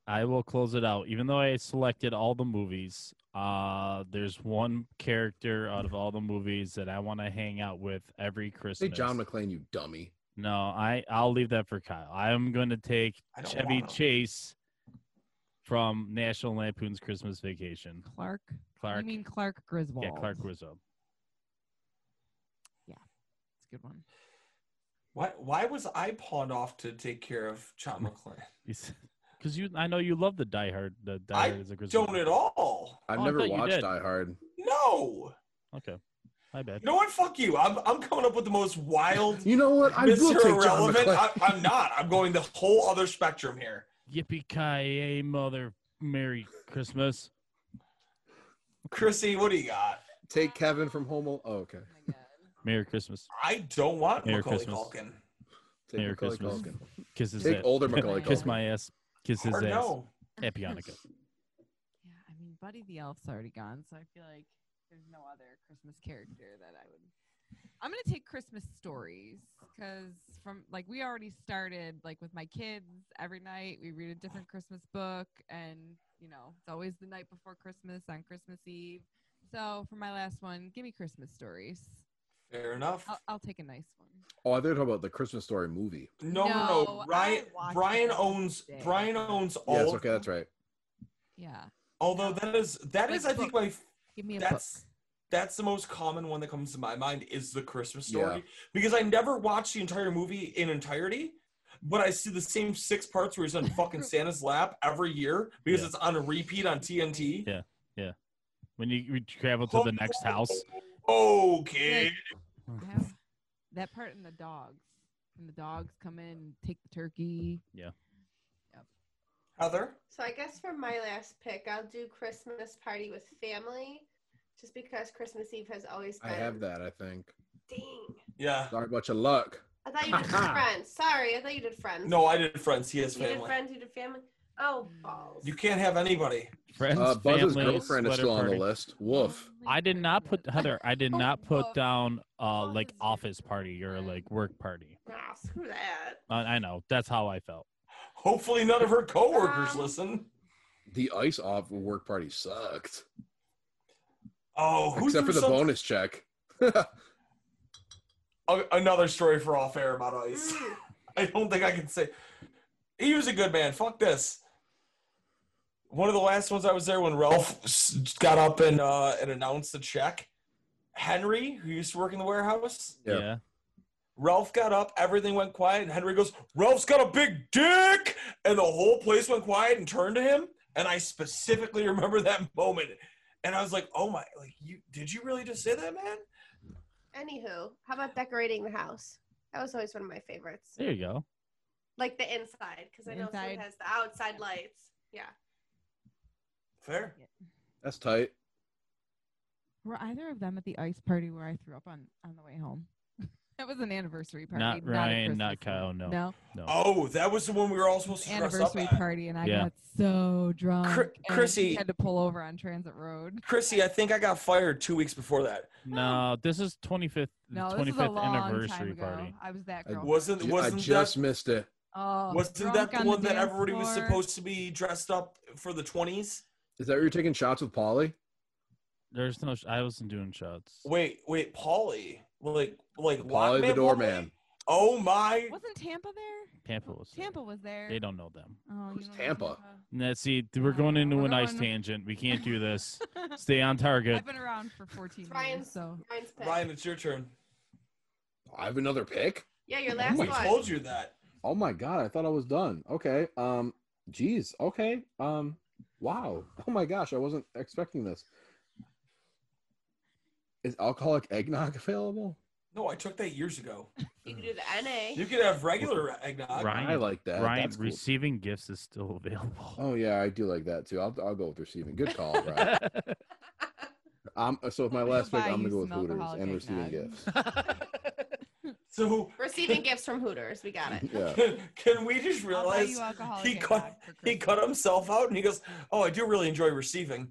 [SPEAKER 3] I will close it out. Even though I selected all the movies, uh, there's one character out of all the movies that I want to hang out with every
[SPEAKER 2] Say
[SPEAKER 3] Christmas.
[SPEAKER 2] John McClane, you dummy.
[SPEAKER 3] no, I I'll leave that for Kyle. I am going to take
[SPEAKER 1] I don't
[SPEAKER 3] Chevy
[SPEAKER 1] wanna.
[SPEAKER 3] Chase from National Lampoon's Christmas Vacation.
[SPEAKER 6] Clark.
[SPEAKER 3] Clark,
[SPEAKER 6] You mean Clark Griswold?
[SPEAKER 3] yeah, Clark Griswold.
[SPEAKER 6] It's a good one.
[SPEAKER 1] Why why was I pawned off to take care of John McClane?
[SPEAKER 3] Because you, I know you love the Die Hard. The Die
[SPEAKER 1] I
[SPEAKER 3] Hard is a Griswold.
[SPEAKER 1] Don't at all.
[SPEAKER 2] I've
[SPEAKER 3] Oh, I
[SPEAKER 2] never
[SPEAKER 3] thought you
[SPEAKER 2] watched
[SPEAKER 3] did.
[SPEAKER 2] Die Hard.
[SPEAKER 1] No.
[SPEAKER 3] Okay, my bad.
[SPEAKER 1] You know what? Fuck you. I'm I'm coming up with the most wild
[SPEAKER 2] You know what? I will
[SPEAKER 1] Mr.
[SPEAKER 2] take John
[SPEAKER 1] Irrelevant.
[SPEAKER 2] McClane.
[SPEAKER 1] I, I'm not. I'm going the whole other spectrum here.
[SPEAKER 3] Yippee ki mother, Merry Christmas.
[SPEAKER 1] Chrissy, what do you got?
[SPEAKER 2] Take Kevin from Home. Al- Oh, okay.
[SPEAKER 6] Oh my God.
[SPEAKER 3] Merry Christmas.
[SPEAKER 1] I don't want
[SPEAKER 3] Merry
[SPEAKER 1] Macaulay
[SPEAKER 3] Christmas.
[SPEAKER 1] Culkin.
[SPEAKER 2] Take
[SPEAKER 3] Merry
[SPEAKER 2] Macaulay
[SPEAKER 3] Christmas.
[SPEAKER 2] Culkin.
[SPEAKER 3] Kiss his
[SPEAKER 2] Take
[SPEAKER 3] ass.
[SPEAKER 2] older Macaulay
[SPEAKER 6] Kiss
[SPEAKER 3] Kiss
[SPEAKER 2] Culkin.
[SPEAKER 3] my ass. Kiss his
[SPEAKER 1] Or
[SPEAKER 3] ass.
[SPEAKER 1] no.
[SPEAKER 3] Happy Hanukkah.
[SPEAKER 6] Yeah, I mean, Buddy the Elf's already gone, so I feel like there's no other Christmas character that I would. I'm gonna take Christmas stories because from like we already started like with my kids every night we read a different Christmas book and you know it's always the night before Christmas on Christmas Eve. So for my last one, give me Christmas stories.
[SPEAKER 1] Fair enough.
[SPEAKER 6] I'll, I'll take a nice one.
[SPEAKER 2] Oh, I thought you were talking about the Christmas Story movie.
[SPEAKER 1] No, no, no.
[SPEAKER 6] No,
[SPEAKER 1] Ryan
[SPEAKER 6] I watched
[SPEAKER 1] Brian
[SPEAKER 6] it
[SPEAKER 1] owns
[SPEAKER 6] today.
[SPEAKER 1] Brian owns all.
[SPEAKER 2] Yes,
[SPEAKER 1] of-
[SPEAKER 2] okay, that's right.
[SPEAKER 6] Yeah,
[SPEAKER 1] Although that is that
[SPEAKER 6] Like
[SPEAKER 1] is I think
[SPEAKER 6] book.
[SPEAKER 1] my
[SPEAKER 6] give me a
[SPEAKER 1] that's that's the most common one that comes to my mind is the Christmas story
[SPEAKER 2] Yeah.
[SPEAKER 1] because I never watched the entire movie in entirety, but I see the same six parts where he's on fucking Santa's lap every year because
[SPEAKER 3] Yeah.
[SPEAKER 1] it's on a repeat on TNT.
[SPEAKER 3] Yeah. When you, you travel to the next house.
[SPEAKER 1] Okay.
[SPEAKER 6] book. Yeah. That part and the dogs and the dogs come in and take the turkey.
[SPEAKER 1] Heather?
[SPEAKER 4] So I guess for my last pick, I'll do Christmas party with family, just because Christmas Eve has always
[SPEAKER 2] I
[SPEAKER 4] been.
[SPEAKER 2] have that, I think.
[SPEAKER 4] Dang.
[SPEAKER 1] Yeah.
[SPEAKER 2] Sorry about your luck.
[SPEAKER 4] I thought you did friends. Sorry, I thought you did friends.
[SPEAKER 1] No, I did friends. He has
[SPEAKER 4] you did
[SPEAKER 1] family.
[SPEAKER 4] friends. You did family. Oh balls.
[SPEAKER 1] You can't have anybody.
[SPEAKER 3] Friends,
[SPEAKER 2] Uh, Buzz's
[SPEAKER 3] family,
[SPEAKER 2] girlfriend is
[SPEAKER 3] sweater
[SPEAKER 2] still on
[SPEAKER 3] party.
[SPEAKER 2] the list. Woof.
[SPEAKER 6] Oh my
[SPEAKER 3] I did not put
[SPEAKER 6] goodness.
[SPEAKER 3] Heather. I did
[SPEAKER 6] Oh,
[SPEAKER 3] not put
[SPEAKER 6] fuck.
[SPEAKER 3] down uh like
[SPEAKER 6] Office.
[SPEAKER 3] office party or like work party.
[SPEAKER 4] Ah, screw that.
[SPEAKER 3] I, I know that's how I felt.
[SPEAKER 1] Hopefully none of her coworkers
[SPEAKER 4] Um,
[SPEAKER 1] listen.
[SPEAKER 2] The ice off work party sucked.
[SPEAKER 1] Oh, who
[SPEAKER 2] Except
[SPEAKER 1] threw
[SPEAKER 2] for the
[SPEAKER 1] some-
[SPEAKER 2] bonus check.
[SPEAKER 1] a- another story for all fair about ice.
[SPEAKER 4] Mm.
[SPEAKER 1] I don't think I can say. He was a good man. Fuck this. One of the last ones I was there when Ralph s- got up and uh, and announced the check. Henry, who used to work in the warehouse,
[SPEAKER 2] Yeah.
[SPEAKER 3] Yeah.
[SPEAKER 1] Ralph got up. Everything went quiet, and Henry goes, "Ralph's got a big dick," and the whole place went quiet and turned to him. And I specifically remember that moment, and I was like, "Oh my! Like you? Did you really just say that, man?"
[SPEAKER 4] Anywho, how about decorating the house? That was always one of my favorites.
[SPEAKER 3] There you go.
[SPEAKER 4] Like the inside, because I know
[SPEAKER 6] Inside.
[SPEAKER 4] it has the outside lights. Yeah.
[SPEAKER 1] Fair.
[SPEAKER 2] That's tight.
[SPEAKER 6] Were either of them at the ice party where I threw up on on the way home? That was an anniversary party.
[SPEAKER 3] Not
[SPEAKER 6] a
[SPEAKER 3] Ryan, not
[SPEAKER 6] Christmas
[SPEAKER 3] Kyle,
[SPEAKER 6] one.
[SPEAKER 3] no.
[SPEAKER 6] no.
[SPEAKER 1] Oh, that was the one we were all supposed to dress up
[SPEAKER 6] Anniversary
[SPEAKER 1] at.
[SPEAKER 6] party, and I
[SPEAKER 3] Yeah.
[SPEAKER 6] got so drunk.
[SPEAKER 1] Cr-
[SPEAKER 6] and
[SPEAKER 1] Chrissy-
[SPEAKER 6] had to pull over on Transit Road.
[SPEAKER 1] Chrissy, I think I got fired two weeks before that.
[SPEAKER 3] No, this is 25th
[SPEAKER 6] No, this is a
[SPEAKER 3] 25th
[SPEAKER 6] long time
[SPEAKER 3] anniversary
[SPEAKER 6] ago.
[SPEAKER 3] party.
[SPEAKER 6] I was that
[SPEAKER 2] I
[SPEAKER 6] girl.
[SPEAKER 1] Wasn't
[SPEAKER 2] Ju- I
[SPEAKER 1] wasn't
[SPEAKER 2] just
[SPEAKER 1] that
[SPEAKER 2] missed it.
[SPEAKER 6] oh,
[SPEAKER 1] wasn't
[SPEAKER 6] drunk
[SPEAKER 1] that the
[SPEAKER 6] on
[SPEAKER 1] one that
[SPEAKER 6] dance
[SPEAKER 1] everybody was
[SPEAKER 6] floor.
[SPEAKER 1] supposed to be dressed up for the twenties?
[SPEAKER 2] Is that where you're taking shots with Polly?
[SPEAKER 3] There's no. Sh- I wasn't doing shots.
[SPEAKER 1] Wait, wait, Paulie, like, like
[SPEAKER 2] Polly the
[SPEAKER 1] Lockman
[SPEAKER 2] doorman.
[SPEAKER 1] Pauly? Oh my!
[SPEAKER 6] Wasn't Tampa there?
[SPEAKER 3] Tampa was. there.
[SPEAKER 6] Tampa was there.
[SPEAKER 3] They don't know them.
[SPEAKER 6] Oh, you
[SPEAKER 2] Who's
[SPEAKER 6] don't know
[SPEAKER 2] Tampa?
[SPEAKER 3] Now, see, th- we're going
[SPEAKER 6] Oh,
[SPEAKER 3] into
[SPEAKER 6] we're
[SPEAKER 3] a nice
[SPEAKER 6] going-
[SPEAKER 3] tangent. We can't do this. Stay on target.
[SPEAKER 6] I've been around for 14 years,
[SPEAKER 4] Ryan's-
[SPEAKER 6] so
[SPEAKER 4] Ryan's pick.
[SPEAKER 1] Ryan, it's your turn.
[SPEAKER 2] I have another pick.
[SPEAKER 4] Yeah, your
[SPEAKER 2] Oh
[SPEAKER 4] last
[SPEAKER 2] my
[SPEAKER 1] We
[SPEAKER 2] God.
[SPEAKER 4] one.
[SPEAKER 1] told you that.
[SPEAKER 2] Oh my god, I thought I was done. Okay. Um geez, okay. Um wow. Oh my gosh, I wasn't expecting this. Is alcoholic eggnog available?
[SPEAKER 1] No, I took that years ago.
[SPEAKER 4] You can do the NA.
[SPEAKER 1] You could have regular eggnog.
[SPEAKER 3] Ryan-
[SPEAKER 2] I like
[SPEAKER 1] Uh,
[SPEAKER 2] that.
[SPEAKER 3] Ryan,
[SPEAKER 2] That's cool.
[SPEAKER 3] receiving gifts is still available.
[SPEAKER 2] Oh yeah, I do like that too. I'll I'll go with receiving. Good call, right? um so with my last pick,
[SPEAKER 6] Buy
[SPEAKER 2] I'm gonna
[SPEAKER 6] you
[SPEAKER 2] go with
[SPEAKER 6] some
[SPEAKER 2] Hooters
[SPEAKER 6] alcoholic
[SPEAKER 2] and receiving
[SPEAKER 6] eggnog.
[SPEAKER 2] gifts.
[SPEAKER 1] So
[SPEAKER 4] Receiving gifts from Hooters. We got it.
[SPEAKER 2] Yeah.
[SPEAKER 1] can we just
[SPEAKER 6] I'll buy
[SPEAKER 1] realize
[SPEAKER 6] you alcoholic
[SPEAKER 1] he cut-
[SPEAKER 6] eggnog for
[SPEAKER 1] he cut
[SPEAKER 6] Christmas.
[SPEAKER 1] himself out and he goes, "Oh, I do really enjoy receiving."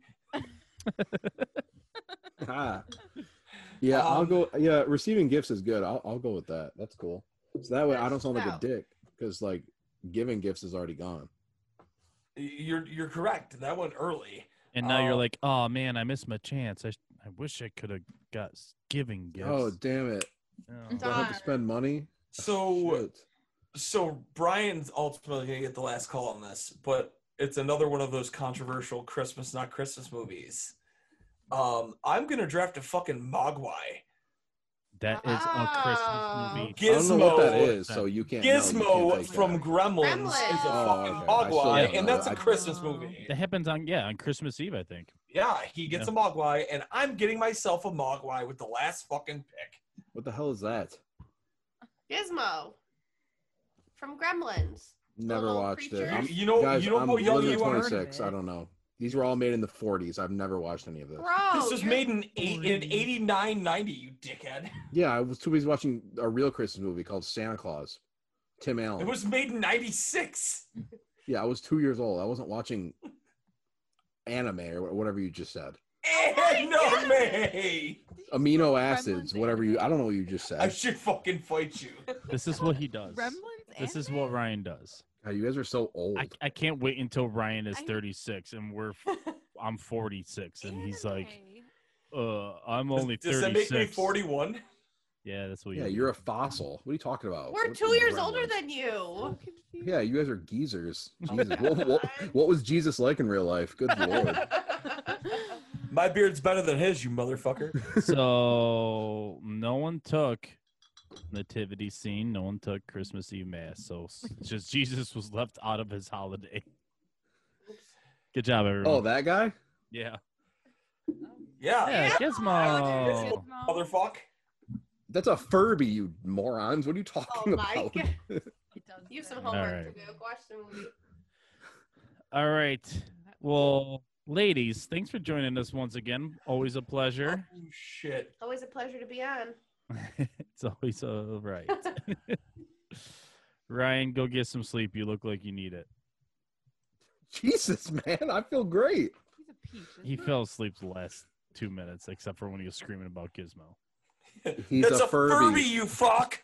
[SPEAKER 2] Ah. yeah, I'll
[SPEAKER 1] Um,
[SPEAKER 2] go. Yeah, receiving gifts is good. I'll, I'll go with that. That's cool. So that way I don't sound like a
[SPEAKER 4] Wow.
[SPEAKER 2] dick because like giving gifts is already gone.
[SPEAKER 1] You're you're correct. That went early.
[SPEAKER 3] and now you're
[SPEAKER 1] Oh.
[SPEAKER 3] like, oh man, I missed my chance. I, sh- I wish I could have got s- giving gifts.
[SPEAKER 2] Oh damn it!
[SPEAKER 3] Oh.
[SPEAKER 2] Do I have to spend money?
[SPEAKER 1] So
[SPEAKER 2] Shit.
[SPEAKER 1] so Brian's ultimately gonna get the last call on this, but it's another one of those controversial Christmas not Christmas movies. Um, I'm gonna draft a fucking Mogwai.
[SPEAKER 3] That is a
[SPEAKER 4] Wow.
[SPEAKER 3] Christmas
[SPEAKER 2] I
[SPEAKER 3] movie.
[SPEAKER 2] don't know what that
[SPEAKER 1] Gizmo.
[SPEAKER 2] is, so you can't. no, you
[SPEAKER 1] Gizmo
[SPEAKER 2] can't take
[SPEAKER 1] from
[SPEAKER 2] that.
[SPEAKER 1] Gremlins, is a
[SPEAKER 4] Gremlins.
[SPEAKER 1] fucking
[SPEAKER 2] Oh, okay. I still
[SPEAKER 1] Mogwai,
[SPEAKER 2] don't
[SPEAKER 1] and
[SPEAKER 2] know.
[SPEAKER 1] that's
[SPEAKER 2] I-
[SPEAKER 1] a Christmas
[SPEAKER 6] Wow.
[SPEAKER 1] movie.
[SPEAKER 3] That happens on yeah on Christmas Eve, I think.
[SPEAKER 1] Yeah, he gets
[SPEAKER 3] Yeah.
[SPEAKER 1] a Mogwai, and I'm getting myself a Mogwai with the last fucking pick.
[SPEAKER 2] What the hell is that?
[SPEAKER 4] Gizmo from Gremlins.
[SPEAKER 2] Never
[SPEAKER 4] little
[SPEAKER 2] watched
[SPEAKER 4] creature.
[SPEAKER 2] it. I'm,
[SPEAKER 1] you know,
[SPEAKER 2] guys,
[SPEAKER 1] you know
[SPEAKER 2] I'm
[SPEAKER 1] how young
[SPEAKER 2] literally
[SPEAKER 1] you are.
[SPEAKER 2] 26. I don't know. These were all made in the 40s. I've never watched any of this.
[SPEAKER 4] Bro,
[SPEAKER 1] This was
[SPEAKER 4] Oh, you're-
[SPEAKER 1] made in eight in 89, 90, you dickhead.
[SPEAKER 2] Yeah, I was too busy watching a real Christmas movie called Santa Claus. Tim Allen.
[SPEAKER 1] It was made in ninety six.
[SPEAKER 2] Yeah, I was two years old. I wasn't watching anime or wha- whatever you just said.
[SPEAKER 4] Oh
[SPEAKER 1] no way.
[SPEAKER 6] Did you
[SPEAKER 2] Amino
[SPEAKER 6] call
[SPEAKER 2] acids,
[SPEAKER 6] Gremlins
[SPEAKER 2] whatever you. I don't know what you just
[SPEAKER 1] I
[SPEAKER 2] said.
[SPEAKER 1] should fucking fight you.
[SPEAKER 3] This is what he does.
[SPEAKER 6] Gremlins.
[SPEAKER 3] This is
[SPEAKER 6] anime?
[SPEAKER 3] what Ryan does.
[SPEAKER 2] God, you guys are so old.
[SPEAKER 3] I, I can't wait until Ryan is
[SPEAKER 6] I-
[SPEAKER 3] 36 and we're f- I'm 46 and he's like,
[SPEAKER 6] Anime.
[SPEAKER 3] uh, I'm only
[SPEAKER 1] Does that make me
[SPEAKER 3] 36.
[SPEAKER 1] forty one?
[SPEAKER 3] Yeah, that's what.
[SPEAKER 2] yeah,
[SPEAKER 3] you
[SPEAKER 2] you're a fossil. What are you talking about?
[SPEAKER 4] We're
[SPEAKER 2] "Oh, What-
[SPEAKER 4] two years older
[SPEAKER 2] Gremlins.
[SPEAKER 4] than you.
[SPEAKER 6] So confused.
[SPEAKER 2] Yeah, you guys are geezers. Jesus. what, what, what was Jesus like in real life? Good lord.
[SPEAKER 1] My beard's better than his, you motherfucker.
[SPEAKER 3] so no one took nativity scene. No one took Christmas Eve mass. So s- just Jesus was left out of his holiday. Good job, everyone.
[SPEAKER 2] Oh, that guy?
[SPEAKER 3] yeah,
[SPEAKER 1] Yeah,
[SPEAKER 3] yeah, Gizmo.
[SPEAKER 1] motherfuck.
[SPEAKER 2] That's a Furby, you morons. What are you
[SPEAKER 4] Oh
[SPEAKER 2] talking
[SPEAKER 4] my
[SPEAKER 2] about?
[SPEAKER 4] god.
[SPEAKER 6] It does
[SPEAKER 4] You have
[SPEAKER 6] say.
[SPEAKER 4] some homework
[SPEAKER 3] right.
[SPEAKER 4] to do. Go watch the movie.
[SPEAKER 3] All right. Well, ladies, thanks for joining us once again. Always a pleasure.
[SPEAKER 1] Oh, shit.
[SPEAKER 4] Always a pleasure to be on.
[SPEAKER 3] it's always all right. Ryan, go get some sleep. You look like you need it.
[SPEAKER 2] Jesus, man. I feel great.
[SPEAKER 6] He's a peach. isn't
[SPEAKER 3] He fell asleep the last two minutes, except for when he was screaming about Gizmo.
[SPEAKER 2] He's
[SPEAKER 1] That's
[SPEAKER 2] a Furby.
[SPEAKER 1] you fuck.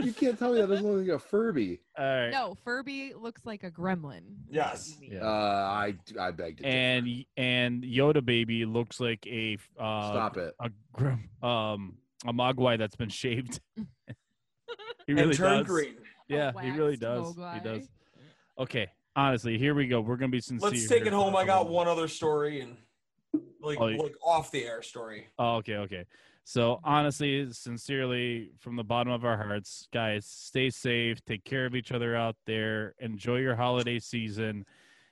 [SPEAKER 2] You can't tell me that doesn't look like a Furby.
[SPEAKER 3] All right.
[SPEAKER 6] No, Furby looks like a gremlin.
[SPEAKER 1] Yes.
[SPEAKER 3] Yeah.
[SPEAKER 2] Uh, I, I beg to differ.
[SPEAKER 3] And y- and Yoda baby looks like a uh,
[SPEAKER 2] Stop it.
[SPEAKER 3] a grim, um a mogwai that's been shaved. he
[SPEAKER 1] and
[SPEAKER 3] really
[SPEAKER 1] turn
[SPEAKER 3] does.
[SPEAKER 1] green.
[SPEAKER 3] Yeah, he really
[SPEAKER 6] waxed
[SPEAKER 3] does. He
[SPEAKER 6] mogwai.
[SPEAKER 3] does. Okay, honestly, here we go. We're gonna be sincere.
[SPEAKER 1] Let's take
[SPEAKER 3] here
[SPEAKER 1] it home.
[SPEAKER 3] for
[SPEAKER 1] I
[SPEAKER 3] a
[SPEAKER 1] got
[SPEAKER 3] little-
[SPEAKER 1] one other story and like
[SPEAKER 3] Oh, you-
[SPEAKER 1] like off the air story.
[SPEAKER 3] Oh, okay, okay. So honestly, sincerely, from the bottom of our hearts, guys, stay safe. Take care of each other out there. Enjoy your holiday season.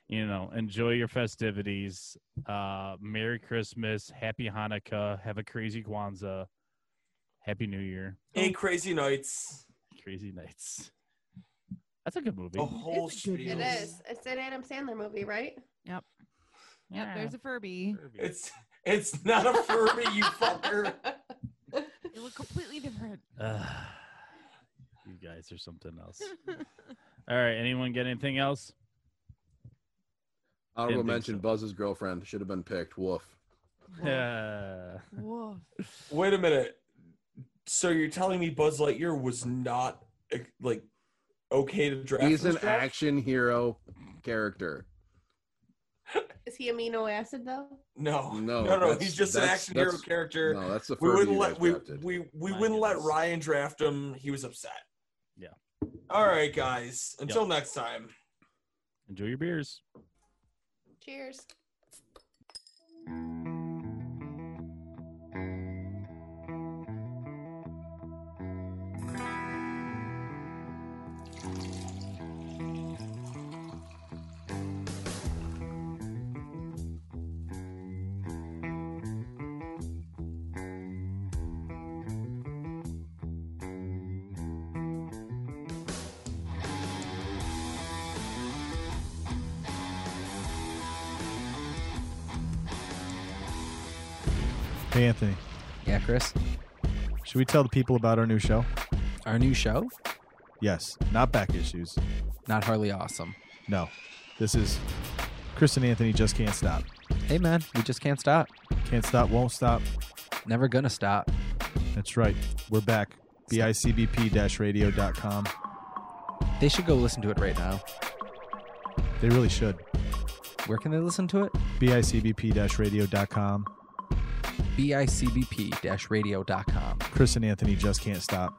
[SPEAKER 3] You know, enjoy your festivities. Uh, Merry Christmas. Happy Hanukkah. Have a crazy Kwanzaa. Happy New Year.
[SPEAKER 4] Oh.
[SPEAKER 1] Eight crazy nights.
[SPEAKER 3] Crazy nights. That's a good movie.
[SPEAKER 1] The whole
[SPEAKER 6] It's a good
[SPEAKER 1] spiel.
[SPEAKER 4] It
[SPEAKER 6] Yes.
[SPEAKER 4] is. It's an Adam Sandler movie, right?
[SPEAKER 6] Yep,
[SPEAKER 3] Yeah.
[SPEAKER 6] there's a Furby.
[SPEAKER 1] It's it's not a Furby, you fucker.
[SPEAKER 6] They look completely different.
[SPEAKER 3] Ah, you guys are something else. All right. Anyone get anything else?
[SPEAKER 2] Honorable
[SPEAKER 3] Didn't think
[SPEAKER 2] mention
[SPEAKER 3] so.
[SPEAKER 2] Buzz's girlfriend should have been picked. Woof.
[SPEAKER 3] Yeah.
[SPEAKER 6] Woof.
[SPEAKER 1] Wait a minute. So you're telling me Buzz Lightyear was not eh, like okay to draft?
[SPEAKER 2] He's
[SPEAKER 1] this
[SPEAKER 2] an
[SPEAKER 1] draft?
[SPEAKER 2] action hero character.
[SPEAKER 4] Is he amino acid though?
[SPEAKER 1] No,
[SPEAKER 2] No,
[SPEAKER 1] no, no.
[SPEAKER 2] that's-
[SPEAKER 1] He's just an
[SPEAKER 2] that's-
[SPEAKER 1] action hero
[SPEAKER 2] that's-
[SPEAKER 1] character.
[SPEAKER 2] No, that's the
[SPEAKER 1] we
[SPEAKER 2] first
[SPEAKER 1] wouldn't
[SPEAKER 2] you
[SPEAKER 1] let
[SPEAKER 2] guys
[SPEAKER 1] we
[SPEAKER 2] drafted.
[SPEAKER 1] we, we
[SPEAKER 3] My
[SPEAKER 1] wouldn't let
[SPEAKER 3] goodness.
[SPEAKER 1] Ryan draft him. He was upset.
[SPEAKER 3] Yeah.
[SPEAKER 1] All right, guys. Until next time.
[SPEAKER 3] Enjoy your beers.
[SPEAKER 4] Cheers.
[SPEAKER 8] Hey, Anthony,
[SPEAKER 9] Yeah, Chris.
[SPEAKER 8] should we tell the people about our new show?
[SPEAKER 9] Our new show,
[SPEAKER 8] Yes, not back issues.
[SPEAKER 9] not hardly awesome.
[SPEAKER 8] No, this is Chris and Anthony just can't stop.
[SPEAKER 9] Hey, man, we just can't stop.
[SPEAKER 8] Can't stop, won't stop.
[SPEAKER 9] Never gonna stop.
[SPEAKER 8] That's right. We're back. BICBP radio.com.
[SPEAKER 9] They should go listen to it right now.
[SPEAKER 8] They really should.
[SPEAKER 9] Where can they listen to it?
[SPEAKER 8] BICBP radio.com.
[SPEAKER 9] bicbp radio.com.
[SPEAKER 8] Chris and Anthony just can't stop.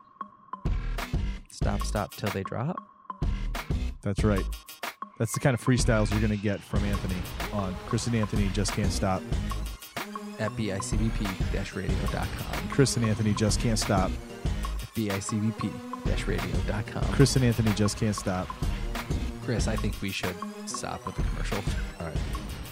[SPEAKER 9] Stop, stop till they drop.
[SPEAKER 8] That's right. That's the kind of freestyles you're going to get from Anthony on Chris and Anthony just can't stop.
[SPEAKER 9] At bicbp radio.com.
[SPEAKER 8] Chris and Anthony just can't stop.
[SPEAKER 9] bicbp radio.com.
[SPEAKER 8] Chris and Anthony just can't stop.
[SPEAKER 9] Chris, I think we should stop with the commercial.
[SPEAKER 8] All right.